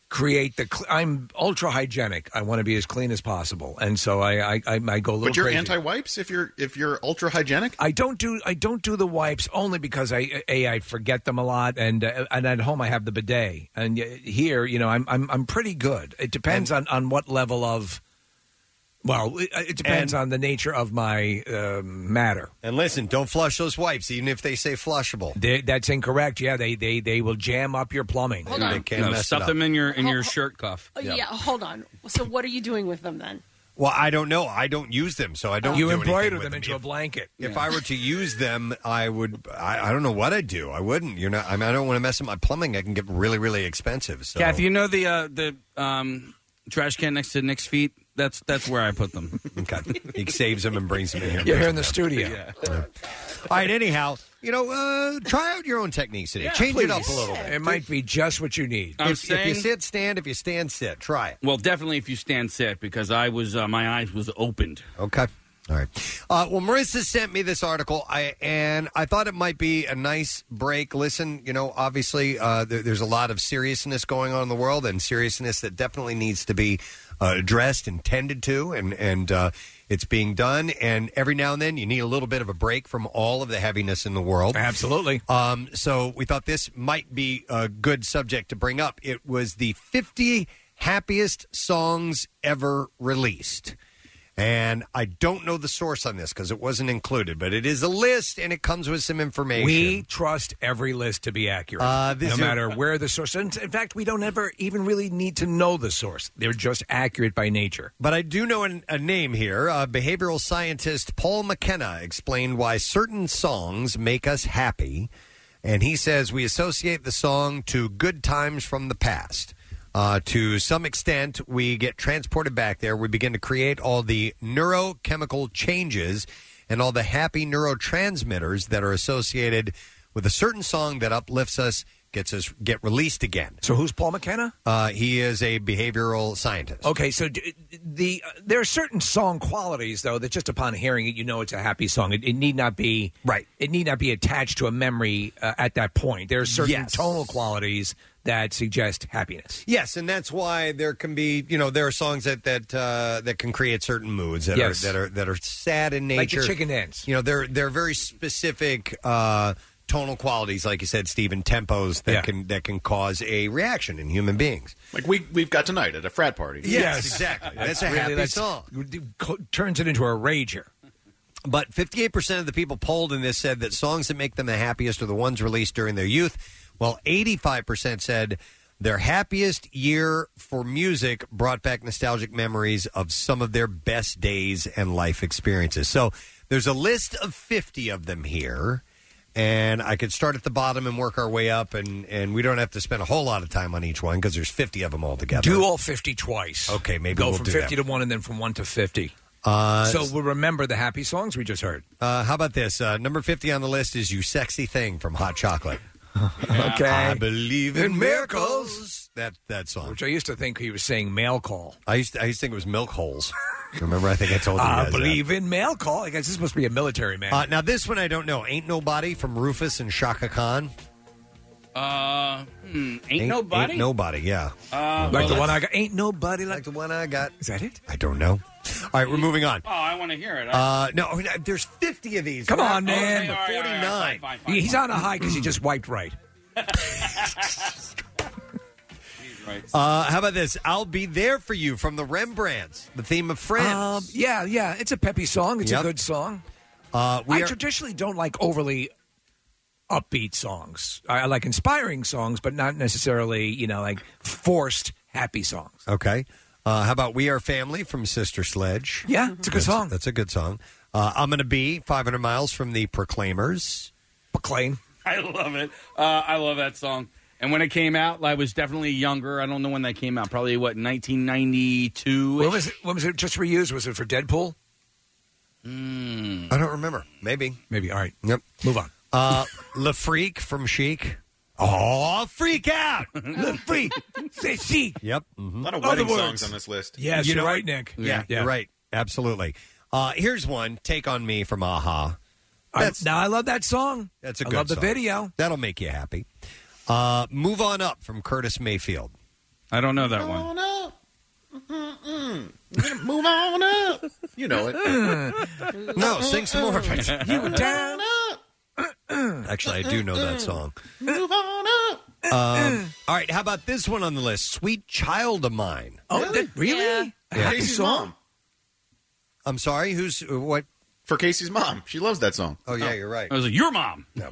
S4: create the. Cl- I'm ultra hygienic. I want to be as clean as possible, and so I I, I, I go a little.
S10: But you're
S4: crazy.
S10: anti wipes if you're if you're ultra hygienic.
S4: I don't do I don't do the wipes only because I a I forget them a lot and uh, and at home I have the bidet and uh, here you know I'm I'm I'm pretty good. It depends on on what level of well it, uh, it depends on the nature of my um, matter.
S1: And listen, don't flush those wipes even if they say flushable.
S4: They, that's incorrect. Yeah, they they they will jam up your plumbing.
S3: Hold on. They
S5: No, stuff them in your in your shirt cuff.
S3: Oh, yeah. Hold on. So what are you doing with them then?
S1: Well, I don't know. I don't use them, so I don't.
S4: You
S1: do anything
S4: embroider
S1: with
S4: them into a blanket.
S1: If I were to use them, I would. I, I don't know what I'd do. I wouldn't. You're not. I, mean, I don't want to mess with my plumbing. I can get really, really expensive. So
S5: Kath, you know the uh, the um, trash can next to Nick's feet. That's that's where I
S1: <laughs>
S5: put them.
S1: okay. he saves them and brings them in here.
S4: You're here in the studio.
S1: All right. Anyhow, you know, uh, try out your own techniques today.
S4: Yeah,
S1: Change it up a
S4: please.
S1: little bit.
S4: It might be just what you need.
S1: if, if you sit, stand. If you stand, sit. Try it.
S5: <laughs> Well, definitely if you stand sit because I was uh, my eyes was opened.
S1: Okay. All right. Uh, well, Marissa sent me this article, I, and I thought it might be a nice break. Listen, you know, obviously uh, there, there's a lot of seriousness going on in the world, and seriousness that definitely needs to be uh, addressed and tended to, and and uh, it's being done. And every now and then, you need a little bit of a break from all of the heaviness in the world.
S4: Absolutely.
S1: Um, so we thought this might be a good subject to bring up. It was the 50 happiest songs ever released. And I don't know the source on this because it wasn't included, but it is a list and it comes with some information.
S4: We trust every list to be accurate,
S1: Uh, this
S4: no
S1: is-
S4: matter where the source. In in fact, we don't ever even really need to know the source; they're just accurate by nature.
S1: But I do know an, a name here. Uh, behavioral scientist Paul McKenna explained why certain songs make us happy. And he says we associate the song to good times from the past. Uh, to some extent, we get transported back there. We begin to create all the neurochemical changes and all the happy neurotransmitters that are associated with a certain song that uplifts us, gets us get released again.
S4: So who's Paul McKenna?
S1: Uh, he is a behavioral scientist.
S4: Okay, so d- the uh, there are certain song qualities though that just upon hearing it, you know it's a happy song. It, it need not be
S1: right.
S4: It need not be attached to a memory uh, at that point. There are certain
S1: Yes.
S4: tonal qualities that suggest happiness.
S1: Yes, and that's why there can be, you know, there are songs that that uh, that can create certain moods that
S4: Yes.
S1: are that are that are sad in
S4: Like the
S1: nature,
S4: chicken dance.
S1: You know, they're they're very specific uh, tonal qualities, like you said, Stephen, tempos that
S10: Yeah.
S1: can that can cause a reaction in human beings.
S10: Like we we've got tonight at a frat party.
S1: Yes, exactly. That's a happy song.
S4: Turns it into a rager.
S1: But 58% of the people polled in this said that songs that make them the happiest are the ones released during their youth, while 85% said their happiest year for music brought back nostalgic memories of some of their best days and life experiences. So there's a list of 50 of them here. And I could start at the bottom and work our way up, and, and we don't have to spend a whole lot of time on each one because there's 50 of them altogether.
S4: Do all fifty twice.
S1: Okay, maybe
S4: go
S1: we'll
S4: from
S1: do
S4: fifty
S1: that.
S4: to one, and then from one to fifty.
S1: Uh,
S4: so we'll remember the happy songs we just heard.
S1: Uh, how about this? Uh, number 50 on the list is You Sexy Thing from Hot
S5: <laughs>
S1: Chocolate.
S4: Okay.
S1: I believe in miracles. That that song.
S4: Which I used to think he was saying mail call.
S1: I used to, I used to think it was milk holes. <laughs> Remember, I think I told you
S4: I
S1: guys that.
S4: believe in mail call. I guess this must be a military man.
S1: Uh, now, this one I don't know. Ain't Nobody from Rufus and Shaka Khan.
S5: Uh, hmm, ain't, nobody.
S1: Ain't Nobody, yeah.
S5: Uh,
S1: Like the one I
S4: got. Ain't nobody
S5: like,
S1: the one I got.
S4: Is that it?
S1: I don't know. All right, we're moving on.
S5: Oh, I want to hear it.
S1: Uh, no, there's 50 of these.
S4: Come
S1: We're
S4: on,
S1: not-
S4: man.
S1: We're
S5: all right, all right, all
S1: 49.
S5: right, fine,
S4: Yeah, he's on a high because he just wiped
S5: <laughs>
S4: right.
S1: Uh, how about this? I'll be there for you from the Rembrandts, the theme of Friends.
S4: Um, yeah, yeah. It's a peppy song. It's
S1: Yep.
S4: a good song.
S1: Uh, we
S4: I
S1: are-
S4: traditionally don't like overly upbeat songs. I, I like inspiring songs, but not necessarily, you know, like forced happy songs.
S1: Okay. Uh, how about We Are Family from Sister Sledge?
S4: Yeah, it's a good
S1: That's-
S4: song.
S1: That's a good song. Uh, I'm going to be 500 miles from the Proclaimers.
S4: Proclaim.
S5: <laughs> I love it. Uh, I love that song. And when it came out, I was definitely younger. I don't know when that came out. Probably what 1992.
S4: When was it? When was it just reused? Was it for Deadpool?
S5: Hmm.
S1: I don't remember. Maybe.
S4: Maybe. All right.
S1: Yep.
S4: Move on.
S1: Uh, La Freak from Chic. Oh, freak out! <laughs> La Freak.
S4: Say chic.
S1: Yep.
S10: A
S1: mhm.
S10: lot of wedding songs on this list.
S4: Yes,
S1: You
S4: you're
S1: know
S4: right,
S1: what?
S4: Nick.
S1: Yeah,
S4: Yeah, yeah.
S1: you're right. Absolutely. Uh, here's one Take on Me from Aha.
S4: I, now I love that song.
S1: That's a
S4: I
S1: good
S4: love the
S1: song.
S4: video.
S1: That'll make you happy. Uh, Move on up from Curtis Mayfield.
S5: I don't know that
S6: on up. Mm-mm.
S10: Move on up.
S1: You know it. no, sing some more of it.
S6: You down?
S1: <laughs> Actually, I do know that song.
S6: Move on up.
S1: Um, <clears throat> all right, how about this one on the list? Sweet Child of Mine.
S4: Oh, that, really?
S1: Yeah.
S10: Casey's mom.
S1: I'm sorry, who's uh, what?
S10: For Casey's mom. Um, She loves that song.
S1: Oh,
S10: Um,
S1: yeah, you're right.
S5: I was like, your mom.
S1: No.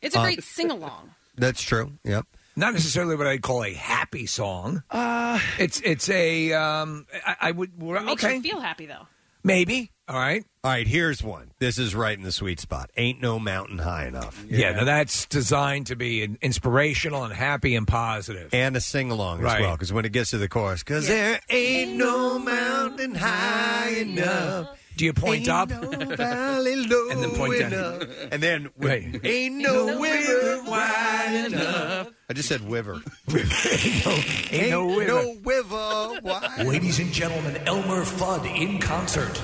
S3: It's a
S1: Uh,
S3: great sing along.
S1: That's true. Yep.
S4: Not necessarily what I'd call a happy song. Uh, it's it's a um, I, I would well,
S3: It makes
S4: okay
S3: you feel happy though.
S4: maybe all right.
S1: All right, here's one. This is right in the sweet spot. Ain't no mountain high enough.
S4: Yeah, now that's designed to be an- inspirational and happy and positive.
S1: And a sing along as
S4: Right.
S1: well, because when it gets to the chorus, because there ain't no mountain high enough
S4: Do you point up?
S1: valley
S4: <laughs> and then point down.
S1: And then
S4: right.
S1: Ain't no river wide
S4: <laughs>
S1: enough. I just said wiver.
S12: Ain't no river.
S1: river wide.
S12: Ladies and gentlemen, Elmer Fudd in concert.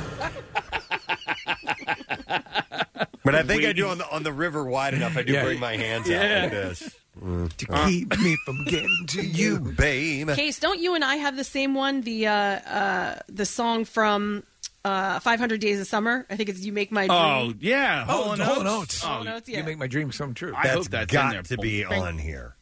S1: But I think I do on the on the river wide enough. I do bring my hands out like this. To keep me from getting to you, babe.
S3: Case, don't you and I have the same one? The uh, uh, the song from uh, 500 Days of Summer. I think it's "You Make My Dream."
S4: Oh, yeah, Hall
S3: Oh,
S4: and Hall and Oates.
S3: Hall and Oates, yeah.
S4: You make my dreams come true.
S1: That's got to be on here.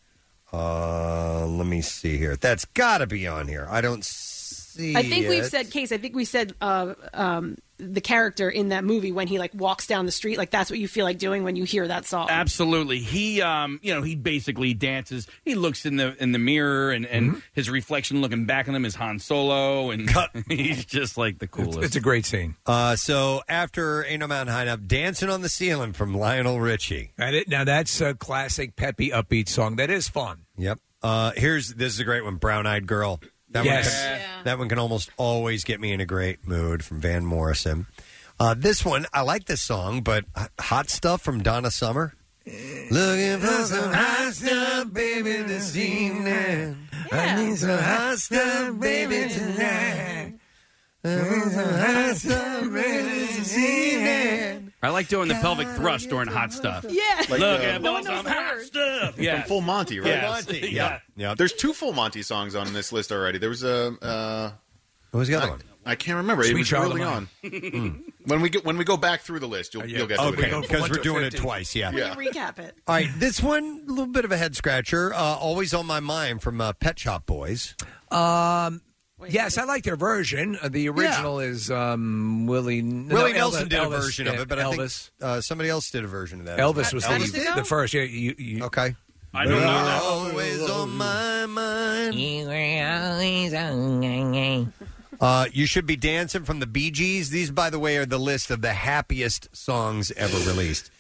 S1: Uh, let me see here. That's got to be on here. I don't see.
S3: I think we've
S1: it.
S3: said Case. I think we said uh, um, the character in that movie when he like walks down the street. Like that's what you feel like doing when you hear that song.
S5: Absolutely. He um you know, he basically dances. He looks in the in the mirror and, and
S4: Mm-hmm.
S5: his reflection looking back at him is Han Solo and <laughs> he's just like the coolest.
S1: it's a
S4: great scene.
S1: Uh, so after Ain't No Mountain High Enough, Dancing on the Ceiling from Lionel Richie.
S4: And it, now that's a classic peppy upbeat song that is fun.
S1: Yep. Uh, here's this is a great one, Brown Eyed Girl. That
S4: Yes.
S1: one can, that one can almost always get me in a great mood from Van Morrison. Uh, this one, I like this song, but uh, Hot Stuff from Donna Summer. Looking for some hot stuff, baby, this evening. I need some hot stuff, baby, tonight. I need some hot stuff, baby, this evening.
S5: I like doing the pelvic thrust during hot stuff.
S3: Yeah.
S5: Look at
S6: No
S5: all
S6: one knows
S5: some
S6: the
S5: uh, hot
S6: words.
S5: stuff.
S10: From Full Monty, right?
S5: Yes. Yeah.
S1: yeah.
S10: There's two Full Monty songs on this list already. There was a. Uh,
S1: what was the other
S10: I,
S1: one?
S10: I can't remember.
S1: Sweet
S10: it was
S1: Child of
S10: early
S1: Mine.
S10: on. When we get when we go back through the list, you'll, you'll get to it.
S1: Okay,
S10: again.
S1: Uh, because we're doing it twice. Yeah.
S10: <laughs> yeah.
S3: We recap it.
S1: All right, this one a little bit of a head scratcher. Uh, always on my mind from uh, Pet Shop Boys.
S4: Um, yes, I like their version. Uh, The original is um, Willie. no,
S1: Willie
S4: Elvis-
S1: Nelson did a
S4: Elvis,
S1: version of
S4: yeah,
S1: it, but I think
S4: Elvis.
S1: uh, somebody else did a version of that.
S4: Elvis was the, the
S1: first.
S4: first. Yeah, you, you,
S1: okay.
S4: I
S1: don't know that.
S4: Always
S1: on my mind.
S4: You were always on
S1: Uh, you should be dancing from the Bee Gees. These, by the way, are the list of the happiest songs ever released.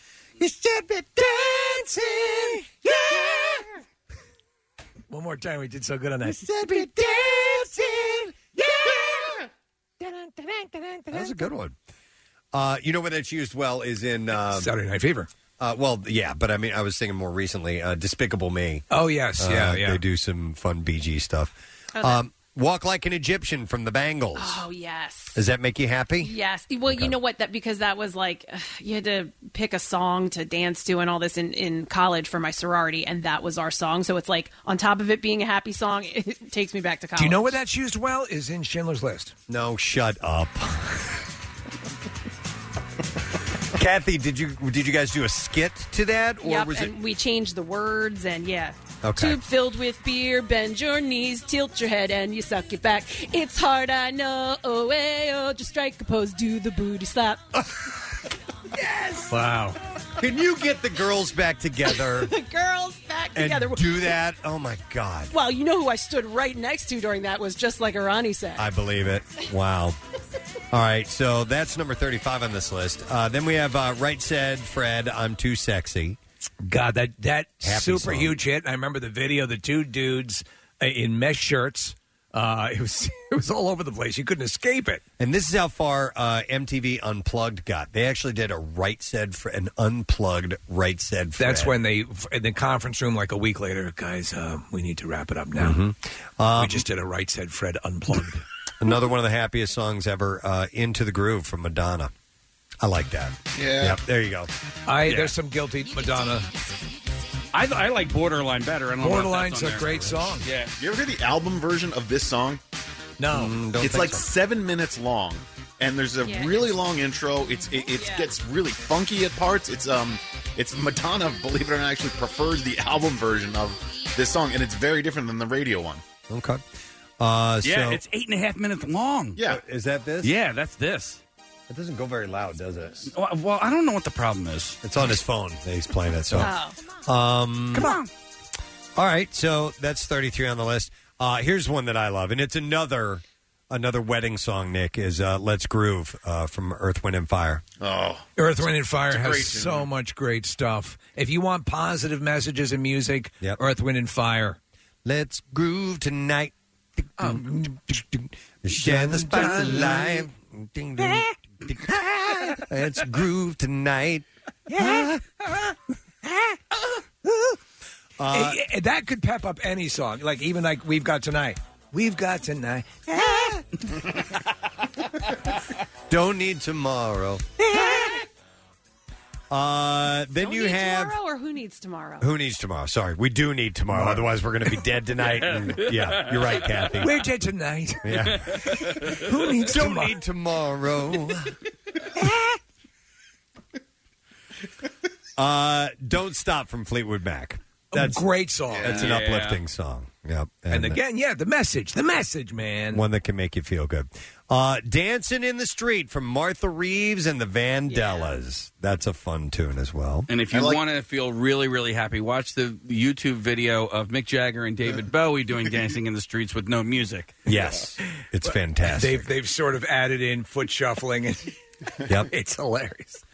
S1: You should be dancing. Yeah.
S4: One more time, we did so good on that.
S1: be dancing. Yeah. That was a good one. Uh, you know what it's used well is in uh,
S4: Saturday Night Fever.
S1: Uh, well, yeah, but I mean, I was thinking more recently, uh, Despicable Me.
S4: Oh, yes,
S1: Uh,
S4: yeah, yeah.
S1: They do some fun BG stuff.
S3: Oh, that-
S1: Um, Walk like an Egyptian from the Bangles.
S3: Oh yes.
S1: Does that make you happy?
S3: Yes. Well, you know what? That because that was like ugh, you had to pick a song to dance to and all this in, in college for my sorority, and that was our song. So it's like on top of it being a happy song, <laughs> it takes me back to college.
S4: Do you know where that's used well? Is in Schindler's List.
S1: No, shut up. Kathy, did you did you guys do a skit to that, or
S3: Yep,
S1: was it?
S3: and we changed the words, and yeah.
S1: Okay.
S3: Tube filled with beer, bend your knees, tilt your head, and you suck it back. It's hard, I know. Oh, eh, oh, just strike a pose, do the booty slap.
S1: Uh,
S4: Wow.
S1: Can you get the girls back
S3: <laughs>
S1: together
S3: <laughs> the girls back
S1: and
S3: together.
S1: do that? Oh my god,
S3: Well, you know who I stood right next to during that was just like Arani said.
S1: I believe it. Wow. All right, so that's number thirty-five on this list. Uh, then we have uh, Right Said Fred. I'm too sexy.
S4: God, that that
S1: Happy
S4: super
S1: song.
S4: huge hit. And I remember the video, the two dudes uh, in mesh shirts. Uh, it was <laughs> it was all over the place. You couldn't escape it.
S1: And this is how far uh, MTV Unplugged got. They actually did a Right Said Fred, an unplugged Right Said Fred.
S4: That's when they in the conference room like a week later, guys. Uh, we need to wrap it up now.
S1: Mm-hmm.
S4: we just did a right said Fred unplugged.
S1: Um, <laughs> Another one of the happiest songs ever, uh, "Into the Groove" from Madonna. I like that.
S5: Yeah.
S1: Yep, there you go.
S4: I
S5: Yeah.
S4: there's some guilty Madonna.
S5: I, I like Borderline better. I don't know if that's
S4: Borderline's
S5: on
S4: a
S5: there.
S4: great song.
S5: Yeah.
S10: You ever hear the album version of this song? Mm,
S4: No,
S1: don't
S10: it's
S1: think
S10: like
S1: so.
S10: seven minutes long, and there's a
S1: Yeah.
S10: really long intro. It's it, it gets really funky at parts. It's um, it's Madonna, <laughs> believe it or not, actually prefers the <laughs> album version of this song, and it's very different than the radio one.
S1: Okay. Uh,
S5: Yeah,
S1: so,
S5: it's eight and a half minutes long.
S10: Yeah.
S1: is that this?
S5: Yeah, that's this.
S1: It doesn't go very loud, does it?
S5: Well, well, I don't know what the problem is. Oh.
S1: It's on his phone. that He's playing that song.
S4: Oh.
S1: <laughs> Um,
S5: Come on.
S1: All right, so that's 33 on the list. Uh, here's one that I love, and it's another another wedding song. Nick is uh, "Let's Groove" uh, from Earth, Wind, and Fire.
S10: Oh,
S4: Earth, Wind, and Fire
S1: It's a
S4: has
S1: great tune,
S4: so much great stuff. If you want positive messages in music, Earth, Wind, and Fire.
S1: Let's groove
S4: Um,
S1: tonight. Share the spotlight. Ding, ding, It's groove tonight.
S4: Yeah. It- it- Eh, that could pep up any song. Like even like we've got tonight. We've got tonight.
S1: Don't need tomorrow. Uh, then
S3: Don't
S1: you
S3: need
S1: have
S3: tomorrow or who needs tomorrow?
S1: who needs tomorrow? Sorry, we do need tomorrow. Otherwise, we're going to be dead tonight.
S4: <laughs>
S1: and- yeah, you're right, Kathy.
S4: We're dead tonight.
S1: Yeah.
S4: <laughs> Who needs
S1: Don't
S4: tomorrow?
S1: need tomorrow. <laughs> uh, Don't stop from Fleetwood Mac. That's
S4: great song.
S1: That's an
S4: Yeah.
S1: uplifting song. uh, Yep.
S4: And again, yeah, the message, the message, man.
S1: one that can make you feel good. Uh, Dancing in the Street from Martha Reeves and the Vandellas. That's a fun tune as well.
S5: And if you
S1: I like-
S5: want to feel really, really happy, watch the YouTube video of Mick Jagger and David Bowie doing Dancing in the Streets with no music.
S1: Yes, it's fantastic.
S4: They've they've sort of added in foot shuffling and
S1: <laughs> Yep.
S4: it's hilarious.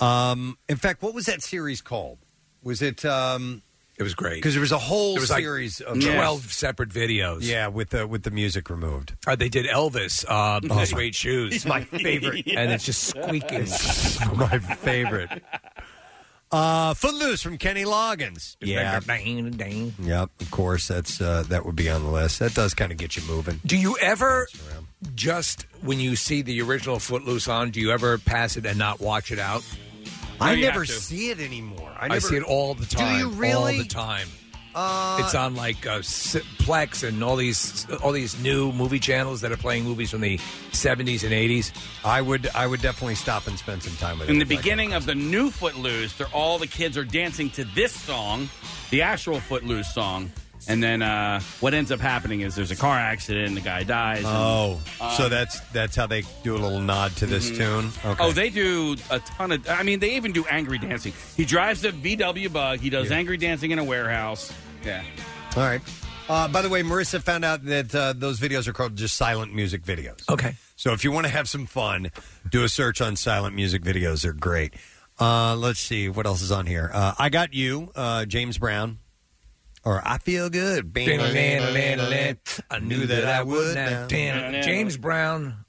S1: Um, in fact, what was that series called? Was it? Um,
S4: it was great
S1: because there was a whole
S4: It was like
S1: series of
S4: twelve separate videos.
S1: Yeah, with the with the music removed.
S4: Uh, they did Elvis, uh,
S1: my-
S4: Suede
S1: <laughs>
S4: Shoes.
S1: my favorite.
S4: And it's just
S1: <laughs>
S4: squeaking.
S1: my favorite. Uh, Footloose from Kenny Loggins. Yeah.
S4: Do
S1: Yep, of course. That's uh, that would be on the list. That does kind of get you moving.
S4: you ever just when you see the original Footloose on, do you ever pass it and not watch it out?
S1: I never see it anymore. I,
S4: I,
S1: never,
S4: see it all the time.
S1: Do you really?
S4: All the time.
S1: Uh,
S4: it's on like uh, S- Plex and all these all these new movie channels that are playing movies from the seventies and eighties.
S1: I would I would definitely stop and spend some time with
S5: In the beginning of the new Footloose, they're, all the kids are dancing to this song, the actual Footloose song. And then uh, what ends up happening is there's a car accident and the guy dies. and,
S1: Oh, Mm-hmm.
S5: um,
S1: so that's that's how they do a little nod to this
S5: Mhm.
S1: tune. Okay.
S5: Oh, they do a ton of. I mean, they even do angry dancing. He drives the VW bug. He does angry dancing in a warehouse. Yeah.
S1: All right. Uh, by the way, Marissa found out that uh, those videos are called just silent music videos.
S4: Okay.
S1: So if you want to have some fun, do a search on silent music videos. They're great. Uh, let's see what else is on here. Uh, I got you, uh, James Brown, or I feel good.
S4: I knew that I would. Now. Damn. James Brown,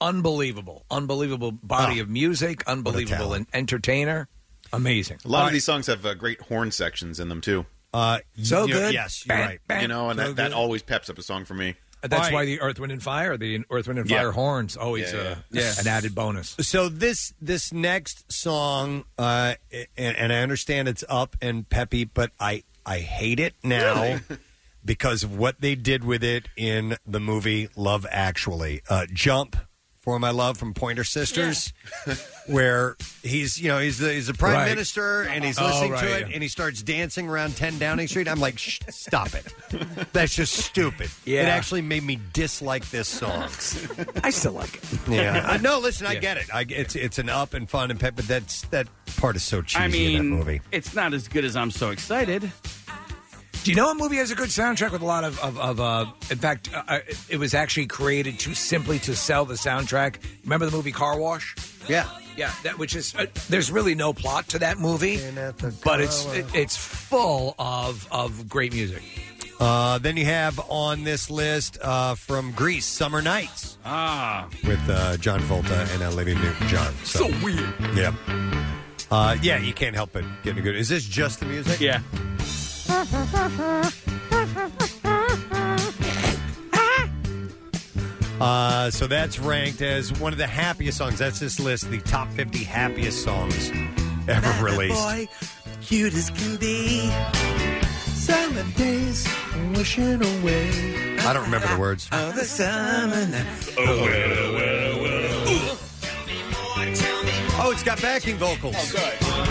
S4: unbelievable, unbelievable body
S10: Oh.
S4: of music, unbelievable and entertainer, amazing.
S10: A lot of these songs have uh, great horn sections in them too.
S1: Uh,
S4: So
S10: you know,
S4: good.
S10: Yes, you're
S4: Bam,
S10: right.
S4: bam,
S10: you know, and
S4: so
S10: that, that
S4: good.
S10: always peps up a song for me.
S4: That's why the Earth, Wind and Fire, the Earth, Wind and Fire
S10: Yeah.
S4: horns, always
S10: Yeah,
S4: uh,
S1: yeah. Yeah.
S4: an added bonus.
S1: So this this next song, uh, a- and, and I understand it's up and peppy, but I I hate it now
S4: Really?
S1: <laughs> because of what they did with it in the movie Love Actually. Uh, Jump for my love from Pointer Sisters, where he's you know he's the he's the prime
S4: Right.
S1: minister and he's
S4: Oh,
S1: listening
S4: right,
S1: to it
S4: yeah.
S1: and he starts dancing around Ten Downing Street. I'm like, Shh, stop it. That's just stupid.
S4: <laughs> Yeah.
S1: It actually made me dislike this song.
S4: <laughs> I still like it.
S1: Yeah, <laughs> I, no. Listen, I
S5: Yeah.
S1: get it. I, it's it's an up and fun and pep, but that's that part is so cheesy
S5: I
S1: in
S5: mean,
S1: that movie.
S5: it's not as good as I'm so excited.
S4: Do you know a movie has a good soundtrack with a lot of of, of uh, in fact, uh, I- it was actually created to simply to sell the soundtrack. Remember the movie Car Wash?
S1: Yeah,
S4: yeah, that which is uh, there's really no plot to that movie, but it's it, it's full of of great music.
S1: Uh, then you have on this list uh, from Greece, "Summer Nights"
S5: Ah,
S1: with uh, John Volta and Olivia Newton-John. So,
S5: weird.
S1: Yeah, uh, yeah, you can't help it getting good. Is this just the music?
S5: Yeah.
S1: Uh, so that's ranked as one of the happiest songs. That's this list, the top 50 happiest songs ever <laughs> released.
S6: cute as can be. Silent days, wishing away.
S1: I don't remember the
S4: <laughs>
S1: words.
S6: All the summer
S4: Oh,
S1: Oh, it's got backing vocals.
S4: Oh,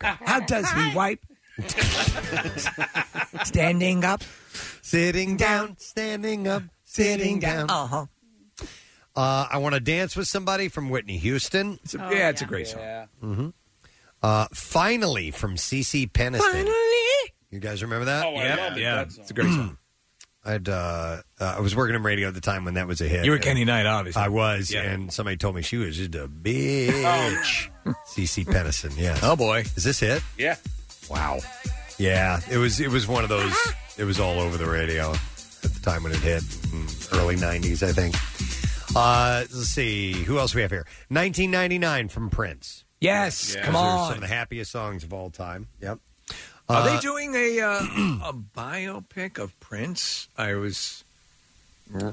S4: How does he wipe? <laughs> Standing up,
S1: sitting down, standing up, sitting down.
S4: Uh huh.
S1: Uh, I want to dance with somebody from Whitney Houston.
S4: yeah, Oh, it's a yeah. great song.
S1: hmm Uh, finally, from CC Peniston.
S4: Finally.
S1: You guys remember that?
S4: Oh, I Yep, love it, yeah. that song. It's a great song.
S1: <clears throat> I had uh, uh, I was working in radio at the time when that was a hit.
S4: You were
S1: And
S4: Kenny Knight, obviously.
S1: I was,
S4: Yeah. Oh.
S1: and somebody told me she was just a bitch. CC Peniston, yeah. Oh
S4: boy,
S1: is this it?
S5: Yeah.
S1: Wow. Yeah, it was it was one of those. It was all over the radio. time when it hit, mm, early 90s, I think. Uh, let's see. Who else we have here? 1999 from Prince.
S4: Yes, come
S1: Those are
S4: on.
S1: Some of the happiest songs of all time. Yep.
S4: Are
S1: Uh,
S4: they doing a uh, <clears throat> a biopic of Prince? I was.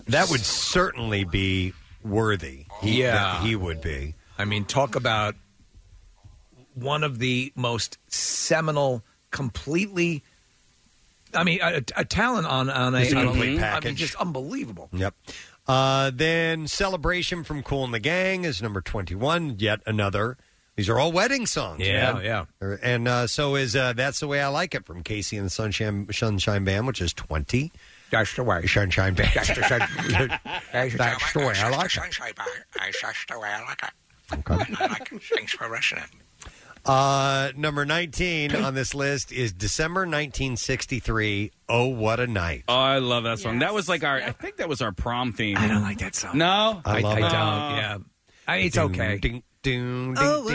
S1: That would certainly be worthy. He, that he would be.
S4: I mean, talk about one of the most seminal, completely. I mean, a, a talent on on a,
S1: It's a
S4: on
S1: complete
S4: I mean,
S1: package.
S4: just unbelievable.
S1: Yep. Uh, then Celebration from Cool and the Gang is number 21, yet another. These are all wedding songs.
S4: Yeah,
S1: man. And uh, so is uh, That's the Way I Like It from Casey and the Sunshine, Sunshine Band, which is 20.
S4: That's the way.
S1: Sunshine Band.
S4: That's the
S1: <laughs>
S4: sun-
S1: That's the way I like it.
S12: Sunshine Bar. I just the way I like it. I like it. Thanks for listening.
S1: Uh, number 19 on this list is December 1963, Oh What a Night.
S5: Oh, I love that song. That was like our. I think that was our prom theme. I
S4: don't like that song.
S5: No,
S1: I love
S5: I
S1: it.
S5: don't. Yeah,
S4: I, it's okay.
S1: Ding, ding, ding,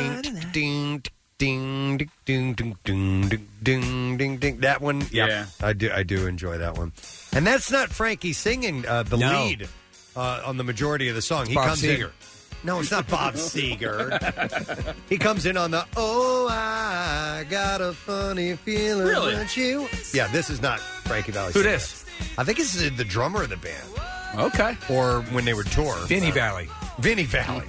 S1: ding, ding, ding, ding, ding, ding, ding, ding, ding, ding, ding. That one, yeah,
S4: Yeah.
S1: I do, I do enjoy that one. And that's not Frankie singing uh, the
S4: No.
S1: lead uh, on the majority of the song. He
S4: Bob
S1: comes in.
S4: Seger.
S1: No, it's not <laughs>
S4: <laughs>
S1: Bob Seger. he comes in on the oh, I got a funny feeling
S6: Really?
S1: about you. Yeah, this is not Frankie Valley.
S6: Who
S1: singing
S6: dis?
S1: it. I think this is the drummer of the band.
S5: Okay.
S1: Or when they were tour.
S4: Vinny Valley.
S1: Vinny Valley.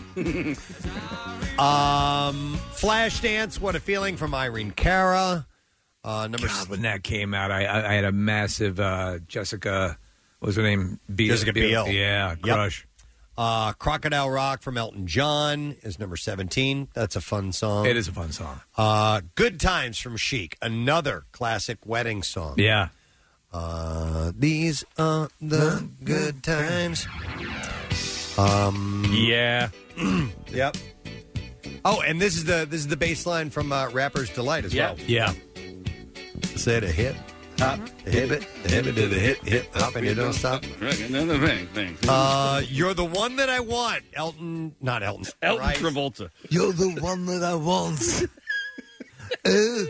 S1: Um, Flashdance, what a feeling from Irene Cara. Uh, number
S4: God, when that came out, I, I, I had a massive uh, Jessica. What was her name? Biel.
S1: Jessica Biel.
S4: Yeah,
S1: Yep.
S4: crush.
S1: Uh, Crocodile Rock from Elton John is number 17. That's a fun song.
S4: It is a fun song.
S1: Uh, Good Times from Chic, another classic wedding song.
S4: Yeah.
S1: Uh, these are the good times. Um,
S5: yeah.
S1: yep. Oh, and this is the this is the bass line from uh, Rapper's Delight as well.
S4: Yeah.
S1: Said a hip, hop,
S5: Uh-huh.
S1: a hip it, a hip it, a hip, hip, hop, and it don't stop.
S5: Right, another thing. thing.
S1: Uh, you're the one that I want, Elton. Not Elton.
S5: Elton
S1: Christ.
S5: Travolta.
S1: You're the one that I <laughs> want.
S6: Oh,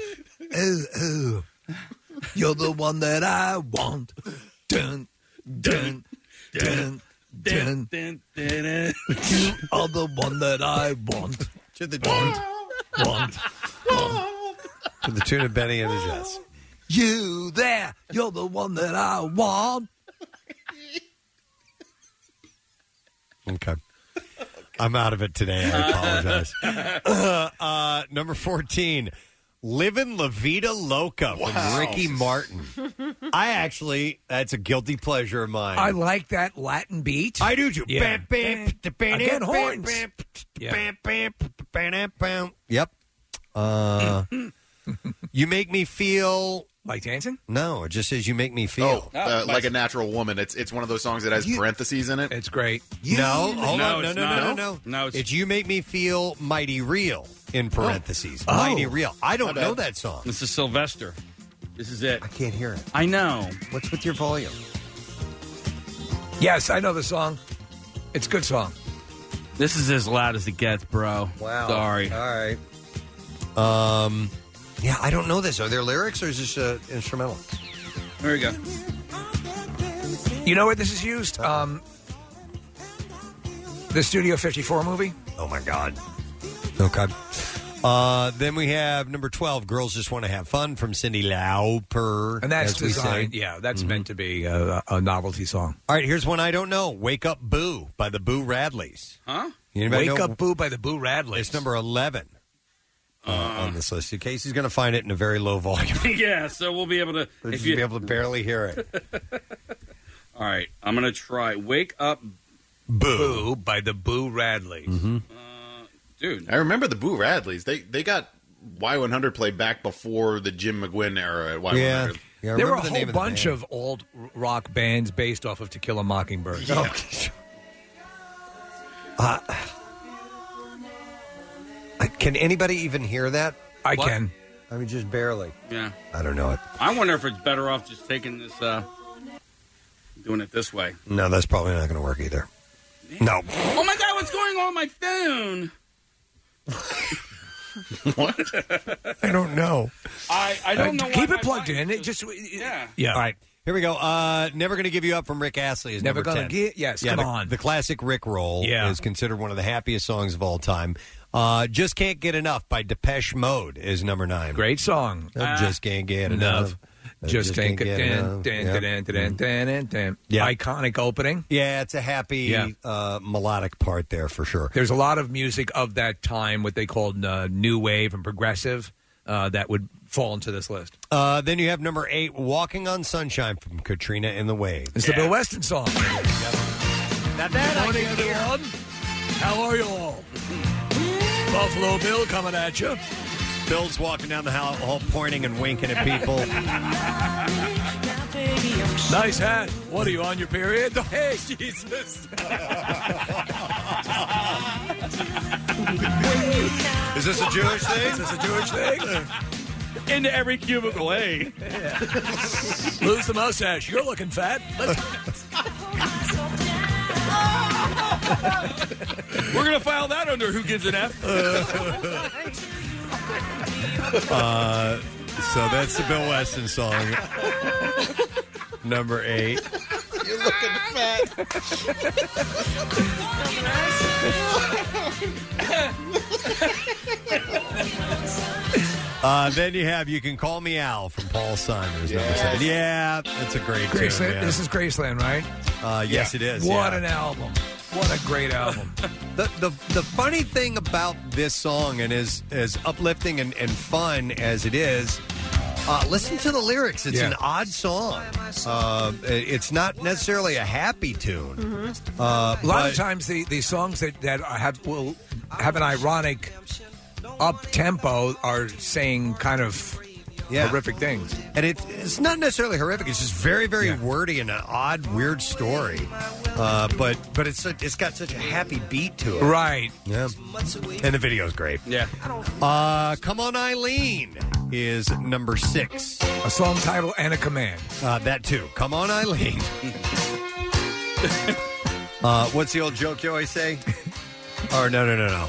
S6: oh, oh. You're the one that I want. Dun, dun, dun, dun.
S5: Dun, dun, dun.
S6: You are the one that I want.
S1: To the
S6: want, want.
S1: To the tune of Benny and the Jets.
S6: You there, you're the one that I want.
S1: Okay. I'm out of it today. I
S10: <laughs>
S1: apologize. uh, uh, number 14, Livin' La Vida Loca from
S6: Wow.
S1: Ricky
S10: <laughs>
S1: Martin. I actually, that's a guilty pleasure of mine.
S4: I like that Latin beat.
S1: I do too.
S4: Yeah.
S1: Bam, bam, bam,
S4: Again,
S1: bam,
S4: horns.
S1: bam,
S4: Yeah.
S1: bam, bam, bam, bam, bam. Yep. Uh, you make me feel.
S4: Like dancing? Oh,
S1: No, it just says you make me feel.
S10: Uh, like a natural woman. It's it's one of those songs that has parentheses in it.
S4: It's great.
S1: No, hold
S10: No,
S1: on. No,
S10: it's
S1: no,
S10: not.
S1: no, no, no.
S10: No,
S1: it's...
S10: it's-
S1: You Make Me Feel Mighty Real in parentheses.
S5: Oh.
S1: Mighty Real. I don't
S5: My
S1: know
S5: bad.
S1: that song.
S5: This is Sylvester. This is it. I
S1: can't hear it.
S5: I know. <laughs>
S1: What's with your volume?
S4: Yes, I know the song. It's a good song.
S5: This is as loud as it gets, bro.
S1: Wow.
S5: Sorry.
S1: All right. Um, yeah, I don't know this. Are there lyrics or is this uh, instrumental?
S5: There we go.
S4: You know where this is used? Um, the Studio 54 movie.
S1: Oh my God. Okay. Uh, then we have number 12, Girls Just Want to Have Fun from Cindy Lauper.
S4: And that's
S1: as we say.
S4: designed. Yeah, that's
S1: Mm-hmm.
S4: meant to be a, a novelty song.
S1: All right, here's one I don't know Wake Up Boo by the Boo Radleys.
S5: Huh?
S1: Anybody
S4: Wake
S1: know-
S4: Up Boo by the Boo Radleys.
S1: It's number 11 uh, on this list. Casey's going to find it in a very low volume.
S5: yeah, so we'll be able to.
S1: We'll just be able to barely hear it.
S5: <laughs> All right, I'm gonna try. Wake up,
S4: Boo by the Boo Radleys.
S1: Mm.
S5: dude.
S10: I remember the Boo Radleys. They they got Y100 played back before the Jim McGuinn era at Y100.
S4: there were a whole bunch of old r- rock bands based off of To Kill a Mockingbird.
S1: <laughs> Uh, I- can anybody even hear that?
S4: I What? can.
S1: I mean, just barely.
S5: Yeah.
S1: I don't know it.
S5: I wonder if it's better off just taking this, uh doing it this way.
S1: No, that's probably not going to work either. <laughs> No.
S5: Oh my god, what's going on with my phone?
S1: I don't know.
S5: I I
S4: Uh,
S5: don't know.
S4: keep
S5: why
S1: Uh,
S4: it plugged in. It just
S5: yeah.
S4: yeah. All right.
S1: Here we go. Uh, Never gonna give you up from Rick Astley is
S4: Never
S1: number
S4: gonna
S1: 10.
S4: gi- yes,
S1: yeah,
S4: come
S1: the,
S4: on.
S1: The classic Rick roll
S4: Yeah.
S1: is considered one of the happiest songs of all time. Uh, just can't get enough by Depeche Mode is number nine.
S4: Great song.
S1: I just can't get enough. I
S4: Just, can't get
S1: enough.
S4: dan, dan,
S1: Yeah.
S4: dan, dan, dan, dan, dan.
S1: Yeah.
S4: Iconic opening.
S1: Yeah, it's a happy
S4: Yeah.
S1: uh, melodic part there for sure.
S4: There's a lot of music of that time, what they called uh, new wave and progressive, uh, that would fall into this list.
S1: Uh, then you have number eight, "Walking on Sunshine" from Katrina and the Waves.
S4: It's the Bill Weston song.
S1: Now that
S12: I
S4: Morning, everyone. How are you all? Buffalo Bill coming at you.
S1: Bill's walking down the hall, hall pointing and winking at people.
S4: <laughs> Nice hat. What are you on your period? <laughs> Hey, Jesus.
S1: Is this a Jewish thing? Is
S4: this a Jewish thing?
S5: Into every cubicle, hey.
S4: Lose the mustache. You're looking fat. Let's-
S5: We're going to file that under Who Gives an F.
S1: Uh, so that's the Bill Weston song, number eight.
S12: You're looking fat.
S1: Uh, then you have "You Can Call Me Al" from Paul Simon. Yeah, number
S4: Yes.
S1: seven. yeah, that's a great tune.
S4: Graceland.
S1: yeah.
S4: This is Graceland, right?
S1: Uh, yes, it is,
S4: What
S1: yeah.
S4: an album. What a great album.
S1: <laughs> the, the the funny thing about this song and as as uplifting and, and fun as it is uh, listen to the lyrics it's
S12: Yeah.
S1: an odd song uh, it- it's not necessarily a happy tune uh,
S4: a lot of
S1: but-
S4: times the, the songs that, that have will have an ironic up tempo are saying kind of horrific things.
S1: and it, it's not necessarily horrific it's just very very wordy and an odd weird story uh, but but it's such- it's got such a happy beat to it
S4: Right.
S1: yeah and the video's great
S5: yeah
S1: uh, come on eileen is number six
S4: a song title and a command
S1: uh, that too come on
S5: <laughs>
S1: eileen Uh, what's the old joke you always say? or no, no, no, no.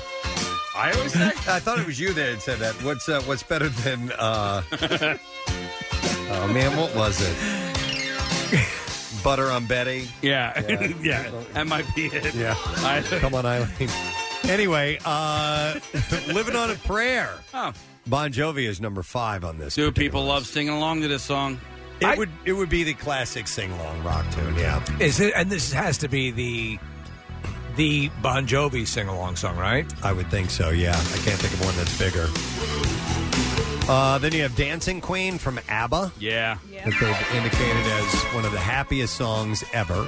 S5: I always say.
S1: <laughs> I thought it was you that had said that. What's uh, what's better than?
S5: <laughs>
S1: Uh... oh man, what was it? Butter on Betty.
S5: Yeah. <laughs> Yeah. That might be it.
S1: Yeah.
S5: I-
S1: <laughs> Come on, Eileen. Anyway, uh, living on a prayer.
S5: Oh.
S1: Bon Jovi is number five on this.
S5: Do people love <laughs> singing along to this song?
S1: It would it would be the classic sing along rock tune. Yeah.
S4: Is it? And this has to be the the Bon Jovi sing along song, right?
S1: I would think so. Yeah, I can't think of one that's bigger. Uh, then you have Dancing Queen from ABBA.
S5: Yeah.
S1: That they've indicated as one of the happiest songs ever.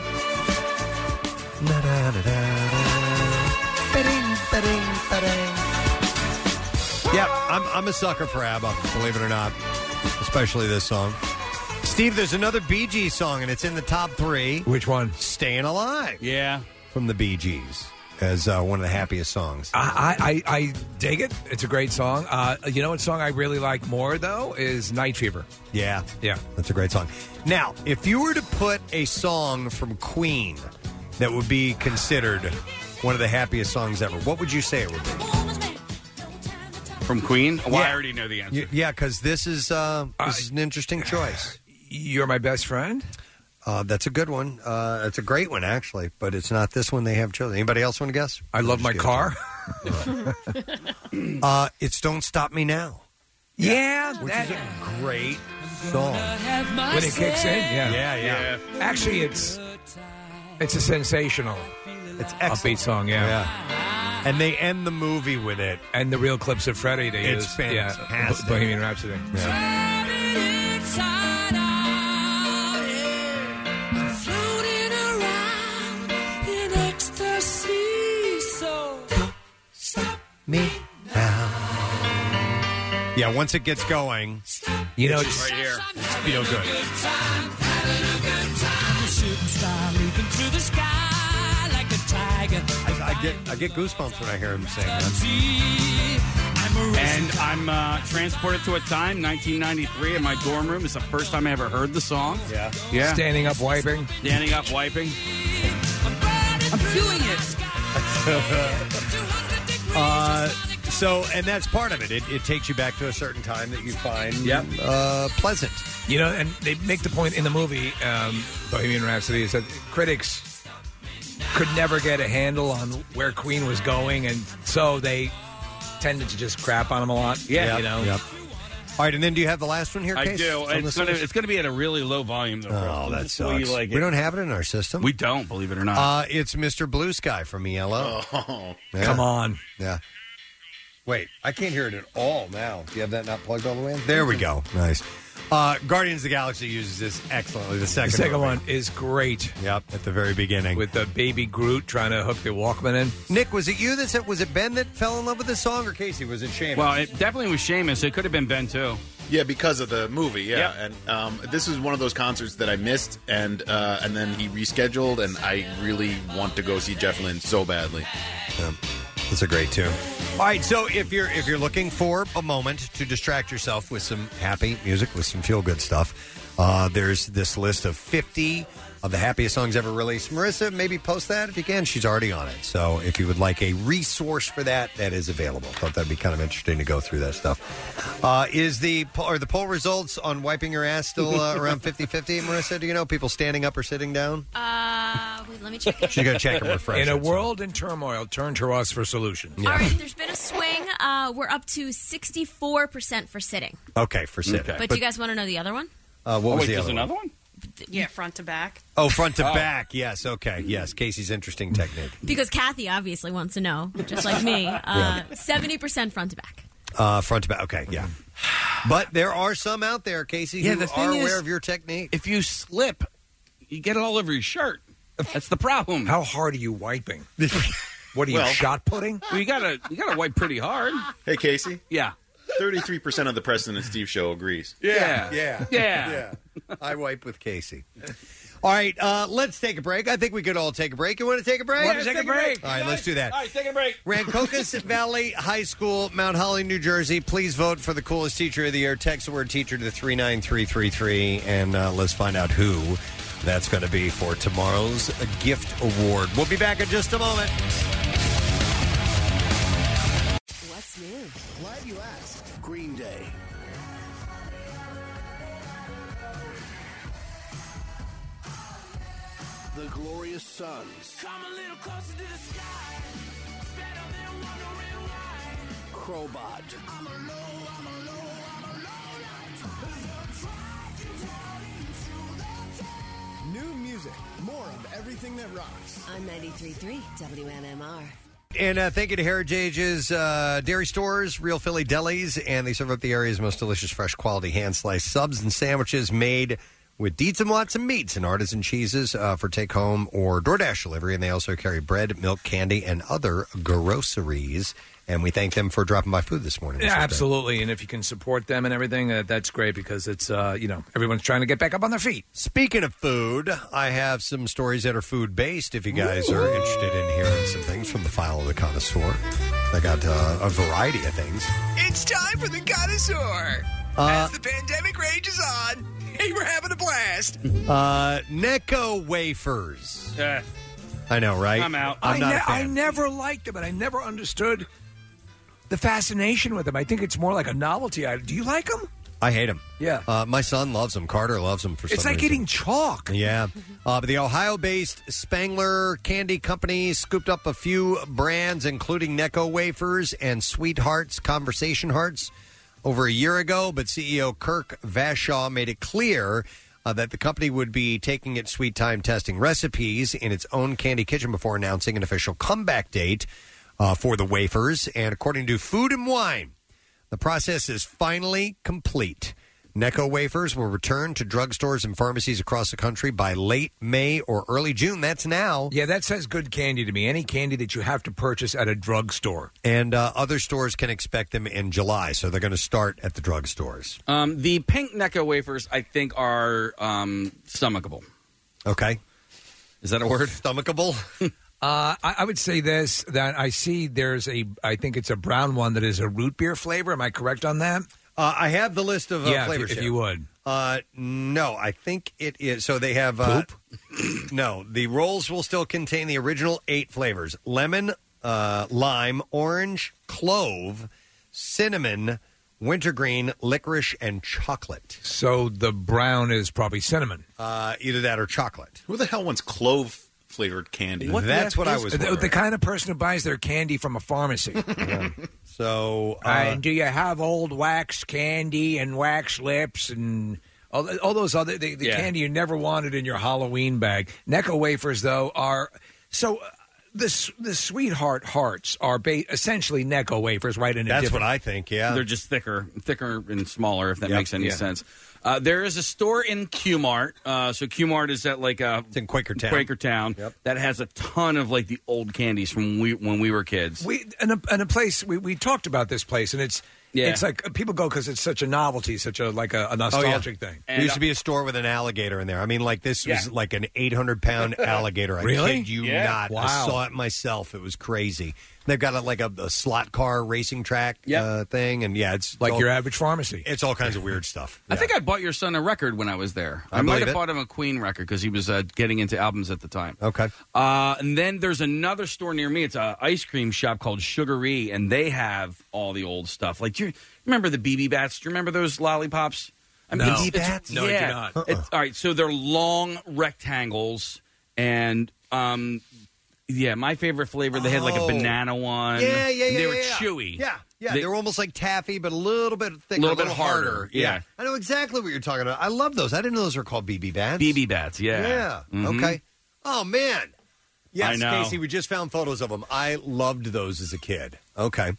S1: Yeah, I'm, I'm a sucker for ABBA, believe it or not, especially this song. Steve, there's another Bee Gees song, and it's in the top three.
S4: Which one?
S1: Staying Alive.
S5: Yeah.
S1: From the Bee Gees as uh, one of the happiest songs.
S4: I, I, I I dig it. It's a great song. Uh, you know what song I really like more though is Night Fever.
S1: Yeah.
S4: Yeah.
S1: That's a great song. Now, if you were to put a song from Queen that would be considered one of the happiest songs ever, what would you say it would be?
S5: From Queen? Well, Oh, I
S1: Yeah.
S5: already know the answer.
S1: Y- yeah, because this is uh, this is an
S4: <sighs>
S1: interesting choice.
S4: You're my best friend.
S1: Uh, that's a good one. Uh, it's a great one actually, but it's not this one they have chosen. Anybody else want to guess?
S4: I love my car.
S1: <clears throat> uh, it's "Don't Stop Me Now."
S4: Yeah,
S1: which is a great song.
S4: When it kicks in, yeah,
S1: yeah, yeah.
S4: Actually, it's it's a sensational,
S1: it's excellent.
S4: upbeat song. Yeah.
S1: and they end the movie with it
S4: and the real clips of Freddie. They
S1: It's
S4: use, yeah,
S1: fantastic.
S4: Bo- Bohemian Rhapsody.
S1: Me now. Yeah, once it gets going,
S4: You know,
S1: it's
S4: it's-
S1: right here. It's feel good. I, I get <laughs> I get goosebumps when I hear him sing that.
S5: And I'm uh, transported to a time, 1993, in my dorm room. It's the first time I ever heard the song.
S1: Yeah.
S5: Yeah.
S4: Standing up, wiping.
S5: Standing up, wiping.
S1: I'm doing it. uh, So, and that's part of it. It, it takes you back to a certain time that you find
S4: Yep.
S1: uh, pleasant.
S4: You know, and they make the point in the movie um, Bohemian Rhapsody is that critics could never get a handle on where Queen was going, and so they tended to just crap on him a lot.
S1: Yeah.
S4: you know.
S1: Yep. All right, and then do you have the last one here?
S5: I
S1: Case, from
S5: do. It's
S1: the
S5: gonna,
S1: source?
S5: it's gonna be at a really low volume though.
S1: Oh, that
S5: that's You
S1: sucks.
S5: like
S1: we
S5: it.
S1: don't have it in our system.
S5: We don't believe it or not.
S1: Uh, it's Mr. Blue Sky from E ELO.
S10: Oh,
S4: come on.
S1: Yeah. Wait, I can't hear it at all now. Do you have that not plugged all the way in? There we go. Nice. Uh, Guardians of the Galaxy uses this excellently. The second,
S4: the second
S1: movie.
S4: one is great.
S1: Yep, at the very beginning
S4: with the baby Groot trying to hook the Walkman in.
S1: Nick, was it you that said? Was it Ben that fell in love with this song, or Casey? Was it Shane?
S5: Well, it definitely was Seamus. It could have been Ben too.
S10: Yeah, because of the movie. Yeah, and um, this is one of those concerts that I missed, and uh, and then he rescheduled, and I really want to go see Jeff Lynne so badly.
S1: That's a great tune. All right, so if you're if you're looking for a moment to distract yourself with some happy music, with some feel good stuff, uh, there's this list of 50 of the happiest songs ever released. Marissa, maybe post that if you can. She's already on it. So if you would like a resource for that, that is available. Thought that'd be kind of interesting to go through that stuff. Uh, is the po- are the poll results on wiping your ass still uh, around 50-50, Marissa? Do you know people standing up or sitting down?
S14: Uh, wait, let me check.
S1: <laughs> She's gonna check and refresh
S4: In a
S1: it, so.
S4: world in turmoil, turn to us for solutions.
S14: All right, there's been a swing. Uh, we're up to 64% for sitting.
S1: Okay, for sitting.
S14: But, do you guys want to know the other one?
S1: uh, what
S5: Oh,
S1: was
S5: wait,
S1: the
S5: there's
S1: other
S5: another
S1: one?
S5: one?
S3: Yeah, front to back.
S1: Oh, front to
S14: Oh.
S1: back. Yes. Okay. Yes. Casey's interesting technique.
S14: Because Kathy obviously wants to know, just like
S1: <laughs>
S14: me. Uh, 70% front to back.
S1: Uh, front to back. Okay. Yeah. <sighs> But there are some out there, Casey,
S5: Yeah,
S1: who
S5: the thing
S1: are aware
S5: is-
S1: of your technique.
S5: If you slip, you get it all over your
S1: <laughs>
S5: shirt. <laughs> That's the problem.
S4: How hard are you wiping? What are you, shot putting?
S5: Well, you gotta you gotta wipe pretty hard.
S10: Hey, Casey.
S5: Yeah.
S10: Thirty-three percent of the Preston and Steve show agrees.
S5: Yeah.
S1: Yeah.
S5: Yeah.
S1: Yeah. I wipe with Casey. All right, uh, let's take a break. I think we could all take a break. You want to take a break?
S5: Wanna Yeah, take a take a break. break.
S1: All right, let's do that.
S5: All right, take a break. <laughs>
S1: Rancocas Valley High School, Mount Holly, New Jersey. Please vote for the coolest teacher of the year. Text the word teacher to the 39333, and uh, let's find out who that's going to be for tomorrow's gift award. We'll be back in just a moment.
S11: What's new? Glad you asked. Green Day. The Glorious Sons. Crowbot. New music. More of everything that rocks.
S15: On 93.3 WMMR.
S1: And uh, thank you to Heritage's uh, dairy stores, Real Philly delis, and they serve up the area's most delicious, fresh quality hand sliced subs and sandwiches made with deets and lots of meats and artisan cheeses uh, for take home or DoorDash delivery. And they also carry bread, milk, candy, and other groceries. And we thank them for dropping by food this morning.
S4: Yeah, absolutely. And if you can support them and everything, uh, that's great because it's uh, you know everyone's trying to get back up on their feet.
S1: Speaking of food, I have some stories that are food based. If you guys are interested in hearing some things from the file of the connoisseur, I got uh, a variety of things.
S11: It's time for the connoisseur.
S1: Uh,
S11: As the pandemic rages on, hey, we're having a
S4: <laughs>
S11: blast.
S1: Uh, Necco wafers.
S5: Yeah.
S1: I know, right?
S4: I'm
S1: out. I'm not
S4: ne-
S1: a
S4: I
S1: fan.
S4: never liked them, and I never understood the fascination with them. I think it's more like a novelty item. Do you like them?
S1: I, hate them.
S4: Yeah.
S1: Uh, my son loves them. Carter loves them for
S4: it's
S1: some
S4: like
S1: reason.
S4: eating chalk.
S1: Yeah.
S4: <laughs>
S1: Uh, but the Ohio based Spangler Candy Company scooped up a few brands, including Necco wafers and Sweethearts Conversation Hearts, over a year ago. But CEO Kirk Vashaw made it clear. Uh, that the company would be taking its sweet time testing recipes in its own candy kitchen before announcing an official comeback date uh, for the wafers. And according to Food and Wine, the process is finally complete. Necco wafers will return to drugstores and pharmacies across the country by late May or early June. That's now.
S4: Yeah, that says good candy to me. Any candy that you have to purchase at a drugstore.
S1: And uh, other stores can expect them in July. So they're going to start at the drugstores.
S5: Um, the pink Necco wafers, I think, are um, stomachable.
S1: Okay.
S5: Is that a word?
S1: Stomachable?
S4: Uh, I, I would say this that I see there's a, I think it's a brown one that is a root beer flavor. Am I correct on that?
S1: Uh, I have the list of uh,
S4: yeah, if-
S1: flavors
S4: If,
S1: here.
S4: you would.
S1: Uh, no, I think it is. So they <clears throat> have. Uh, no, the rolls will still contain the original eight flavors lemon, uh, lime, orange, clove, cinnamon, wintergreen, licorice, and chocolate.
S4: So the brown is probably cinnamon.
S1: Uh, either that or chocolate.
S10: Who the hell wants clove flavored candy?
S1: That's what I was
S4: The,
S1: wondering.
S4: the kind of person who buys their candy from a pharmacy. Uh,
S1: So, uh,
S4: and do you have old wax candy and wax lips and all, th- all those other the, the
S1: Yeah.
S4: candy you never wanted in your Halloween bag? Necco wafers though are so. Uh, the, s- the sweetheart hearts are ba- essentially Necco wafers, right? In
S1: <laughs>
S4: a different-
S5: They're just thicker, thicker and smaller, if that
S4: Yep.
S5: makes any
S4: Yeah.
S5: sense. Uh, there is a store in Qmart. Uh, so Qmart is at like a it's
S1: in Quakertown.
S5: Quakertown that has a ton of like the old candies from we, when we were kids.
S4: We and a, and a place we, we talked about this place, and it's
S5: Yeah.
S4: it's like uh, people go because it's such a novelty, such a like a, a nostalgic thing.
S1: There used to be a store with an alligator in there. I mean, like this was
S4: Yeah.
S1: like an 800 pound
S5: <laughs>
S1: alligator. I
S4: Really?
S1: kid you
S4: Yeah.
S1: not. I
S4: Wow.
S1: saw it myself. It was crazy. They've got a, like a, a slot car racing track uh, thing, and yeah, it's
S4: like
S1: all-
S4: your average pharmacy.
S1: It's all kinds of weird stuff.
S5: I think I bought your son a record when I was there.
S1: I
S5: I, might
S1: believe
S5: have
S1: it.
S5: bought him a Queen record because he was uh, getting into albums at the time.
S1: Okay.
S5: Uh, and then there's another store near me. It's an ice cream shop called Sugary, and they have all the old stuff. Like, do you remember the BB bats? Do you remember those lollipops?
S4: No.
S5: it's-
S4: BB
S5: it's-
S4: bats? No, I do
S5: yeah.
S4: not.
S1: Uh-uh.
S5: It's- all right, so they're long rectangles, and um, yeah, my favorite flavor. They had like a
S1: Oh.
S5: banana one.
S1: Yeah, yeah,
S5: And
S1: yeah.
S5: They were
S1: yeah, yeah.
S5: chewy.
S1: Yeah, yeah. They,
S5: They-
S1: were almost like taffy, but a little bit thicker,
S5: Little bit harder, yeah.
S1: I know exactly what you're talking about. I love those. I didn't know those were called BB bats.
S5: BB bats. Yeah.
S1: Yeah.
S5: Mhm.
S1: Okay. Oh man. Yes,
S5: I know.
S1: Casey. We just found photos of them. I loved those as a kid. Okay.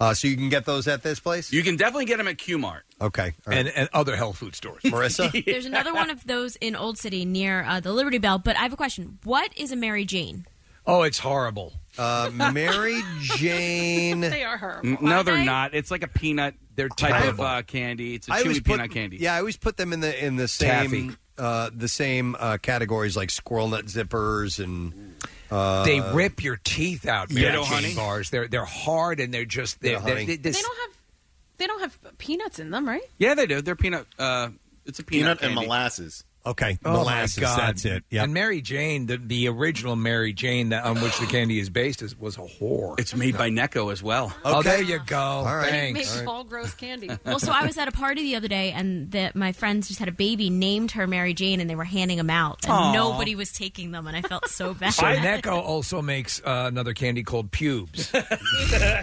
S1: Uh, so you can get those at this place.
S5: You can definitely get them at Qmart.
S1: Okay.
S4: And and other health food <laughs>
S1: <laughs>
S4: stores.
S1: Marissa.
S14: There's another one of those in Old City near uh, the Liberty Bell. But I have a question: What is a Mary Jane?
S4: Oh, it's horrible.
S1: Uh, Mary Jane.
S14: They are horrible,
S5: N- No,
S14: aren't
S5: they're
S14: they?
S5: not. It's like a peanut. They're type
S1: Terrible.
S5: of uh, candy. It's a
S1: I always
S5: chewy
S1: put-
S5: peanut candy.
S1: Yeah, I always put them in the in the
S5: Taffy.
S1: same uh, the same uh, categories like squirrel nut zippers and uh,
S4: they rip your teeth out.
S1: Ghetto
S4: Mary Jane
S1: honey?
S4: bars. They're they're hard and they're just they're,
S1: Ghetto
S4: they're,
S1: honey.
S4: they
S3: They don't have they don't have peanuts in them, right?
S5: Yeah, they do. They're peanut. Uh, it's a peanut,
S10: Peanut and
S5: candy.
S10: molasses.
S1: Okay,
S4: Oh
S1: molasses.
S4: my God.
S1: That's it. Yeah.
S4: And Mary Jane, the, the original Mary Jane that on which the candy is based, is, was a whore.
S5: It's made by Necco as well.
S4: Oh,
S5: Okay.
S4: there you go.
S5: right.
S4: Thanks.
S3: Makes all gross candy.
S14: <laughs> Well, so I was at a party the other day, and the, my friends just had a baby named her Mary Jane, and they were handing them out, and
S4: Aw.
S14: nobody was taking them, and I felt so bad.
S4: So Necco also makes uh, another candy called pubes.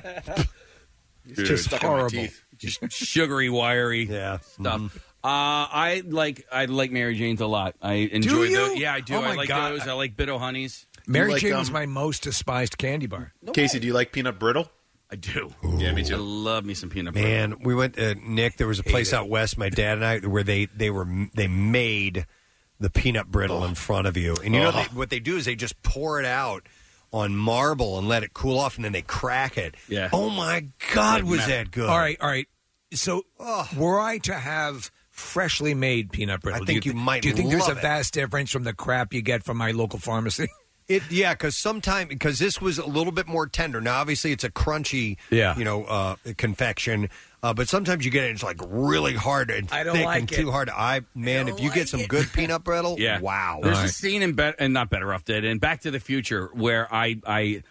S4: it's
S5: Dude,
S4: just
S5: stuck in my
S4: horrible.
S5: teeth. <laughs> Just sugary, wiry yeah. stuff. Uh, I like I like Mary Jane's a lot. I enjoy
S4: you?
S5: those. Yeah, I do.
S4: Oh,
S5: I
S4: my
S5: like
S4: God.
S5: those. I like Bitto Honeys.
S4: Mary Jane
S1: um,
S4: was my most despised candy bar.
S10: Casey, do you like peanut brittle?
S5: I do.
S10: Yeah, me too.
S5: I love me some peanut butter.
S1: Man, we went. Uh, Nick, there was a place out west. My dad and I where they they were they made the peanut brittle in front of you, and you know
S13: Ugh.
S1: they, what they do is they just pour it out on marble and let it cool off, and then they crack it.
S4: Yeah.
S1: Oh my God, was that good?
S4: All right, all right. So, were I to have freshly made peanut brittle,
S1: think
S4: do
S1: you might
S4: Do you think there's
S1: love
S4: a
S1: it.
S4: vast difference from the crap you get from my local pharmacy? <laughs>
S1: It yeah, because sometimes because this was a little bit more tender. Now, obviously, it's a crunchy
S4: Yeah.
S1: you know uh, confection, uh, but sometimes you get it. It's like really hard and
S5: I don't
S1: thick
S5: like
S1: and
S5: it.
S1: too hard. I man, if you get some good peanut brittle,
S5: <laughs> Yeah.
S1: wow.
S5: There's a scene in Bet and not Better Off Dead and Back to the Future where I I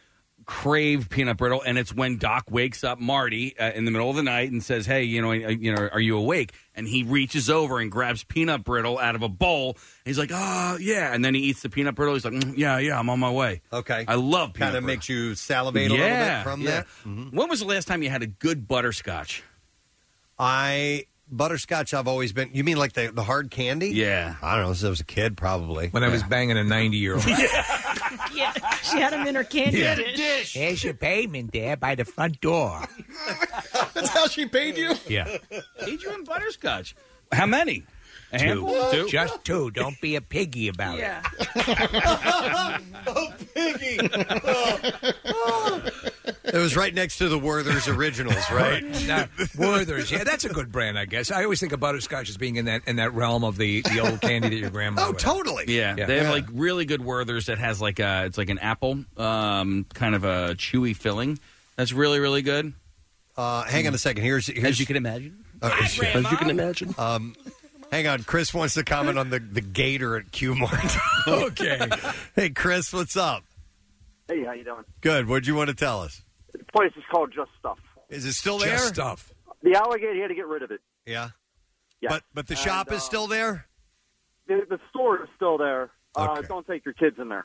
S5: crave peanut brittle and it's when Doc wakes up Marty uh, in the middle of the night and says, "Hey, you know, I, you know, are you awake?" And he reaches over and grabs peanut brittle out of a bowl. And he's like, "Oh, yeah." And then he eats the peanut brittle. He's like, "Mm, "Yeah, yeah, I'm on my way."
S1: Okay.
S5: I love peanut
S1: Kinda
S5: brittle. Mm-hmm.
S1: makes you
S5: Oh,
S1: salivate a little bit from that.
S5: When was the last time you had a good butterscotch?
S1: I butterscotch. I've always been. You mean like the the hard candy?
S5: Yeah.
S1: I don't know. Since I was a kid, probably
S4: when I was banging a ninety
S1: <laughs>
S4: year old.
S3: yeah, she had them in her candy
S4: Yeah.
S3: dish.
S4: There's your payment there by the front door.
S10: <laughs> That's how she paid you?
S4: Yeah.
S5: Paid you in butterscotch. How many? A handful? Two.
S4: Just two. Don't be a piggy about it.
S1: <laughs>
S11: oh, piggy!
S1: Oh. it was right next to the Werther's
S5: <laughs>
S1: Originals, right?
S4: now, Werther's, yeah, that's a good brand, I guess. I always think of butterscotch as being in that in that realm of the, the old candy that your grandma.
S1: Oh,
S4: would have.
S1: totally.
S5: Yeah, they have like really good Werthers that has like a it's like an apple, um, kind of a chewy filling. That's really really good.
S1: Uh, hang on a second. Here's, here's
S5: as you can imagine.
S1: as you can imagine. Um, hang on. Chris wants to
S5: <laughs>
S1: comment on the, the gator at Q Mart. <laughs>
S4: okay.
S1: Hey, Chris, what's up?
S13: Hey, how you doing?
S1: Good. What'd you want to tell us?
S13: The place is called Just Stuff.
S1: Is it still
S13: Just
S1: there?
S4: stuff.
S13: The alligator had to get rid of it.
S1: Yeah.
S13: Yeah.
S1: But but the
S13: And,
S1: shop is
S13: uh,
S1: still there.
S13: The, the store is still there. Uh, don't take your kids in there.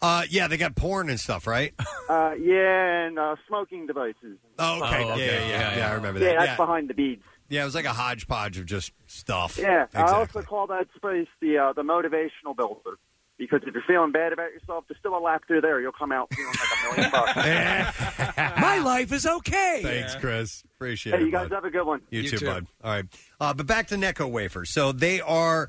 S1: Uh, yeah, they got porn and stuff, right?
S13: Uh, yeah, and uh, smoking devices.
S1: <laughs> Oh, okay. Yeah, yeah, yeah, yeah, I remember
S13: Yeah,
S1: that.
S13: that's
S1: Yeah.
S13: behind the beads.
S1: Yeah, it was like a hodgepodge of just stuff.
S13: Yeah, I
S1: Oh, Exactly.
S13: also call that space the uh, the motivational builder. Because if you're feeling bad about yourself, there's still a lap through there. You'll come out feeling like a
S1: <laughs>
S13: million bucks.
S4: My life is okay.
S1: Thanks, Chris. Appreciate
S13: hey,
S1: it.
S13: you guys
S1: bud.
S13: have a good one.
S1: You, too, bud. All right. Uh, but back to Necco wafers. So they are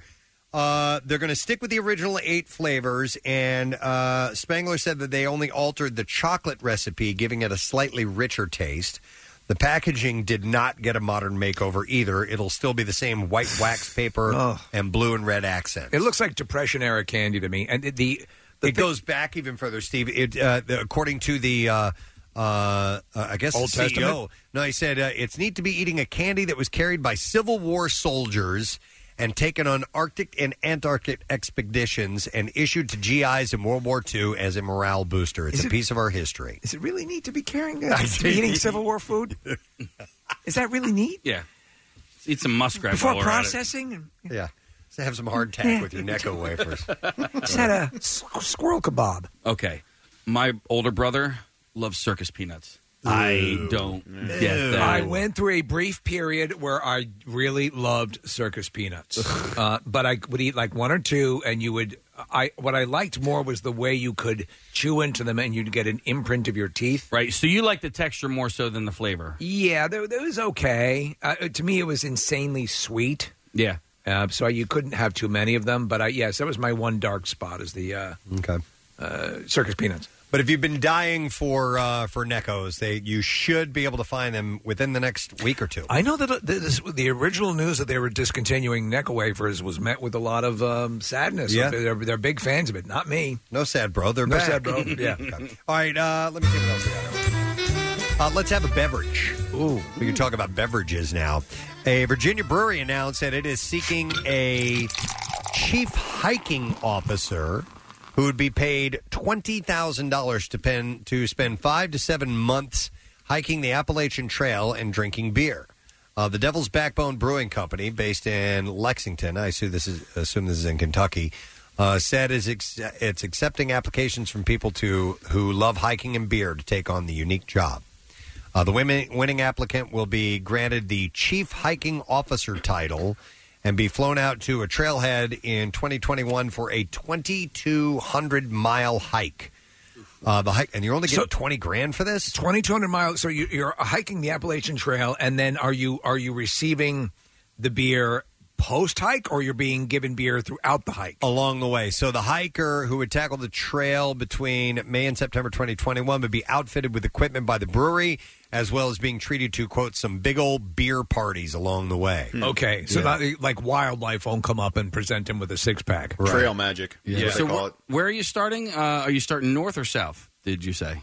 S1: uh, they're going to stick with the original eight flavors, and uh, Spangler said that they only altered the chocolate recipe, giving it a slightly richer taste. The packaging did not get a modern makeover either. It'll still be the same white wax paper
S4: Ugh.
S1: and blue and red accent.
S4: It looks like Depression era candy to me, and it- the.
S1: it goes back even further, Steve. It, uh, the- according to the, uh, uh, uh, I guess,
S4: Old
S1: the CEO.
S4: Testament?
S1: No, he said uh, it's neat to be eating a candy that was carried by Civil War soldiers and taken on Arctic and Antarctic expeditions and issued to GIs in World War II as a morale booster. It's a piece of our history.
S6: Is it really neat to be carrying
S1: I
S6: that? To be
S1: did.
S6: eating Civil War food?
S1: <laughs>
S6: Is that really neat?
S5: Yeah. Eat some muskrat
S6: Before
S5: while we're at it.
S6: processing, and
S1: Yeah. So have some hardtack with your Necco wafers.
S6: just had a s- squirrel kebab.
S5: <laughs> Okay. My older brother loves circus peanuts. I don't get that.
S4: I went through a brief period where I really loved circus peanuts,
S5: <laughs>
S4: uh, but I would eat like one or two, and you would. I what I liked more was the way you could chew into them, and you'd get an imprint of your teeth.
S5: Right. So you like the texture more so than the flavor.
S4: Yeah, that, that was okay. Uh, to me, it was insanely sweet.
S5: Yeah.
S4: Uh, so you couldn't have too many of them, but I, yes, that was my one dark spot is the uh,
S1: okay.
S4: uh, circus peanuts.
S1: But if you've been dying for uh, for Neccos, they you should be able to find them within the next week or two.
S4: I know that uh, th- this, the original news that they were discontinuing Necco wafers was met with a lot of um, sadness.
S1: Yeah.
S4: They're, they're big fans of it, not me.
S1: No sad, bro. They're
S4: no
S1: back. <laughs>
S4: sad, bro. oh, Yeah.
S1: All right, uh, let me see what else we got. Uh, let's have a beverage. Ooh, we can talk about beverages now. A Virginia brewery announced that it is seeking a chief hiking officer who would be paid twenty thousand dollars to pen to spend five to seven months hiking the Appalachian Trail and drinking beer. Uh, the Devil's Backbone Brewing Company, based in Lexington, I assume this is assume this is in Kentucky, uh, said is ex- it's accepting applications from people to who love hiking and beer to take on the unique job. Uh, the women, winning applicant will be granted the chief hiking officer title and be flown out to a trailhead in 2021 for a 2,200 mile hike. Uh, the hike, and you're only getting 20 grand for this.
S4: 2200 miles so you, you're hiking the appalachian trail and then are you are you receiving the beer post hike or you're being given beer throughout the hike
S1: along the way. So the hiker who would tackle the trail between May and September 2021 would be outfitted with equipment by the brewery, as well as being treated to quote some big old beer parties along the way.
S5: Hmm.
S4: okay so not like wildlife won't come up and present him with a six-pack
S10: Trail magic. Yeah.
S5: So where, where are you starting? Uh, are you starting north or south? Did you say?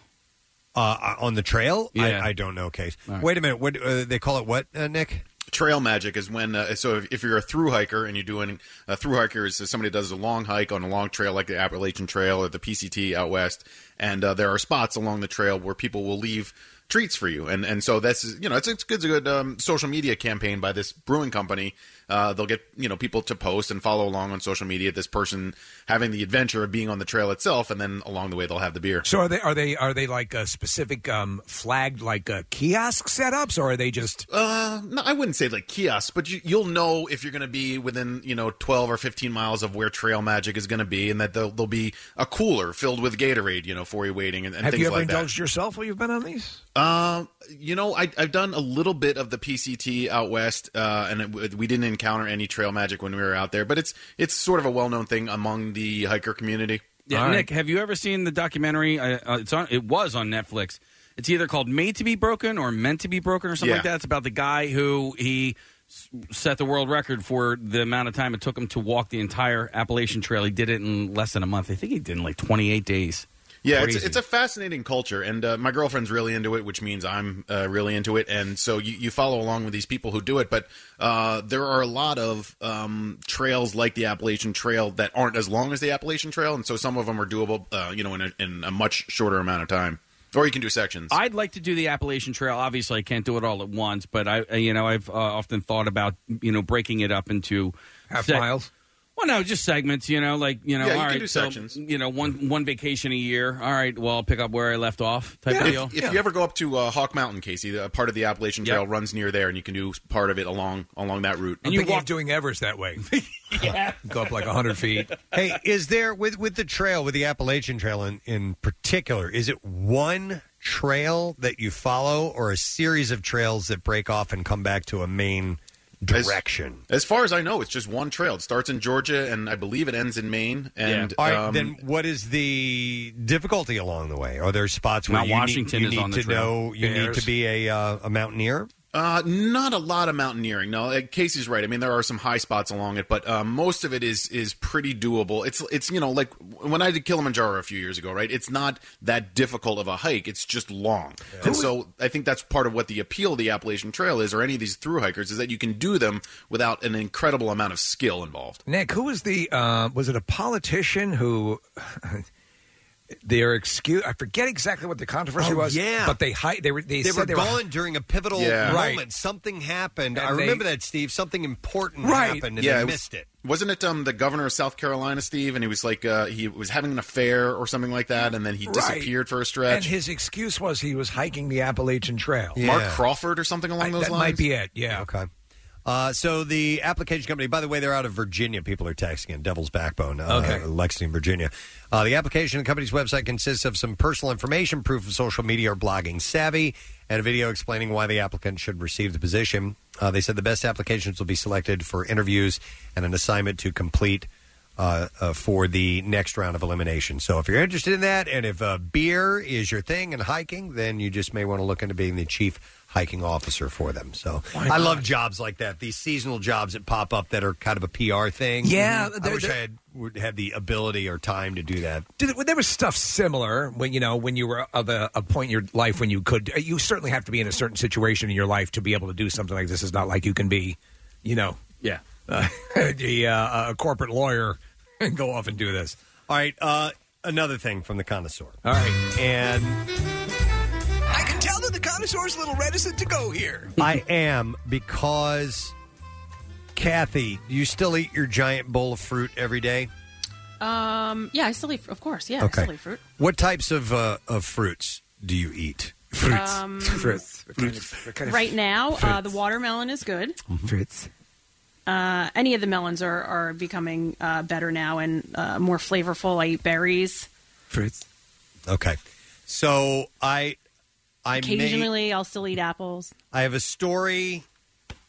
S1: Uh, on the trail?
S5: Yeah.
S1: I, I don't know, Case.
S5: All right.
S1: Wait a minute. What uh, they call it? What uh, Nick?
S10: Trail magic is when, uh, so if, if you're a through hiker and you're doing a through hiker is somebody does a long hike on a long trail like the Appalachian Trail or the PCT out west, and uh, there are spots along the trail where people will leave treats for you, and and so that's you know it's it's, good- it's a good um, social media campaign by this brewing company. Uh, they'll get you know people to post and follow along on social media. This person having the adventure of being on the trail itself, and then along the way they'll have the beer.
S4: so are they are they are they like a specific um flagged like uh, kiosk setups or are they just
S10: Uh, no, I wouldn't say like kiosks, but you, you'll know if you're going to be within you know 12 or 15 miles of where Trail Magic is going to be, and that there'll, there'll be a cooler filled with Gatorade, you know, for you waiting and, and
S4: have
S10: things
S4: you ever
S10: like that.
S4: indulged yourself while you've been on these
S10: Um, you know, I, I've done a little bit of the PCT out west, uh, and it, we didn't encounter any Trail Magic when we were out there, but it's it's sort of a well known thing among the hiker community.
S5: Yeah, Nick, have you ever seen the documentary? Uh, uh, it's on. It was on Netflix. It's either called "Made to Be Broken" or "Meant to Be Broken" or something like
S10: Yeah.
S5: that. It's about the guy who he s- set the world record for the amount of time it took him to walk the entire Appalachian Trail. He did it in less than a month. I think he did it in like 28 days.
S10: Yeah, it's,
S4: Crazy.
S10: it's a fascinating culture, and uh, my girlfriend's really into it, which means I'm uh, really into it, and so you, you follow along with these people who do it. But uh, there are a lot of um, trails like the Appalachian Trail that aren't as long as the Appalachian Trail, and so some of them are doable, uh, you know, in a, in a much shorter amount of time, or you can do sections.
S5: I'd like to do the Appalachian Trail. Obviously, I can't do it all at once, but I, you know, I've uh, often thought about you know breaking it up into
S4: Half miles?
S5: Well, no, just segments. You know, like you know,
S10: Yeah, you
S5: all
S10: can
S5: right,
S10: do
S5: so,
S10: sections.
S5: you know, one one vacation a year. All right, well, I'll pick up where I left off. Type of
S10: If-
S5: deal.
S10: If, you ever go up to uh, Hawk Mountain, Casey, the, part of the Appalachian Trail runs near there, and you can do part of it along along that route.
S4: And you walk doing Everest that way. yeah. Go up like 100 feet.
S1: Hey, is there with with the trail with the Appalachian Trail in in particular? Is it one trail that you follow, or a series of trails that break off and come back to a main
S10: As-
S1: direction?
S10: As, far as I know, it's just one trail. It starts in Georgia, and I believe it ends in Maine. And
S1: All right,
S10: um,
S1: then what is the difficulty along the way? Are there spots where
S10: Mount
S1: you need-
S10: Washington
S1: you
S10: is
S1: need,
S10: on the
S1: to
S10: trail.
S1: know you need
S10: Bears.
S1: to be a uh, a mountaineer?
S10: Uh, not a lot of mountaineering. No, like, Casey's right. I mean, there are some high spots along it, but uh, most of it is is pretty doable. It's it's you know like when I did Kilimanjaro a few years ago, right? It's not that difficult of a hike. It's just long, and so I think that's part of what the appeal of the Appalachian Trail is, or any of these through hikers, is that you can do them without an incredible amount of skill involved.
S4: Nick, who was the uh, was it a politician who their excuse? I forget exactly what the controversy
S1: Oh,
S4: was.
S1: yeah.
S4: but they hi- they were they,
S1: they
S4: said
S1: were
S4: they
S1: gone during a pivotal
S4: Yeah.
S1: moment.
S4: Right.
S1: Something happened.
S4: And
S1: I
S4: they-
S1: remember that, Steve. Something important happened, and they
S10: it was-
S1: missed it.
S10: Wasn't it um, the governor of South Carolina, Steve? And he was like, uh, he was having an affair or something like that, and then he
S4: Right.
S10: disappeared for a
S4: And
S10: stretch.
S4: his excuse was he was hiking the Appalachian Trail.
S10: Mark Crawford or something along
S4: I-
S10: those
S4: that
S10: lines.
S4: might be it. Yeah.
S1: Okay. Uh, so the application company, by the way, they're out of Virginia. People are texting in Devil's Backbone, uh,
S4: Okay.
S1: Lexington, Virginia. Uh, the application company's website consists of some personal information, proof of social media or blogging savvy, and a video explaining why the applicant should receive the position. Uh, they said the best applications will be selected for interviews and an assignment to complete uh, uh, for the next round of elimination. So if you're interested in that, and if uh, beer is your thing and hiking, then you just may want to look into being the chief hiking officer for them. So I love jobs like that. These seasonal jobs that pop up that are kind of a PR thing.
S4: Yeah,
S1: I
S4: they're-
S1: wish I
S4: they're-
S1: had would have the ability or time to do that.
S4: Did it, well, there was stuff similar when you know when you were of a, a point in your life when you could. uh, You certainly have to be in a certain situation in your life to be able to do something like this. It's not like you can be, you know,
S5: yeah,
S4: uh,
S1: <laughs>
S4: the uh, a corporate lawyer and go off and do this.
S1: All right, uh, another thing from the connoisseur.
S4: All right,
S1: and
S12: I can tell that the connoisseur's a little reticent to go here.
S1: I am because Kathy, do you still eat your giant bowl of fruit every day?
S3: Um, yeah, I still eat, of course. Yeah, I still eat fruit.
S1: What types of uh, of fruits do you eat? <laughs>
S3: Fruits. Um, Fruits. Right now, uh, the watermelon is good.
S1: Mm-hmm.
S4: Fruits.
S3: Uh, any of the melons are, are becoming uh, better now and uh, more flavorful. I eat berries.
S1: Fruits. Okay, so I I may,
S3: Occasionally, I'll still eat apples.
S1: I have a story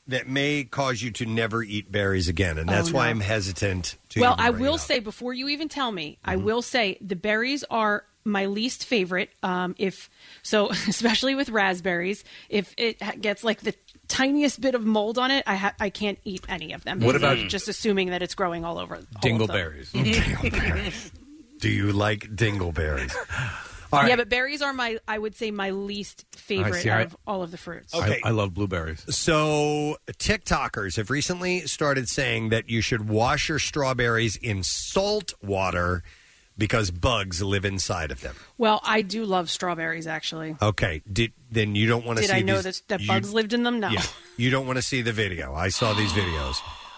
S1: that may cause you to never eat berries again, and
S3: Oh,
S1: that's why
S3: no.
S1: I'm hesitant to.
S3: well,
S1: even
S3: I
S1: bring
S3: will
S1: it Mm-hmm.
S3: say before you even tell me, I will say the berries are my least favorite. Um, if so, <laughs> especially with raspberries, if it ha- gets like the tiniest bit of mold on it, I ha- I can't eat any of them.
S1: What
S3: Basically,
S1: about-
S3: just assuming that it's growing all over? all of them.
S4: Dingleberries.
S1: up.
S3: <laughs>
S1: Do you like dingleberries?
S3: Yeah, but berries are my I would say my least favorite
S1: see, all right.
S3: of all of the fruits.
S1: I
S4: love blueberries.
S1: So, TikTokers have recently started saying that you should wash your strawberries in salt water because bugs live inside of them.
S3: Well, I do love strawberries actually.
S1: Okay, did, then you don't want to
S3: Did
S1: see.
S3: I know
S1: these-
S3: that that
S1: you-
S3: bugs lived in them? No.
S1: Yeah, you don't want to see the video. I
S16: <gasps>
S1: saw these videos.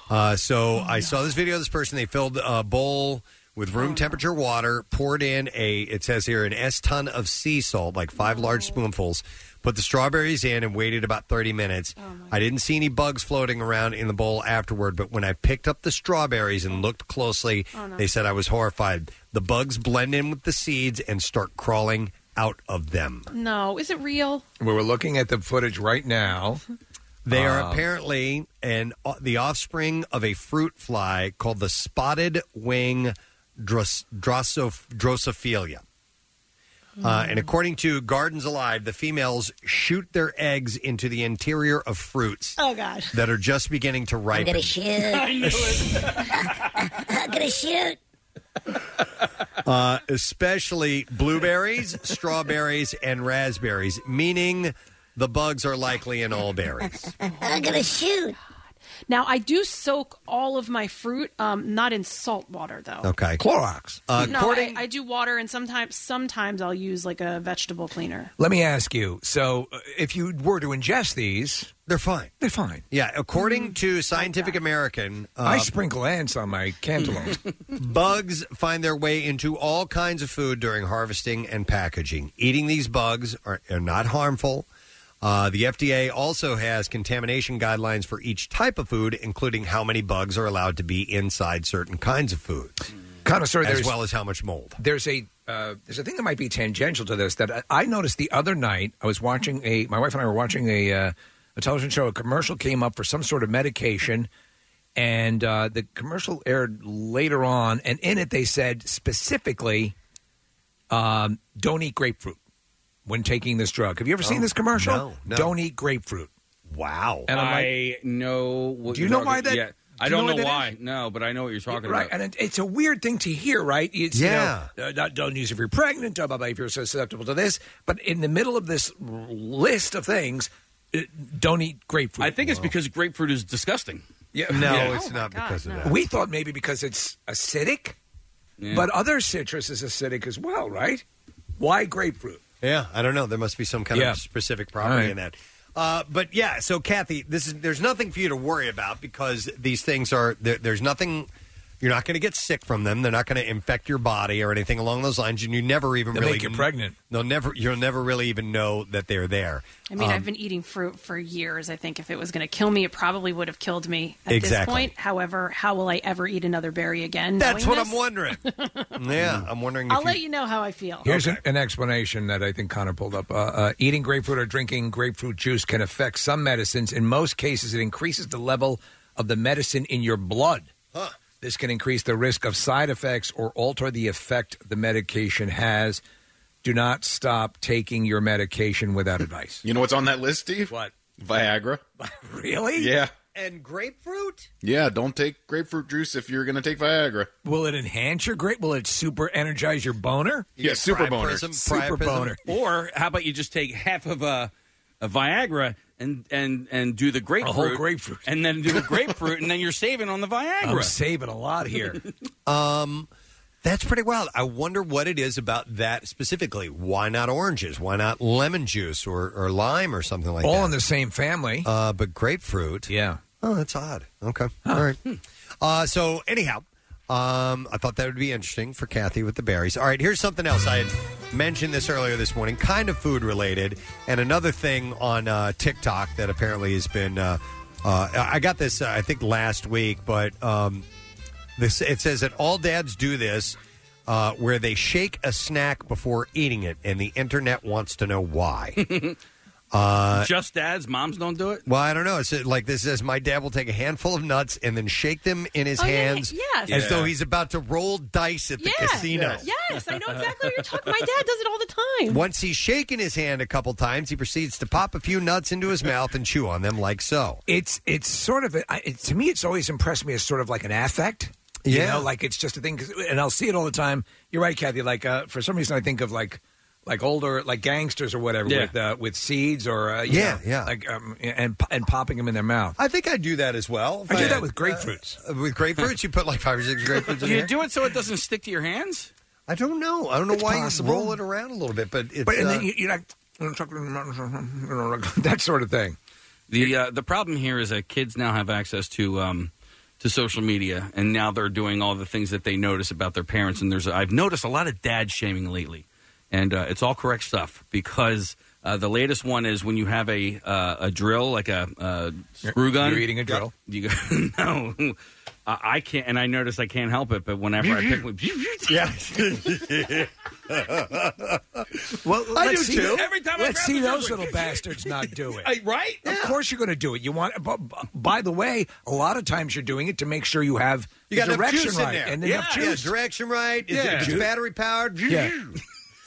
S1: Uh, so
S16: Oh,
S1: I saw this video. of This person they filled a bowl with
S16: Oh.
S1: room temperature water, poured in a it says here an s ton of sea salt, like five
S16: Oh.
S1: large spoonfuls. Put the strawberries in and waited about thirty minutes.
S16: Oh,
S1: I didn't see any bugs floating around in the bowl afterward, but when I picked up the strawberries and looked closely,
S16: Oh, no.
S1: they said I was horrified. The bugs blend in with the seeds and start crawling out of them.
S3: No, is it real?
S4: We were looking at the footage right now.
S1: They are
S4: Um,
S1: apparently an uh, the offspring of a fruit fly called the spotted wing dros, droso, drosophilia. Uh,
S6: Mm.
S1: and according to Gardens Alive, the females shoot their eggs into the interior of fruits
S3: Oh God.
S1: that are just beginning to ripen.
S18: I'm gonna shoot. I'm gonna shoot.
S1: uh, especially blueberries, strawberries, and raspberries, meaning the bugs are likely in all berries.
S3: I'm gonna shoot. Now I do soak all of my fruit, um, not in salt water though.
S1: Okay. Clorox. Uh,
S3: no,
S1: according-
S3: I, I do water, and sometimes sometimes I'll use like a vegetable cleaner.
S4: Let me ask you. So, uh, if you were to ingest these,
S1: they're fine.
S4: They're fine.
S1: yeah, according to Scientific American, uh,
S4: I sprinkle ants on my <laughs> cantaloupes.
S1: <laughs> bugs find their way into all kinds of food during harvesting and packaging. Eating these bugs are, are not harmful. Uh, the FDA also has contamination guidelines for each type of food, including how many bugs are allowed to be inside certain kinds of food.
S4: Connoisseur,
S1: as
S4: there's-
S1: well as how much mold.
S4: There's a uh, there's a thing that might be tangential to this that I- I noticed the other night. I was watching a my wife and I were watching a uh, a television show. A commercial came up for some sort of medication, and uh, the commercial aired later on. And in it, they said specifically, um, "Don't eat grapefruit when taking this drug." Have you ever seen this commercial?
S5: Oh, no, no.
S4: Don't eat grapefruit.
S1: Wow.
S4: And I'm like,
S5: I know. What
S4: Do you
S5: you're
S4: know
S5: talking-
S4: why that-
S5: Yeah. I
S4: do you
S5: don't
S4: know
S5: know,
S4: why that
S5: why. No, but I know what you're talking
S4: right,
S5: about.
S4: and it, it's a weird thing to hear, right? It's, You know, uh, not, don't use if you're pregnant, blah, blah, blah, if you're so susceptible to this. But in the middle of this r- list of things, uh, don't eat grapefruit.
S5: I think it's because grapefruit is disgusting.
S4: Yeah.
S5: No, Yeah. it's Oh
S1: not because
S5: of no. that.
S4: We thought maybe because it's acidic, but other citrus is acidic as well, right? Why grapefruit?
S1: Yeah, I don't know. There must be some kind
S4: Yeah.
S1: of specific property
S4: All right.
S1: in that. Uh, but yeah, so Kathy, this is there's nothing for you to worry about because these things are there, there's nothing. You're not going to get sick from them. They're not going to infect your body or anything along those lines. And you never even
S4: They'll
S1: really
S4: make you pregnant.
S1: They'll never. You'll never really even know that they're there.
S3: I mean,
S1: Um,
S3: I've been eating fruit for years. I think if it was going to kill me, it probably would have killed me at
S1: Exactly.
S3: this point. However, how will I ever eat another berry again?
S1: That's
S3: knowing
S1: what I'm
S3: this?
S1: wondering. yeah, I'm wondering.
S3: <laughs> I'll
S4: if you-
S3: let you know how I feel.
S4: Here's an, an explanation that I think Connor pulled up. Uh, uh, eating grapefruit or drinking grapefruit juice can affect some medicines. In most cases, it increases the level of the medicine in your blood. This can increase the risk of side effects or alter the effect the medication has. Do not stop taking your medication without advice.
S10: You know what's on that list, Steve? What? Viagra.
S4: <laughs> Really?
S10: Yeah.
S1: And grapefruit?
S10: Yeah, don't take grapefruit juice if you're going to take Viagra.
S4: Will it enhance your grape? Will it super energize your boner?
S10: Yeah, super boner.
S4: Super boner.
S5: Or how about you just take half of a, a Viagra and and and do the grapefruit,
S4: whole grapefruit.
S5: and
S4: <laughs>
S5: then do the grapefruit, and then you're saving on the Viagra.
S4: I'm saving a lot here.
S1: Um, that's pretty wild. I wonder what it is about that specifically. Why not oranges? Why not lemon juice or, or lime or something like
S4: All
S1: that?
S4: in the same family.
S1: Uh, but grapefruit.
S4: Yeah.
S1: Oh, that's odd. Okay. All right. Uh, so, anyhow, um, I thought that would be interesting for Kathy with the berries. All right, here's something else. I had mentioned this earlier this morning, kind of food related, and another thing on uh, TikTok that apparently has been. Uh, uh, I I got this, uh, I think, last week, but um, this it says that all dads do this. Uh, where they shake a snack before eating it, and the internet wants to know why. <laughs> uh,
S5: <laughs> Just dads, moms don't do it.
S1: well, I don't know. It's uh, like this says my dad will take a handful of nuts and then shake them in his
S3: Oh, yeah,
S1: hands
S3: yes.
S1: as
S3: Yeah.
S1: though he's about to roll dice at the
S3: Yeah.
S1: casino.
S3: Yes. I know exactly what you're talking. My dad does it all the time.
S1: Once he's shaken his hand a couple times, he proceeds to pop a few nuts into his mouth and chew on them like so.
S4: it's it's sort of a, I- it, to me it's always impressed me as sort of like an affect you
S1: Yeah.
S4: know like it's just a thing 'cause- and i'll see it all the time you're right kathy like uh, for some reason i think of like like older like gangsters or whatever
S1: Yeah.
S4: with uh, with seeds or uh, you
S1: Yeah,
S4: know,
S1: yeah.
S4: like um, and and popping them in their mouth
S1: I think I do that as well.
S4: i do that with grapefruits
S1: Uh, with grapefruits, you put like five or six grapefruits
S5: Do
S1: in
S5: you
S1: there.
S5: do it so it doesn't stick <laughs> to your hands?
S1: I don't know. I don't know
S5: It's
S1: why
S5: possible.
S1: you roll it around a little bit, but it's.
S4: but and then
S1: uh,
S4: you, you're like you know, like that sort of thing
S5: The uh, the problem here is that kids now have access to um, to social media, and now they're doing all the things that they notice about their parents. And there's I've noticed a lot of dad shaming lately, and uh, it's all correct stuff because uh, the latest one is when you have a uh, a drill like a, uh screw gun.
S4: You're eating a drill.
S5: You go <laughs> no. I I can't, and I notice I can't help it. But whenever I pick, yeah.
S1: <laughs>
S4: well let's see-
S5: Every time
S4: let's
S5: I grab
S4: see
S5: the drill,
S4: those
S5: like-
S4: little bastards
S1: <laughs>
S4: not do it
S5: right?
S4: Of course, you're going to do it. You want. But, by the way, a lot of times you're doing it to make sure you have
S1: You
S4: the
S1: got enough
S4: direction
S1: juice in
S4: right
S1: there.
S4: and
S1: yeah.
S4: enough juice.
S1: Yeah, direction right. Is
S4: Yeah.
S1: it, if
S4: Juice.
S1: it's battery powered.
S4: Yeah.
S1: <laughs>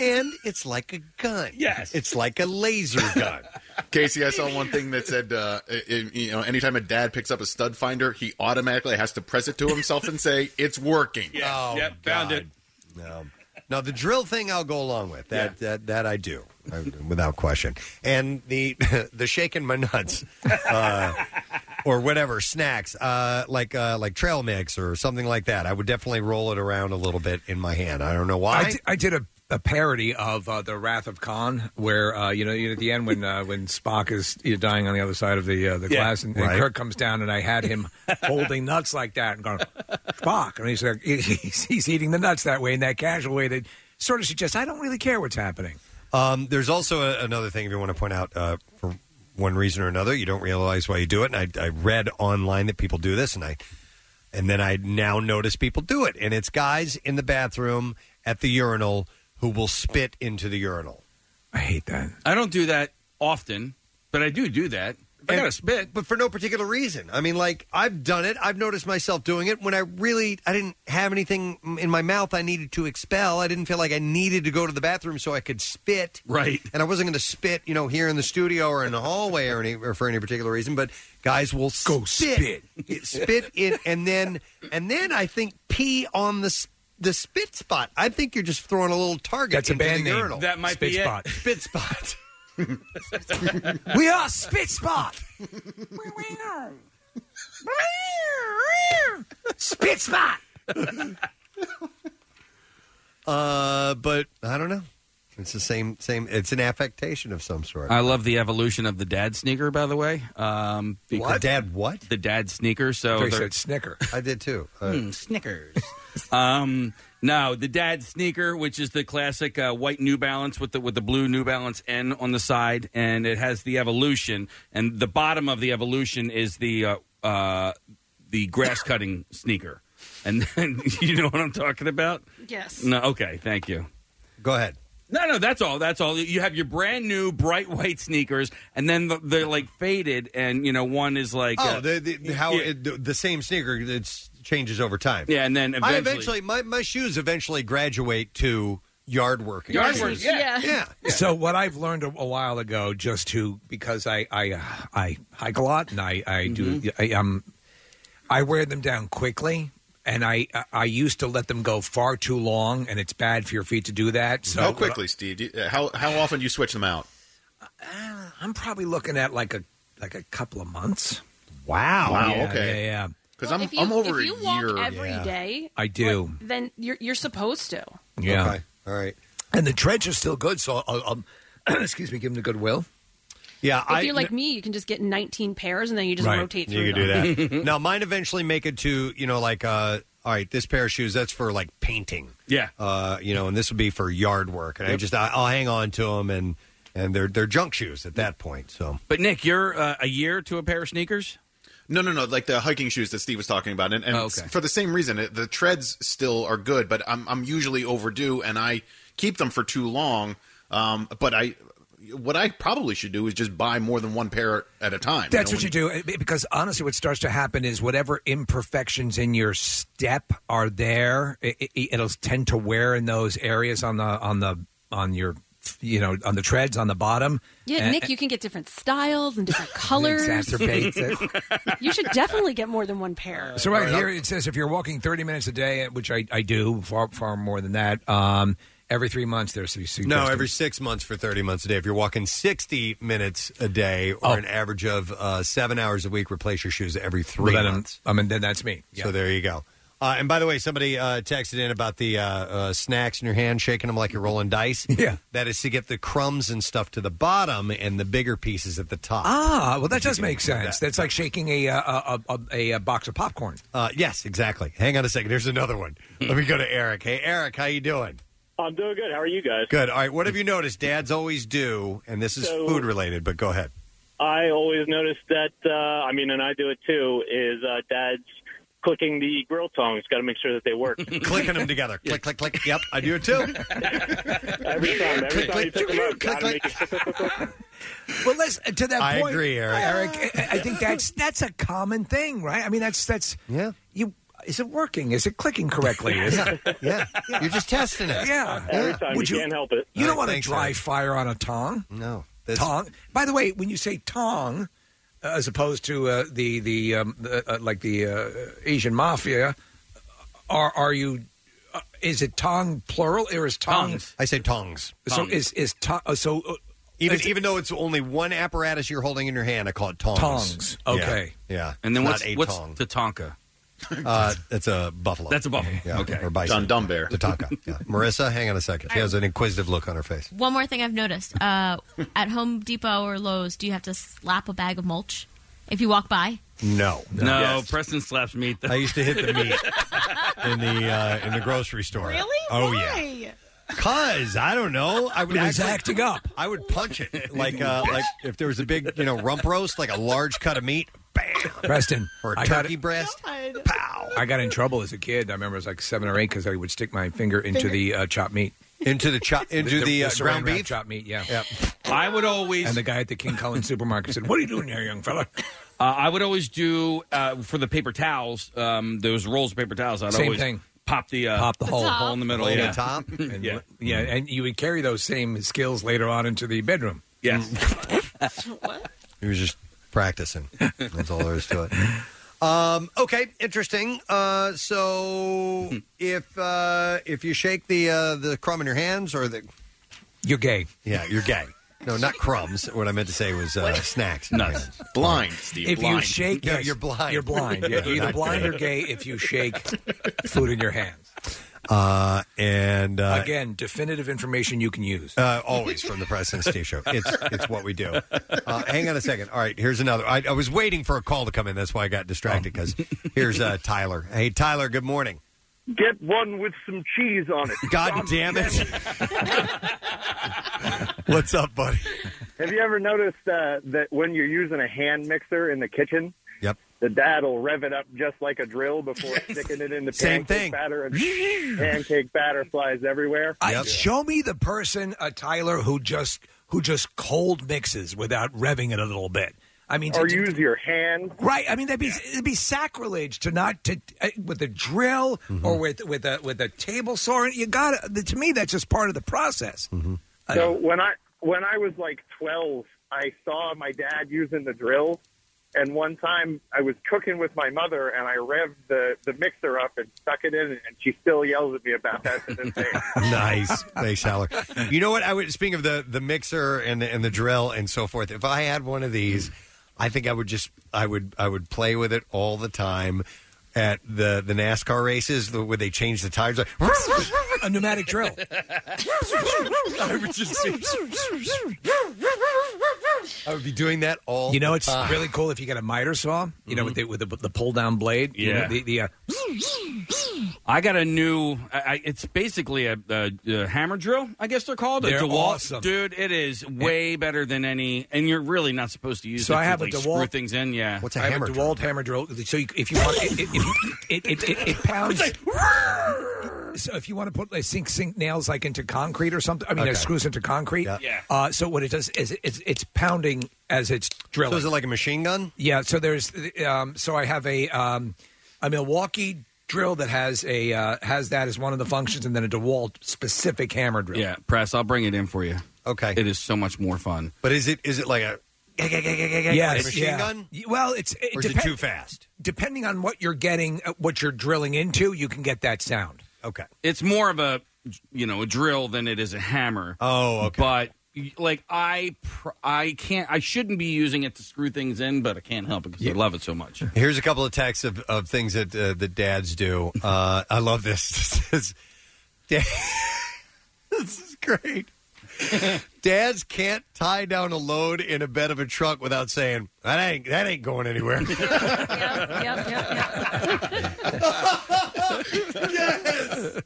S1: And it's like a gun.
S5: Yes.
S1: It's like a laser gun.
S10: <laughs> Casey, I saw one thing that said, uh, i- i- you know, anytime a dad picks up a stud finder, he automatically has to press it to himself and say, "It's working."
S5: Yeah. yep. Found it.
S1: Oh, No. Now the drill thing I'll go along with that that, that I do I- without question, and the <laughs> the shaking my nuts uh, or whatever snacks uh, like uh, like trail mix or something like that. I would definitely roll it around a little bit in my hand. I don't know why.
S4: I di- I did a, a parody of uh, the Wrath of Khan, where uh, you know you know, at the end
S1: <laughs>
S4: when uh, when Spock is you know, dying on the other side of the uh, the
S12: Yeah.
S4: glass, and, and
S12: Right.
S4: Kirk comes down, and I
S1: <laughs>
S4: had him holding nuts like that and going Spock, and he's like he's, he's eating the nuts that way in that casual way that sort of suggests I don't really care what's happening.
S1: Um, there's also a, another thing if you want to point out uh, for one reason or another, you don't realize why you do it. And I, I read online that people do this, and I and then I now notice people do it, and it's guys in the bathroom at the urinal who will spit into the urinal.
S4: I hate that.
S5: I don't do that often, but I do do that. If I
S1: And-
S5: got to spit.
S1: but for no particular reason. I mean, like I've done it. I've noticed myself doing it when I really I didn't have anything in my mouth I needed to expel. I didn't feel like I needed to go to the bathroom so I could spit.
S5: Right.
S1: And I wasn't going to spit, you know, here in the studio or in the hallway or, any, or for any particular reason. But guys will go spit, spit, in, and then and then I think pee on the s- the spit spot. I think you're just throwing a little target
S4: That's a
S1: into
S4: band
S1: the
S4: name.
S1: urinal.
S4: That might be Spit it.
S1: Spit
S4: spot.
S1: spot. <laughs>
S4: <laughs> we are spit spot. spit spot.
S1: Uh, but I don't know. It's the same same. It's an affectation of some sort.
S5: I love the evolution of the dad sneaker, by the way. Um,
S1: What? dad what?
S5: The dad sneaker. So
S1: I thought you
S5: they're-
S1: said <laughs>
S4: snicker.
S1: I did too. Uh,
S5: Hmm, Snickers. um, no, the dad sneaker, which is the classic uh, white New Balance with the with the blue New Balance N on the side, and it has the evolution, and the bottom of the evolution is the uh, uh, the grass cutting sneaker, and <laughs> then you know what I'm talking about.
S3: Yes.
S5: No, okay, thank you.
S1: Go ahead.
S5: No, no, that's all. That's all. You have your brand new bright white sneakers, and then the, they're like faded, and you know one is like
S1: oh,
S5: uh,
S1: the, the, how
S5: yeah.
S1: it, the, the same sneaker it changes over time.
S5: Yeah, and then
S1: I
S5: eventually-
S1: eventually my, my shoes eventually graduate to yard working. shoes. yeah.
S4: So what I've learned a, a while ago, just to because I I uh, I hike a lot and I I
S10: Mm-hmm.
S4: do I, um I wear them down quickly. And I I- I used to let them go far too long, and it's bad for your feet to do that. So
S10: how quickly, Steve? Do you- How how often do you switch them out?
S4: uh, I'm probably looking at like a like a couple of months.
S1: Wow.
S10: Wow,
S4: Yeah,
S10: okay.
S4: Yeah. yeah.
S10: Because
S3: Well,
S10: I'm
S3: if you,
S10: I'm over
S3: if you
S10: a
S3: walk
S10: year.
S3: every day,
S4: I do.
S3: then you're you're supposed to.
S4: Yeah.
S1: Okay. All right.
S4: And the trench is still good, so I'll, <clears throat> um, excuse me, give him the goodwill.
S1: Yeah.
S3: If you're like me, you can just get 19 pairs and then you just rotate through.
S1: You can
S3: them.
S1: do that. now, mine eventually make it to you know like uh, all right, this pair of shoes that's for like painting.
S5: Yeah.
S1: Uh, you know, and this would be for <laughs> yard work, and I
S5: Yep.
S1: just I, I'll hang on to them, and and they're they're junk shoes at that point. So
S5: But Nick, you're uh, a year to a pair of sneakers.
S10: No, no, no. Like the hiking shoes that Steve was talking about, and, and
S5: Oh, okay.
S10: for the same reason, it- the treads still are good, but I'm I'm usually overdue, and I keep them for too long. Um, but I, what I probably should do is just buy more than one pair at a time.
S4: That's
S10: know,
S4: what you do eh, because honestly, what starts to happen is whatever imperfections in your step are there, it, it, it'll tend to wear in those areas on the on the on your you know on the treads on the bottom.
S3: <laughs> Yeah,
S4: And-
S3: Nick, you can get different styles and different colors.
S4: exacerbates
S3: <laughs> You should definitely get more than one pair.
S4: eh, So right <laughs> here it says if you're walking 30 minutes a day, which I, I do far far more than that. Um, every three months there's suggestions.
S1: No, every six months for 30 months a day. If you're walking 60 minutes a day or
S4: Oh.
S1: an average of uh, seven hours a week, replace your shoes every three
S4: Well, then I'm-
S1: months.
S4: I mean, then that's me.
S1: So there you go. Uh, and by the way, somebody uh, texted in about the uh, uh, snacks in your hand, shaking them like you're rolling
S4: <laughs>
S1: dice. Yeah. That is to get the crumbs and stuff to the bottom and the bigger pieces at the top.
S4: Ah, well, that
S1: If you
S4: does
S1: can
S4: make
S1: do that.
S4: sense. That's like shaking a uh, a, a, a, a box of popcorn.
S1: Uh, yes, exactly. Hang on a second. Here's another
S4: <laughs>
S1: one. Let me go to Eric. Hey, Eric, how you doing?
S16: I'm doing good. How are you guys?
S1: Good. All right. What have you noticed dads always do? And this is
S16: So-
S1: food related, but go ahead.
S16: I always notice that. Uh, I mean, and I do it too. Is uh, Dad's clicking the grill tongs? Got to make sure that they work.
S1: <laughs> Clicking them together. Click, click, click. Yep, I do it too.
S16: every time. Every time you pick them up, gotta make it
S4: <laughs> Well, listen to that
S1: I
S4: point.
S1: agree, Eric.
S4: Eric, I, I think that's that's a common thing, right? I mean, that's that's
S1: yeah.
S4: You is it working? Is it clicking correctly? Is
S1: Yeah, <laughs> yeah. You're just testing it.
S4: Yeah.
S1: Every time,
S4: Would
S1: you can't help it.
S4: You
S1: All
S4: don't
S1: right,
S4: want to
S1: thanks,
S4: dry
S1: Eric.
S4: fire on a tong.
S1: No.
S4: Tong. By the way, when you say tong, uh, as opposed to uh, the the, um, the uh, like the uh, Asian mafia, are are you? Uh, is it tong plural or is tong?
S1: I say tongs.
S4: So is is tong? Uh, so uh,
S1: Even
S4: is-
S1: even though it's only one apparatus you're holding in your hand, I call it tongs.
S4: Tongs. Okay.
S1: Yeah. yeah.
S5: And then
S1: Not
S5: what's
S1: a
S5: what's
S1: tong.
S5: the Tonka?
S1: Uh, that's a buffalo.
S5: That's a buffalo.
S1: Yeah.
S5: Okay.
S1: Or bison.
S10: John Dunbar.
S1: The tonka.
S10: <laughs>
S1: Yeah. Marissa, hang on a second. She has an inquisitive look on her face.
S14: One more thing I've noticed uh, at Home Depot or Lowe's, do you have to slap a bag of mulch if you walk by?
S1: No.
S5: No, Preston slaps meat.
S1: I used to hit the
S4: <laughs>
S5: <laughs>
S1: meat in the uh, in the grocery store. Really? Oh yeah. Cause I don't know. I would
S4: It was acting up.
S1: I would punch it like uh, like if there was a big you know rump roast, like a large cut of meat. Bam.
S4: Preston,
S1: or a
S4: I got
S1: turkey
S4: it.
S1: breast.
S4: I got in trouble as a kid. I remember I was like seven or eight because I would stick my finger into
S1: Finger.
S4: the uh, chopped meat.
S1: Into the chop, into the, uh,
S4: saran
S1: ground
S4: wrap
S1: beef?
S4: chopped meat. Yeah,
S5: I would always.
S4: And the guy at the King Cullen supermarket said, "What are you doing here, young fella?"
S5: Uh, I would always do uh, for the paper towels, um, those rolls of paper towels. I'd
S4: Same
S5: always
S4: thing.
S5: Pop the uh,
S4: Pop the hole.
S5: hole in the middle.
S4: Lay the
S5: yeah.
S4: top.
S5: yeah. Mm-hmm.
S4: Yeah, and you would carry those same skills later on into the bedroom. Mm.
S5: Yes. <laughs>
S1: He was just practicing. That's all there is to it. Um, okay, interesting. Uh, so if uh, if you shake the uh, the crumb in your hands or the
S4: you're gay.
S1: Yeah, you're gay. No, not crumbs. What I meant to say was uh, snacks.
S4: Nuts.
S10: Blind, Steve.
S4: if you shake,
S1: yeah,
S4: yes,
S1: you're blind.
S4: You're
S5: <laughs>
S4: blind. Yeah, you're either
S1: Not
S4: blind
S1: gay.
S4: or gay if you shake food in your hands.
S1: Uh, and uh,
S4: Again, definitive information you can use.
S1: Uh, always from the President Steve Show. It's it's what we do. Uh, hang on a second. All right, here's another. I, I was waiting for a call to come in. That's why I got distracted. Because here's uh, Tyler. Hey, Tyler. Good morning.
S18: Get one with some cheese on it.
S1: God damn it! <laughs> What's up, buddy?
S18: Have you ever noticed uh, that when you're using a hand mixer in the kitchen,
S1: Yep.
S18: the dad will rev it up just like a drill before sticking it in the
S4: Same
S18: pancake
S4: thing.
S18: batter. And pancake batter flies everywhere.
S4: I, Show me the person, uh, Tyler, who just who just cold mixes without revving it a little bit. I mean, to-
S18: or
S4: to-
S18: use your hand.
S4: Right. I mean, that'd be it'd be sacrilege to not to uh, with a drill
S1: Mm-hmm.
S4: or with with a with a table saw. You got to to me. That's just part of the process.
S1: Mm-hmm.
S4: Uh,
S18: So when I when I was like twelve, I saw my dad using the drill, and one time I was cooking with my mother, and I revved the the mixer up and stuck it in, and she still yells at me about that to this <laughs> day.
S1: Nice, thanks, Tyler. You know what? I would speaking of the the mixer and the, and the drill and so forth. If I had one of these, I think I would just I would I would play with it all the time at the the NASCAR races the, where they change the tires. Like,
S4: a pneumatic drill.
S1: I would just I would <laughs> be doing that all.
S4: You know,
S1: the
S4: it's
S1: time. Mm-hmm.
S4: really cool if you get a miter saw. You know, with the, with the, the pull down blade. You know,
S5: <laughs> Yeah.
S4: the, the, uh,
S5: I got a new. I, I, it's basically a, a, a hammer drill, I guess they're called.
S4: They're
S5: a DeWalt,
S4: awesome.
S5: dude. It is way better than any, and you're really not supposed to use.
S4: So
S5: it
S4: I
S5: to,
S4: have a
S5: like,
S4: DeWalt-
S5: Screw things in, yeah.
S4: I have a DeWalt hammer drill. So you, if you want, it, it, <laughs> it, it, it, it pounds. so if you want to put like sink sink nails like into concrete or something, I mean,
S1: Okay.
S4: it screws into concrete.
S1: Yeah.
S4: Uh, so what it does is it- it's it's pounding as it's drilling.
S1: So is it like a machine gun?
S4: Yeah. So there's um, so I have a um, a Milwaukee drill that has a uh, has that as one of the functions, and then a DeWalt specific hammer drill.
S5: <laughs> Yeah, press. I'll bring it in for you.
S1: Okay.
S5: It is so much more fun.
S1: But is it is it like a
S4: Yes,
S1: like a machine
S4: yeah.
S1: gun?
S4: Y- Well, it's it
S1: Or is it
S4: depend-
S1: too fast?
S4: Depending on what you're getting, uh, what you're drilling into, you can get that sound.
S1: Okay.
S5: It's more of a you know a drill than it is a hammer.
S1: Oh,
S5: okay. But like I, pr- I can't. I shouldn't be using it to screw things in, but I can't help it because I love it so much.
S1: Here's a couple of texts of, of things that uh, the dads do. Uh, I love this. <laughs> This is, dad, <laughs> this is great. Dads can't tie down a load in a bed of a truck without saying that ain't that ain't going anywhere.
S11: yes.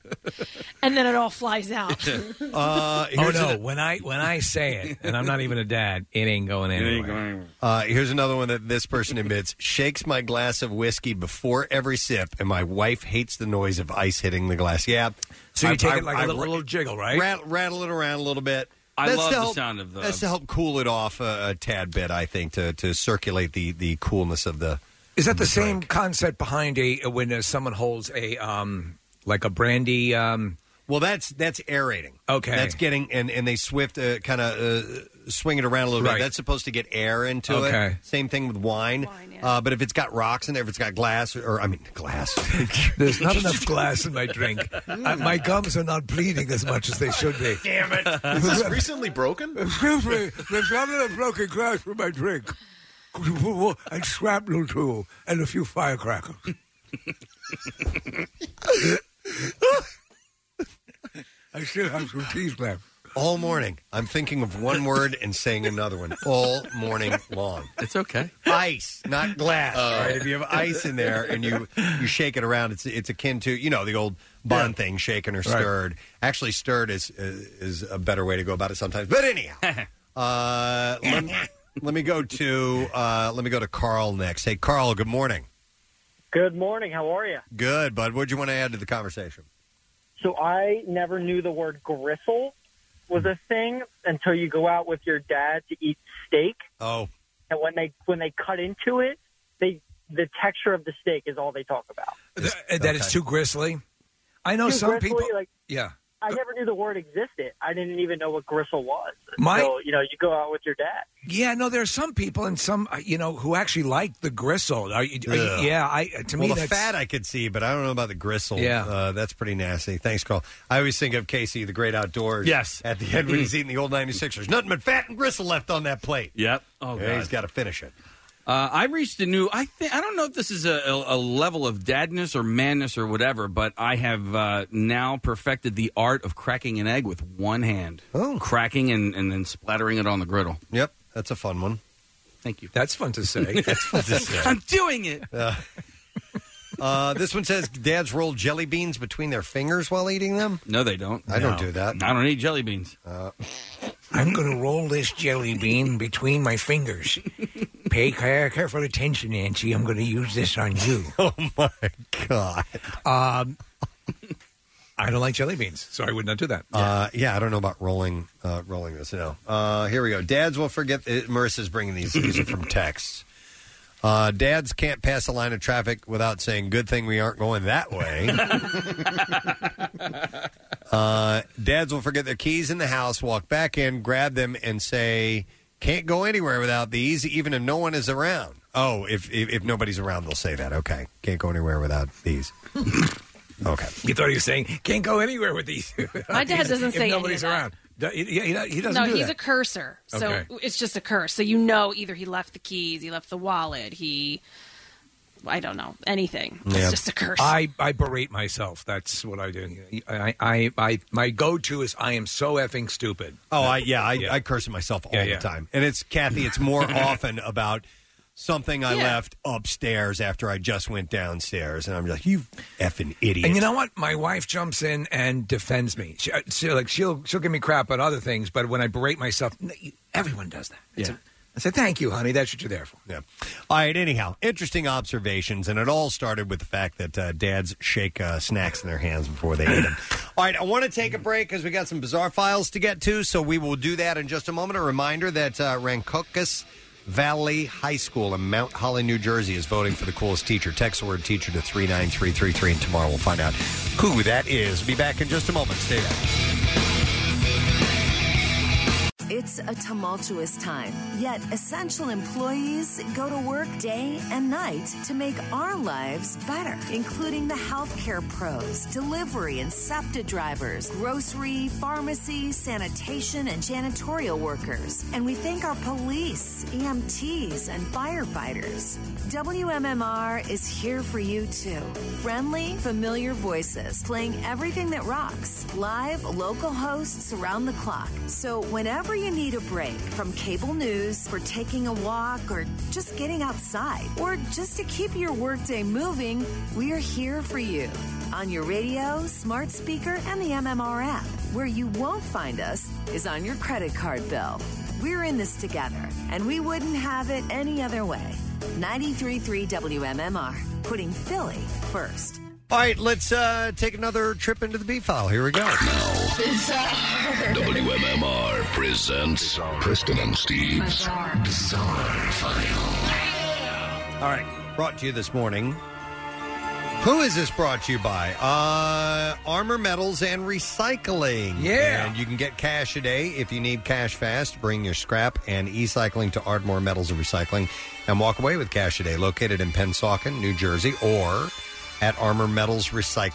S19: And then it all flies out.
S1: <laughs> Uh,
S4: oh
S1: here's
S4: no!
S1: an-
S4: when I when I say it, and I'm not even a dad, it ain't going anywhere.
S1: Uh, here's another one that this person admits shakes my glass of whiskey before every sip, and my wife hates the noise of ice hitting the glass. Yeah,
S4: So you
S1: I-
S4: take
S1: I-
S4: it like a
S1: I-
S4: little, little jiggle, right?
S1: Rattle, rattle it around a little bit.
S5: I
S1: That's
S5: love
S1: to
S5: the
S1: help-
S5: sound of the-
S1: That's to help cool it off a, a tad bit, I think, to to circulate the the coolness of the
S4: Is that the same concept behind a when uh, someone holds a um like a brandy? Um...
S1: Well, that's that's aerating.
S4: Okay,
S1: That's getting and and they swift uh, kind of uh, swing it around a little
S4: Right.
S1: bit. That's supposed to get air into
S4: Okay.
S1: it. Same thing with wine. uh, but if it's got rocks in there, if it's got glass, or, I mean glass,
S4: <laughs>
S1: <laughs>
S4: there's not enough glass in my drink. Uh, my gums are not bleeding as much as they should be.
S10: Damn it!
S4: <laughs>
S1: <laughs>
S10: Is this recently broken?
S6: Excuse me, there's not enough broken glass for my drink. <laughs> Could you put more- And shrapnel too, and a few firecrackers. <laughs> I still have some teeth left.
S1: All morning, I'm thinking of one word and saying another one all morning long.
S5: It's okay.
S1: Ice, not glass.
S5: Oh.
S1: all right? If you have ice in there and you you shake it around, it's it's akin to you know the old bond thing, shaken or
S5: Right.
S1: stirred. Actually, stirred is, is is a better way to go about it sometimes. But anyhow, uh, let, let me go to uh, let me go to Carl next. Hey, Carl. Good morning.
S17: Good morning. How are you?
S1: Good, bud. What'd you want to add to the conversation?
S17: So I never knew the word gristle was a thing until you go out with your dad to eat steak,
S1: Oh,
S17: and when they when they cut into it, they the texture of the steak is all they talk about.
S4: Th- that it's too gristly. I know
S17: Too
S4: some
S17: gristly,
S4: people.
S17: like
S4: Yeah.
S17: I never knew the word existed. I didn't even know what gristle was.
S4: My-
S17: so you know, you go out with your dad.
S4: Yeah, no, there are some people and some uh, you know who actually like the gristle. Are you, are you-
S1: Ugh.
S4: yeah, I uh, to me
S1: well, the
S4: that's
S1: fat I could see, but I don't know about the gristle.
S4: Yeah.
S1: uh, that's pretty nasty. Thanks, Carl. I always think of Casey, the Great Outdoors.
S5: Yes.
S1: at the end when
S4: <clears throat>
S1: he's eating the old 96ers. nothing but fat and gristle left on that plate.
S5: Yep. Oh,
S1: Yeah,
S5: God.
S1: he's got to finish it.
S5: Uh, I reached a new. I think I don't know if this is a, a, a level of dadness or madness or whatever, but I have uh, now perfected the art of cracking an egg with one hand. Oh, cracking and, and then splattering it on the griddle.
S1: Yep, that's a fun one.
S5: Thank you.
S4: That's fun to
S1: <laughs>
S4: say.
S1: That's fun to say.
S5: <laughs> I'm doing it.
S1: Uh, uh, this one says dads roll jelly beans between their fingers while eating them.
S5: No, they don't.
S1: I don't
S5: No.
S1: do that.
S5: I don't eat jelly beans.
S4: Uh, I'm going to roll this jelly bean between my fingers. Pay care- careful attention, Nancy. I'm going to use this on you.
S1: <laughs> Oh my god!
S4: Um, I don't like jelly beans, so I would not do that.
S1: Uh, yeah, I don't know about rolling uh, rolling this. No. Uh, here we go. Dads will forget. That Marissa's bringing these. These are from
S4: <laughs>
S1: texts. Uh, dads can't pass a line of traffic without saying, "Good thing we aren't going that
S4: <laughs>
S1: way."
S3: <laughs>
S1: uh, dads will forget their keys in the house, walk back in, grab them, and say, "Can't go anywhere without these, even if no one is around." Oh, if if, if nobody's around, they'll say that. Okay, can't go anywhere without these. okay,
S4: you thought he was saying can't go anywhere with these.
S19: My dad doesn't
S4: if
S19: say any of
S4: nobody's
S19: that.
S4: around. Do- he- he- he doesn't
S19: no,
S4: do
S19: he's
S4: that.
S19: a cursor, so
S4: Okay.
S19: it's just a curse. So you know, either he left the keys, he left the wallet, he, I don't know, anything. It's just a curse.
S4: I, I berate myself. That's what I do. I, I, I my go to is I am so effing stupid.
S1: Oh, I yeah, I, I curse at myself all
S4: Yeah,
S1: the
S4: yeah.
S1: time, and it's Kathy. It's
S4: <laughs>
S1: more often about something I left upstairs after I just went downstairs, and I'm like, "You effing idiot!"
S4: And you know what? My wife jumps in and defends me. She, uh, she like she'll she'll give me crap on other things, but when I berate myself, "N- you- everyone does that. It's a- I said, "Thank you, honey. That's what you're there for."
S1: Yeah. All right. Anyhow, interesting observations, and it all started with the fact that uh, dads shake uh, snacks in their hands before they eat them. All right, I want to take a break because we got some bizarre files to get to, so we will do that in just a moment. A reminder that uh, Rancocas Valley High School in Mount Holly, New Jersey, is voting for the coolest teacher. Text the word teacher to 39333, and tomorrow we'll find out who that is. Be back in just a moment. Stay there.
S15: It's a tumultuous time, yet essential employees go to work day and night to make our lives better, including the healthcare pros, delivery and SEPTA drivers, grocery, pharmacy, sanitation, and janitorial workers. And we thank our police, EMTs, and firefighters. WMMR is here for you too. Friendly, familiar voices playing everything that rocks. Live, local hosts around the clock. So whenever you need a break from cable news for taking a walk or just getting outside or just to keep your workday moving, we are here for you on your radio, smart speaker, and the MMR app. Where you won't find us is on your credit card bill. We're in this together, and we wouldn't have it any other way. 933 WMMR, putting Philly first.
S1: All right, let's uh, take another trip into the B file. Here we go.
S2: WMMR presents Preston and Steve's Bizarre File.
S1: All right. brought to you this morning. Who is this brought to you by? Uh, Armor Metals and Recycling.
S4: Yeah.
S1: And you can get cash a day if you need cash fast. Bring your scrap and e cycling to Ardmore Metals and Recycling and walk away with cash a day. Located in Pensauken, New Jersey, or at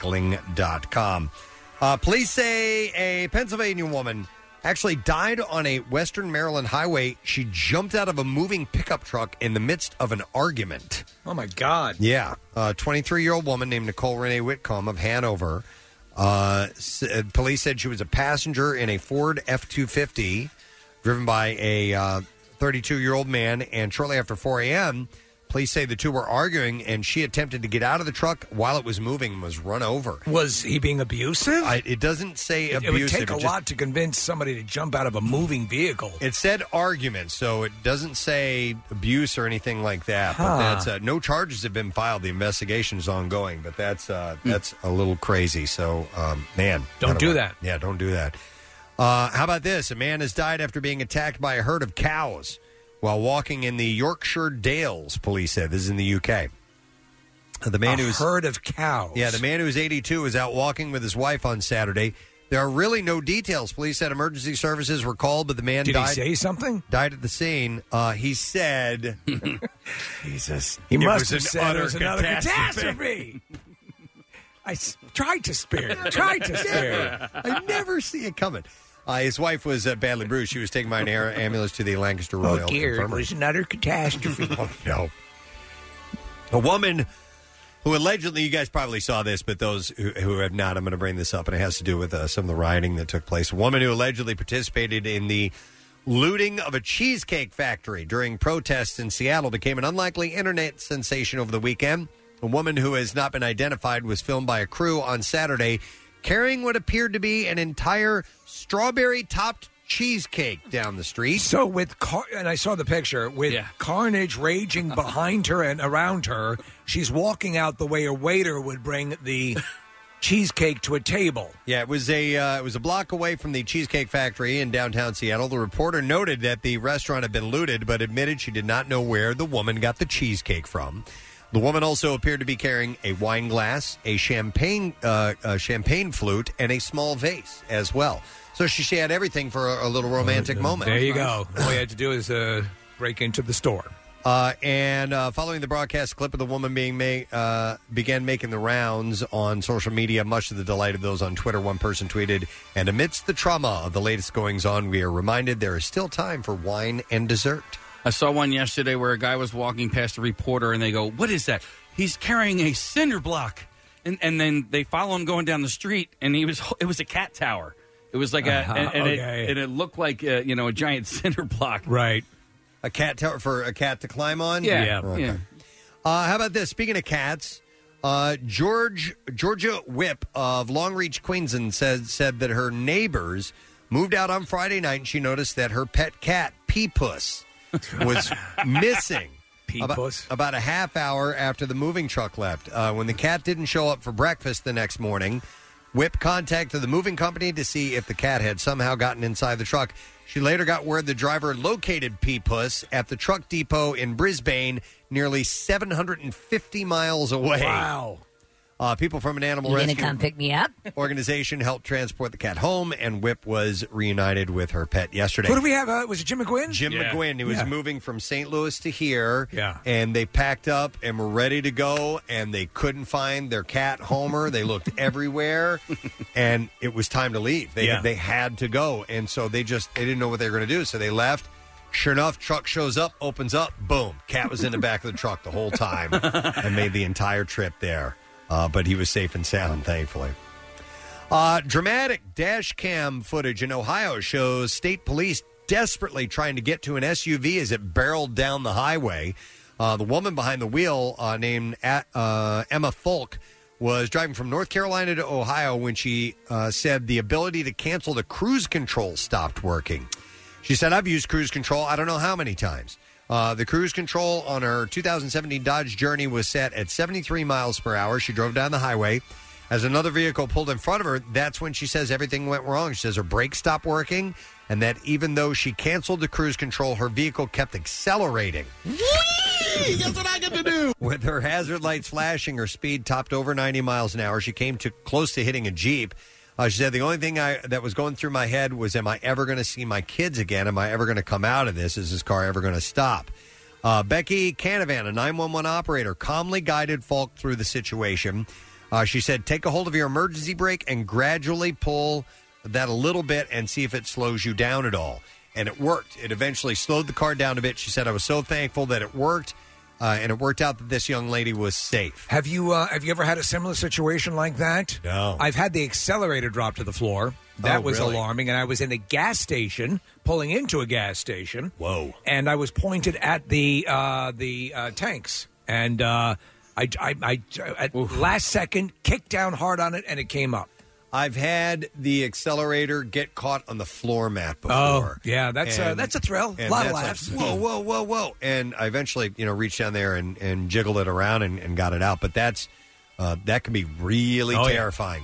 S1: armormetalsrecycling.com. Uh, police say a Pennsylvania woman actually died on a Western Maryland highway. She jumped out of a moving pickup truck in the midst of an argument.
S4: Oh my God!
S1: Yeah, a 23 year old woman named Nicole Renee Whitcomb of Hanover. Uh, s- uh, police said she was a passenger in a Ford F 250 driven by a 32 year old man. And shortly after 4 a.m., police say the two were arguing, and she attempted to get out of the truck while it was moving and was run over.
S4: Was he being abusive?
S1: I, it doesn't say
S4: it, It would
S1: abusive,
S4: take a
S1: it just-
S4: lot to convince somebody to jump out of a moving vehicle.
S1: It said argument, so it doesn't say abuse or anything like that. But
S4: Huh.
S1: that's uh, no charges have been filed. The investigation is ongoing, but that's uh, that's a little crazy. So, um, man,
S4: Hmm. Don't
S1: I
S4: do
S1: know.
S4: that.
S1: Yeah, don't do that. Uh, how about this? A man has died after being attacked by a herd of cows while walking in the Yorkshire Dales. Police said this is in the UK. The man
S4: a
S1: who's
S4: herd of cows.
S1: yeah, the man who's 82 is out walking with his wife on Saturday. There are really no details. Police said emergency services were called, but the man
S4: Did he
S1: died.
S4: say something?
S1: Died at the scene. Uh, he
S4: <laughs>
S1: said, "Jesus,
S4: He
S1: it
S4: must
S1: was
S4: have
S1: an
S4: said
S1: utter
S4: it was
S1: <laughs>
S4: another catastrophe. I s- tried to spare it. Tried to spare it.
S1: I never see it coming. Uh, his wife was uh, badly bruised. She was taken by an air ambulance to the Lancaster Royal
S4: Oh dear! It
S1: Infirmary. Oh,
S4: was
S1: <laughs>
S4: another catastrophe.
S1: no. A woman who allegedly, you guys probably saw this, but those who, who have not, I'm going to bring this up, and it has to do with uh, some of the rioting that took place. A woman who allegedly participated in the looting of a cheesecake factory during protests in Seattle became an unlikely internet sensation over the weekend. A woman who has not been identified was filmed by a crew on Saturday carrying what appeared to be an entire strawberry topped cheesecake down the street.
S4: So with car- and I saw the picture with
S1: <laughs>
S4: carnage raging behind her and around her. She's walking out the way a waiter would bring the cheesecake to a table.
S1: Yeah, it was a uh, it was a block away from the Cheesecake Factory in downtown Seattle. The reporter noted that the restaurant had been looted, but admitted she did not know where the woman got the cheesecake from. The woman also appeared to be carrying a wine glass, a champagne uh, a champagne flute, and a small vase as well. So she, she had everything for a, a little romantic moment.
S4: There you go. All you had to do is uh, break into the store.
S1: Uh, and uh, following the broadcast, a clip of the woman being made uh, began making the rounds on social media, much to the delight of those on Twitter. One person tweeted, "And amidst the trauma of the latest goings on, we are reminded there is still time for wine and dessert."
S5: I saw one yesterday where a guy was walking past a reporter and they go, What is that? He's carrying a cinder block. And, and then they follow him going down the street and he was <laughs> it was a cat tower. It was like a
S4: Uh-huh,
S5: and, and
S4: okay.
S5: it, and it looked like uh, you know a giant <laughs> cinder block.
S4: Right.
S1: A cat tower for a cat to climb on.
S5: Yeah. Yeah.
S1: Okay.
S5: Yeah.
S1: Uh, how about this? Speaking of cats, uh, George Georgia Whip of Long Reach, Queensland, said said that her neighbors moved out on Friday night, and she noticed that her pet cat Peepus
S5: <laughs>
S1: was
S4: <laughs>
S1: missing. About, about a half hour after the moving truck left, uh, when the cat didn't show up for breakfast the next morning, Whip contacted the moving company to see if the cat had somehow gotten inside the truck. She later got word the driver located Pea Puss at the truck depot in Brisbane, nearly 750 miles away.
S20: Wow.
S1: Uh, people from an animal
S20: You gonna
S1: rescue
S20: come pick me up?
S1: organization helped transport the cat home, and Whip was reunited with her pet yesterday.
S4: Who do we have? Uh, was it Jim McGuinn?
S1: Jim McGuinn, who was moving from St. Louis to here.
S4: Yeah.
S1: And they packed up and were ready to go, and they couldn't find their cat, Homer. they looked
S4: <laughs>
S1: everywhere, and it was time to leave. They,
S4: Yeah.
S1: they had to go. And so they just they didn't know what they were going to do. So they left. Sure enough, truck shows up, opens up, boom. Cat was in the back of the truck the whole
S4: <laughs>
S1: time and made the entire trip there. Uh, but he was safe and sound, thankfully. Uh, dramatic dash cam footage in Ohio shows state police desperately trying to get to an SUV as it barreled down the highway. Uh, the woman behind the wheel, uh, named A- uh, Emma Folk, was driving from North Carolina to Ohio when she uh, said the ability to cancel the cruise control stopped working. She said, I've used cruise control I don't know how many times. Uh, the cruise control on her 2017 Dodge Journey was set at 73 miles per hour. She drove down the highway. As another vehicle pulled in front of her, that's when she says everything went wrong. She says her brakes stopped working, and that even though she canceled the cruise control, her vehicle kept accelerating
S10: That's what I get to do.
S1: <laughs> with her her hazard lights flashing, her speed topped over 90 miles an hour. She came to close to hitting a Jeep. Uh, she said, The only thing I, that was going through my head was, Am I ever going to see my kids again? Am I ever going to come out of this? Is this car ever going to stop? Uh, Becky Canavan, a 911 operator, calmly guided Falk through the situation. Uh, she said, Take a hold of your emergency brake and gradually pull that a little bit and see if it slows you down at all. And it worked. It eventually slowed the car down a bit. She said, I was so thankful that it worked. Uh, and it worked out that this young lady was safe.
S4: Have you uh, have you ever had a similar situation like that?
S1: No.
S4: I've had the accelerator drop to the floor. That
S1: Oh,
S4: was
S1: really?
S4: alarming, and I was in a gas station, pulling into a gas station.
S1: Whoa!
S4: And I was pointed at the uh, the uh, tanks, and uh, I, I, I at last second kicked down hard on it, and it came up.
S1: I've had the accelerator get caught on the floor mat before.
S4: Oh, yeah, that's uh
S1: And-
S4: that's a thrill. A
S1: and
S4: lot of
S1: that's
S4: laughs.
S1: a- whoa, whoa, whoa, whoa! And I eventually, you know, reached down there and, and jiggled it around and, and got it out. But that's uh, that can be really
S20: Oh, yeah.
S1: terrifying.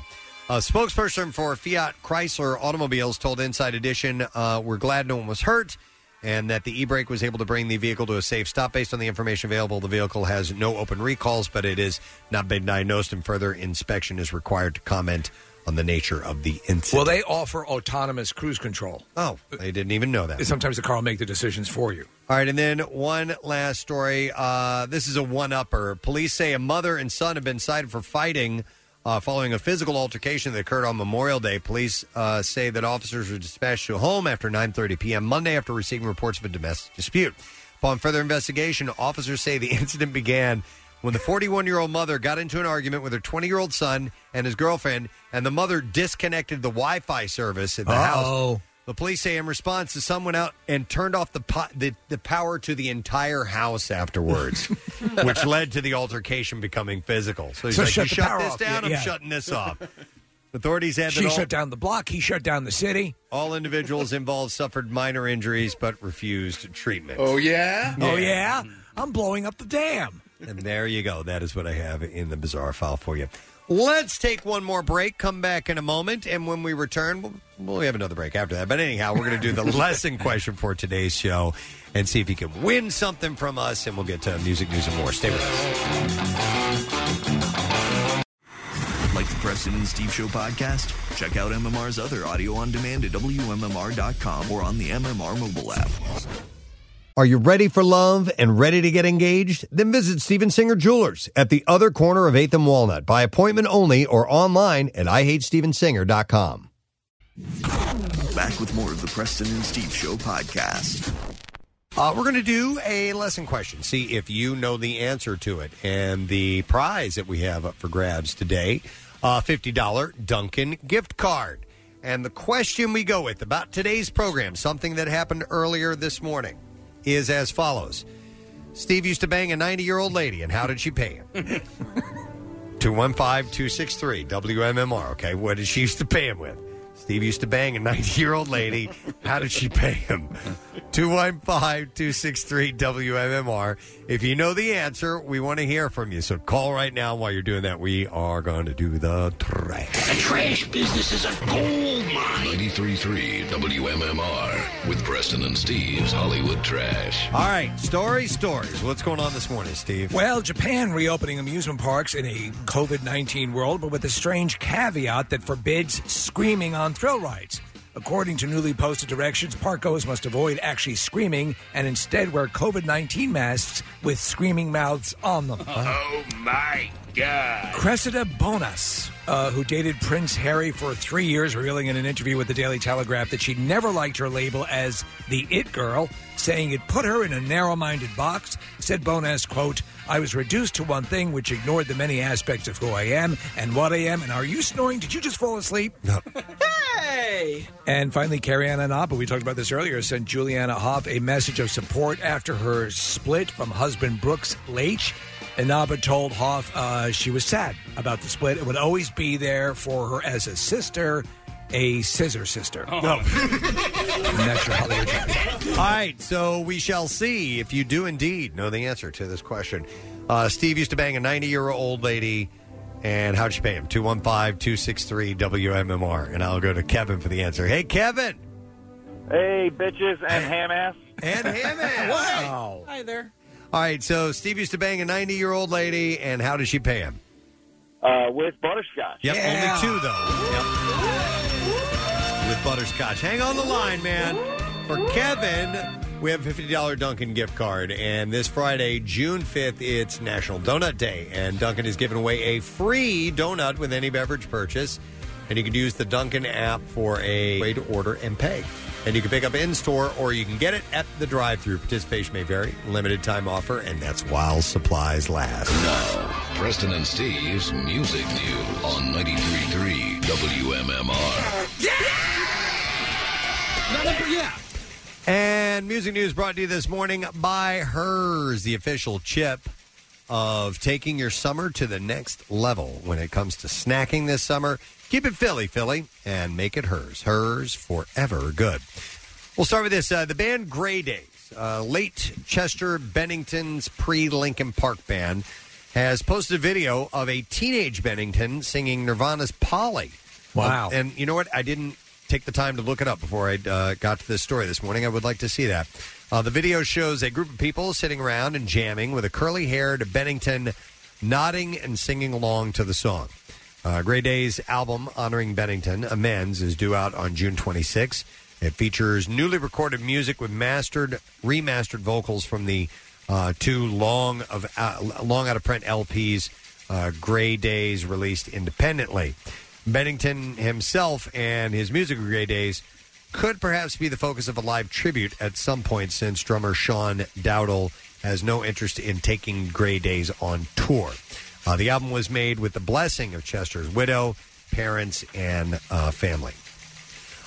S1: A spokesperson for Fiat Chrysler Automobiles told Inside Edition, uh, "We're glad no one was hurt." And that the e-brake was able to bring the vehicle to a safe stop based on the information available. The vehicle has no open recalls, but it is not been diagnosed, and further inspection is required to comment on the nature of the incident.
S4: Well, they offer autonomous cruise control.
S1: Oh, they didn't even know that.
S4: Sometimes the car will make the decisions for you.
S1: All right, and then one last story. Uh, this is a one upper. Police say a mother and son have been cited for fighting uh, following a physical altercation that occurred on Memorial Day. Police uh, say that officers were dispatched to a home after 9:30 p.m. Monday after receiving reports of a domestic dispute. Upon further investigation, officers say the <laughs> incident began when the 41-year-old mother got into an argument with her 20-year-old son and his girlfriend, and the mother disconnected the Wi-Fi service at the house.
S4: Uh-oh.
S1: The police say in response, the son went out and turned off the po- the, the power to the entire house afterwards,
S4: <laughs>
S1: which led to the altercation becoming physical. So he's
S4: So
S1: like,
S4: shut
S1: "You
S4: the
S1: shut
S4: power
S1: this
S4: off."
S1: down,
S4: Yeah,
S1: I'm
S4: yeah.
S1: shutting
S4: <laughs>
S1: this off." Authorities add that
S4: She
S1: all,
S4: shut down the block. He shut down the city.
S1: all individuals involved suffered minor injuries but refused treatment.
S4: Oh yeah. I'm blowing up the dam.
S1: And there you go. That is what I have in the bizarre file for you. Let's take one more break. Come back in a moment, and when we return,
S4: <laughs>
S1: we'll, we'll have another break after that. But anyhow, we're going to do the <laughs> lesson question for today's show and see if you can win something from us. And we'll get to music news and more. Stay with us.
S8: Like the Preston and Steve Show podcast? Check out MMR's other audio on demand at WMMR.com or on the MMR mobile app.
S1: Are you ready for love and ready to get engaged? Then visit Steven Singer Jewelers at the other corner of 8th and Walnut by appointment only or online at IHateStevenSinger.com.
S8: Back with more of the Preston and Steve Show podcast.
S1: Uh, we're going to do a lesson question, see if you know the answer to it. And the prize that we have up for grabs today uh, $50 Duncan gift card. And the question we go with about today's program, something that happened earlier this morning, is as follows Steve used to bang a 90 year old lady, and how did she pay him? 215 263 WMMR. Okay, what did she used to pay him with? Steve used to bang a 90 year old lady. How did she pay him? 215 263 WMMR. If you know the answer, we want to hear from you. So call right now. While you're doing that, we are going to do the trash.
S2: The trash business is a gold mine. 93.3 WMMR with Preston and Steve's Hollywood Trash.
S1: All right, story stories. What's going on this morning, Steve?
S4: Well, Japan reopening amusement parks in a COVID 19 world, but with a strange caveat that forbids screaming on thrill rides. According to newly posted directions, parkgoers must avoid actually screaming and instead wear COVID 19 masks with screaming mouths on them.
S12: <laughs> Oh my god.
S4: Cressida Bonas, uh, who dated Prince Harry for three years, revealing in an interview with the Daily Telegraph that she never liked her label as the It Girl, saying it put her in a narrow-minded box. Said Bonas, "quote I was reduced to one thing, which ignored the many aspects of who I am and what I am." And are you snoring? Did you just fall asleep?
S12: Hey!
S4: And finally, Carrie Ann Anapa, we talked about this earlier, sent Juliana Hoff a message of support after her split from husband Brooks Leach. Anapa told Hoff uh, she was sad about the split. It would always be there for her as a sister, a scissor sister. No.
S1: All right, so we shall see if you do indeed know the answer to this question. Uh, Steve used to bang a 90 year old lady, and how'd you pay him? 215 263 WMMR. And I'll go to Kevin for the answer. Hey, Kevin.
S18: Hey, bitches and ham ass.
S1: And ham ass.
S18: wow. Hi there.
S1: All All right, so Steve used to bang a 90 year old lady, and how did she pay him?
S16: Uh, with butterscotch.
S1: Yep, only two, though.
S18: <laughs>
S1: Yep. With butterscotch. Hang on the line, man. For Kevin, we have a $50 Dunkin' gift card. And this Friday, June 5th, it's National Donut Day. And Dunkin' is giving away a free donut with any beverage purchase. And you can use the Dunkin' app for a way to order and pay. And you can pick up in store or you can get it at the drive through. Participation may vary. Limited time offer, and that's while supplies last.
S2: Now, Preston and Steve's Music News on 93.3 WMMR.
S1: yeah. And music news brought to you this morning by HERS, the official chip of taking your summer to the next level when it comes to snacking this summer. Keep it Philly, Philly, and make it HERS. HERS forever good. We'll start with this. Uh, the band Gray Days, uh, late Chester Bennington's pre Lincoln Park band, has posted a video of a teenage Bennington singing Nirvana's Polly.
S4: Wow.
S1: Um, and you know what? I didn't take the time to look it up before I uh, got to this story this morning. I would like to see that. Uh, the video shows a group of people sitting around and jamming with a curly haired Bennington nodding and singing along to the song. Uh, Gray Day's album honoring Bennington, Amends, is due out on June 26. It features newly recorded music with mastered, remastered vocals from the uh, two long of uh, long out of print LPs, uh, Gray Days, released independently. Bennington himself and his music with Gray Days could perhaps be the focus of a live tribute at some point since drummer Sean Dowdle has no interest in taking Gray Days on tour. Uh, the album was made with the blessing of Chester's widow, parents, and uh, family.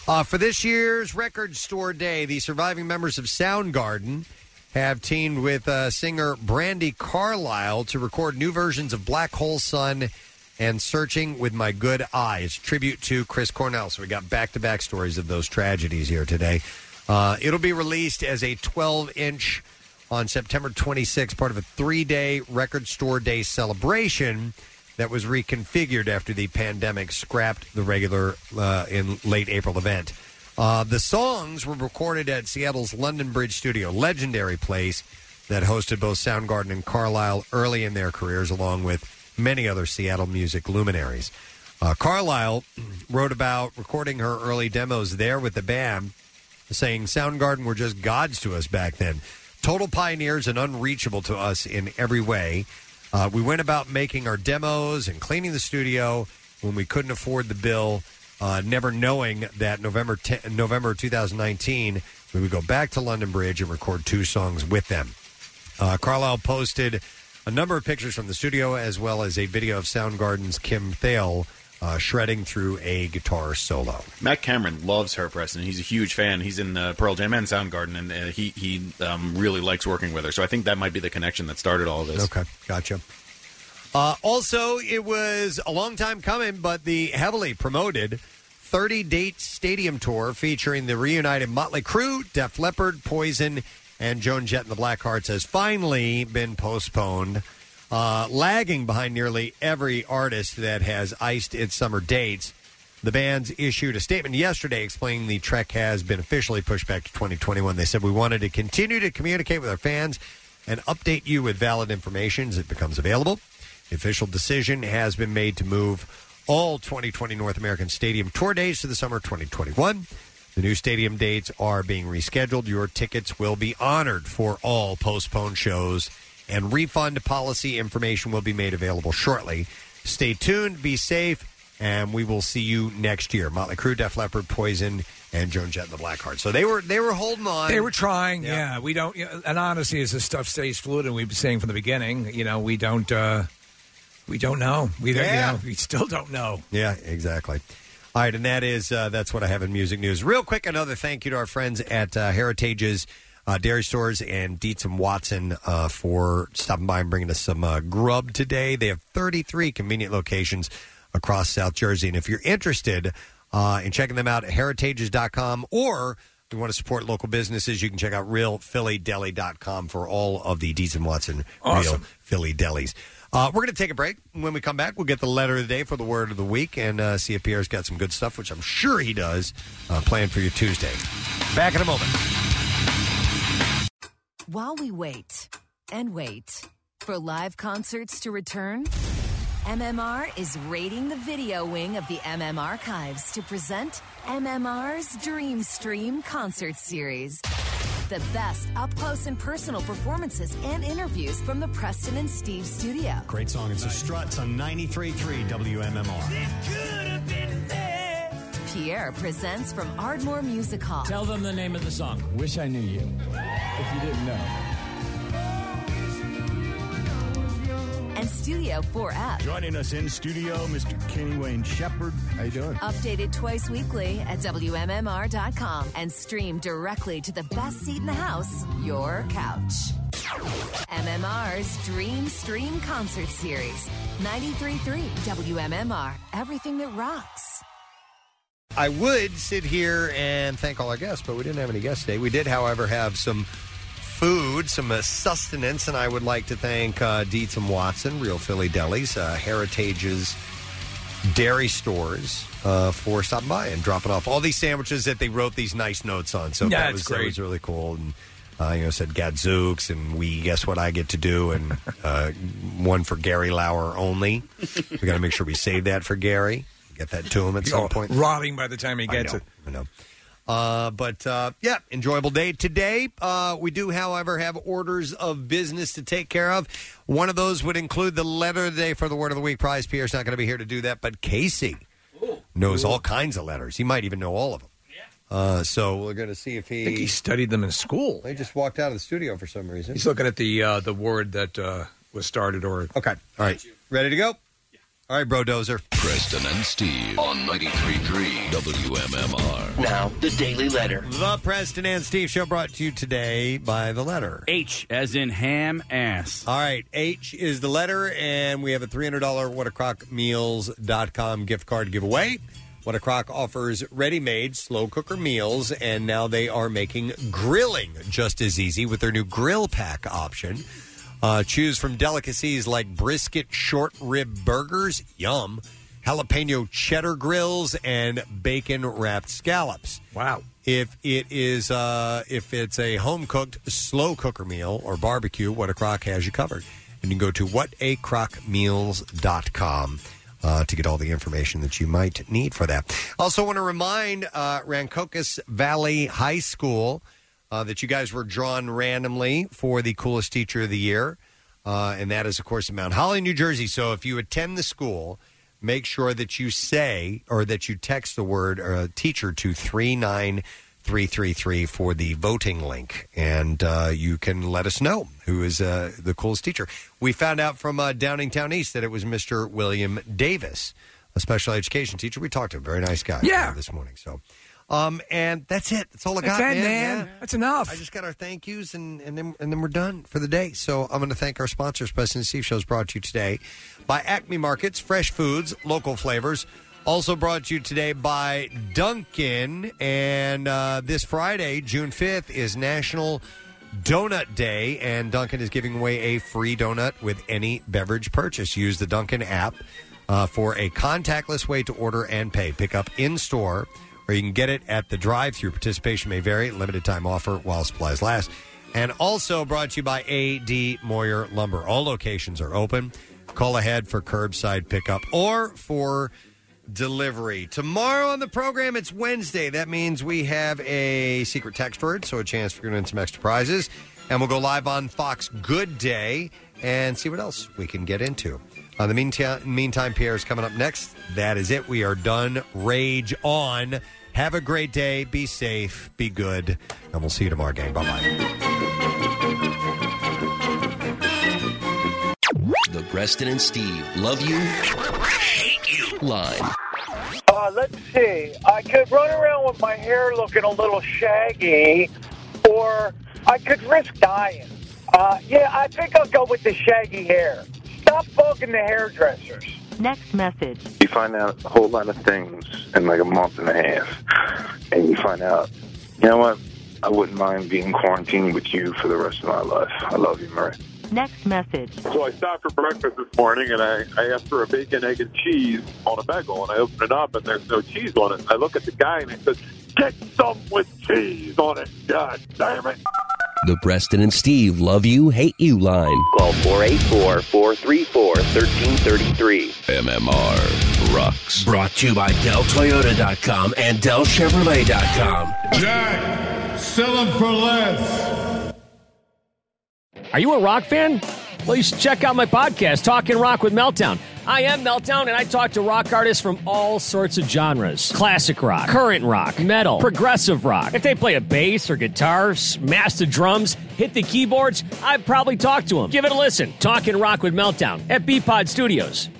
S1: Uh, for this year's Record Store Day, the surviving members of Soundgarden have teamed with uh, singer Brandy Carlisle to record new versions of Black Hole Sun and Searching with My Good Eyes, tribute to Chris Cornell. So we got back to back stories of those tragedies here today. Uh, it'll be released as a 12 inch on September 26th, part of a three day Record Store Day celebration that was reconfigured after the pandemic scrapped the regular uh, in late April event. Uh, the songs were recorded at Seattle's London Bridge Studio, legendary place that hosted both Soundgarden and Carlisle early in their careers, along with many other Seattle music luminaries. Uh, Carlisle <clears throat> wrote about recording her early demos there with the band, saying Soundgarden were just gods to us back then, total pioneers and unreachable to us in every way. Uh, we went about making our demos and cleaning the studio when we couldn't afford the bill, uh, never knowing that November 10, November 2019 we would go back to London Bridge and record two songs with them. Uh, Carlisle posted a number of pictures from the studio as well as a video of Soundgarden's Kim Thale uh, shredding through a guitar solo.
S10: Matt Cameron loves her, Preston. He's a huge fan. He's in uh, Pearl Jam and Soundgarden, and uh, he he um, really likes working with her. So I think that might be the connection that started all this.
S1: Okay, gotcha. Uh, also, it was a long time coming, but the heavily promoted 30 date stadium tour featuring the reunited Motley Crue, Def Leppard, Poison, and Joan Jett and the Blackhearts has finally been postponed, uh, lagging behind nearly every artist that has iced its summer dates. The band's issued a statement yesterday explaining the trek has been officially pushed back to 2021. They said we wanted to continue to communicate with our fans and update you with valid information as it becomes available. The official decision has been made to move all 2020 North American Stadium tour dates to the summer of 2021. The new stadium dates are being rescheduled. Your tickets will be honored for all postponed shows, and refund policy information will be made available shortly. Stay tuned, be safe, and we will see you next year. Motley Crue, Def Leppard, Poison, and Joan Jett and the Blackheart. So they were they were holding on.
S4: They were trying. Yeah, we don't. yeah, And honestly, as this stuff stays fluid, and we've been saying from the beginning, you know, we don't. uh We don't know. We don't.
S1: Yeah.
S4: You know, we still don't know.
S1: Yeah, exactly. All right, and that is uh, that's what I have in music news. Real quick, another thank you to our friends at uh, Heritage's uh, Dairy Stores and Dietz and Watson uh, for stopping by and bringing us some uh, grub today. They have 33 convenient locations across South Jersey, and if you're interested uh, in checking them out at heritages.com or if you want to support local businesses, you can check out realphillydeli.com for all of the Dietz and Watson
S4: Awesome.
S1: real Philly delis. Uh, we're going to take a break. When we come back, we'll get the letter of the day for the word of the week and uh, see if Pierre's got some good stuff, which I'm sure he does, uh, planned for your Tuesday. Back in a moment.
S15: While we wait, and wait for live concerts to return? MMR is raiding the video wing of the MM Archives to present MMR's Dream Stream Concert Series. The best up close and personal performances and interviews from the Preston and Steve studio.
S20: Great song. It's the Struts on 93.3 WMMR.
S15: Pierre presents from Ardmore Music Hall.
S23: Tell them the name of the song.
S24: Wish I knew you. If you didn't know.
S15: and Studio 4F.
S20: Joining us in studio, Mr. Kenny Wayne Shepherd. How you doing?
S15: Updated twice weekly at WMMR.com and stream directly to the best seat in the house, your couch. MMR's Dream Stream Concert Series. 93.3 WMMR. Everything that rocks.
S1: I would sit here and thank all our guests, but we didn't have any guests today. We did, however, have some food, some uh, sustenance, and I would like to thank uh, Dietz and Watson, Real Philly Delis, uh, Heritage's dairy stores uh, for stopping by and dropping off all these sandwiches that they wrote these nice notes on. So
S4: Yeah,
S1: that
S4: it's
S1: was that
S4: great.
S1: was really cool. And uh, you know, said Gadzooks, and we guess what I get to do,
S4: <laughs>
S1: and uh, one for Gary Lauer only. We got to make sure we save that for Gary. Get that to him
S4: <laughs>
S1: at some
S4: Oh,
S1: point.
S4: rotting by the time he gets
S1: I
S4: it.
S1: know, I know. Uh, but uh, yeah, enjoyable day today. Uh, we do, however, have orders of business to take care of. One of those would include the letter of the day for the word of the week prize. Pierre's not going to be here to do that, but Casey knows all kinds of letters. He might even know all of them. Uh, so we're going to see if he.
S4: I think he studied them in school.
S1: They just walked out of the studio for some reason.
S4: He's looking at the uh, the word that uh, was started or
S1: okay. All right, ready to go. All right, bro dozer.
S2: Preston and Steve on 93.3 WMMR.
S1: Now, the Daily Letter. The Preston and Steve Show brought to you today by the letter
S5: H, as in ham ass.
S1: All right, H is the letter, and we have a $300 whatacrockmeals.com gift card giveaway. What a Crock offers ready made slow cooker meals, and now they are making grilling just as easy with their new grill pack option. Uh, choose from delicacies like brisket short rib burgers, yum, jalapeno cheddar grills, and bacon wrapped scallops.
S4: Wow.
S1: If it is uh, if it's a home cooked slow cooker meal or barbecue, What a Crock has you covered. And you can go to whatacrockmeals.com uh, to get all the information that you might need for that. Also, want to remind uh, Rancocas Valley High School uh, that you guys were drawn randomly for the coolest teacher of the year. Uh, and that is, of course, in Mount Holly, New Jersey. So if you attend the school, make sure that you say or that you text the word uh, teacher to 39333 for the voting link. And uh, you can let us know who is uh, the coolest teacher. We found out from uh, Downingtown East that it was Mr. William Davis, a special education teacher. We talked to him, very nice guy. uh,
S4: Yeah.
S1: This morning. So. Um, and that's it. That's all I
S4: That's
S1: got,
S4: it, man. That's enough.
S1: I just got our thank yous, and, and then and then we're done for the day. So I'm going to thank our sponsors. President Steve Show is brought to you today by Acme Markets, fresh foods, local flavors. Also brought to you today by Dunkin'. And uh, this Friday, June 5th, is National Donut Day, and Dunkin' is giving away a free donut with any beverage purchase. Use the Dunkin' app uh, for a contactless way to order and pay. Pick up in store, or you can get it at the drive through. Participation may vary. Limited time offer while supplies last. And also brought to you by A.D. Moyer Lumber. All locations are open. Call ahead for curbside pickup or for delivery. Tomorrow on the program, it's Wednesday. That means we have a secret text word, so a chance for getting some extra prizes. And we'll go live on Fox Good Day and see what else we can get into. In the meantime, meantime, Pierre is coming up next. That is it. We are done. Rage on. Have a great day. Be safe. Be good. And we'll see you tomorrow, gang. Bye bye.
S25: The Preston and Steve love you, hate you line.
S26: Uh, let's see. I could run around with my hair looking a little shaggy, or I could risk dying. Uh, yeah, I think I'll go with the shaggy hair. Stop bugging the hairdressers.
S27: Next message.
S28: You find out a whole lot of things in like a month and a half, and you find out, you know what? I wouldn't mind being quarantined with you for the rest of my life. I love you, Murray.
S27: Next message.
S28: So I stopped for breakfast this morning, and I, I asked for a bacon, egg, and cheese on a bagel, and I opened it up, and there's no cheese on it. I look at the guy, and he says, "Get some with cheese on it." God damn it!
S6: The Preston and Steve Love You, Hate You line.
S2: Call 484 434 1333.
S29: MMR rocks.
S6: Brought to you by DellToyota.com and DellChevrolet.com.
S30: Jack, sell them for less.
S7: Are you a rock fan? Well, you should check out my podcast, Talking Rock with Meltdown. I am Meltdown, and I talk to rock artists from all sorts of genres classic rock, current rock, metal, progressive rock. If they play a bass or guitar, smash the drums, hit the keyboards, I've probably talked to them. Give it a listen. Talking Rock with Meltdown at Beatpod Studios.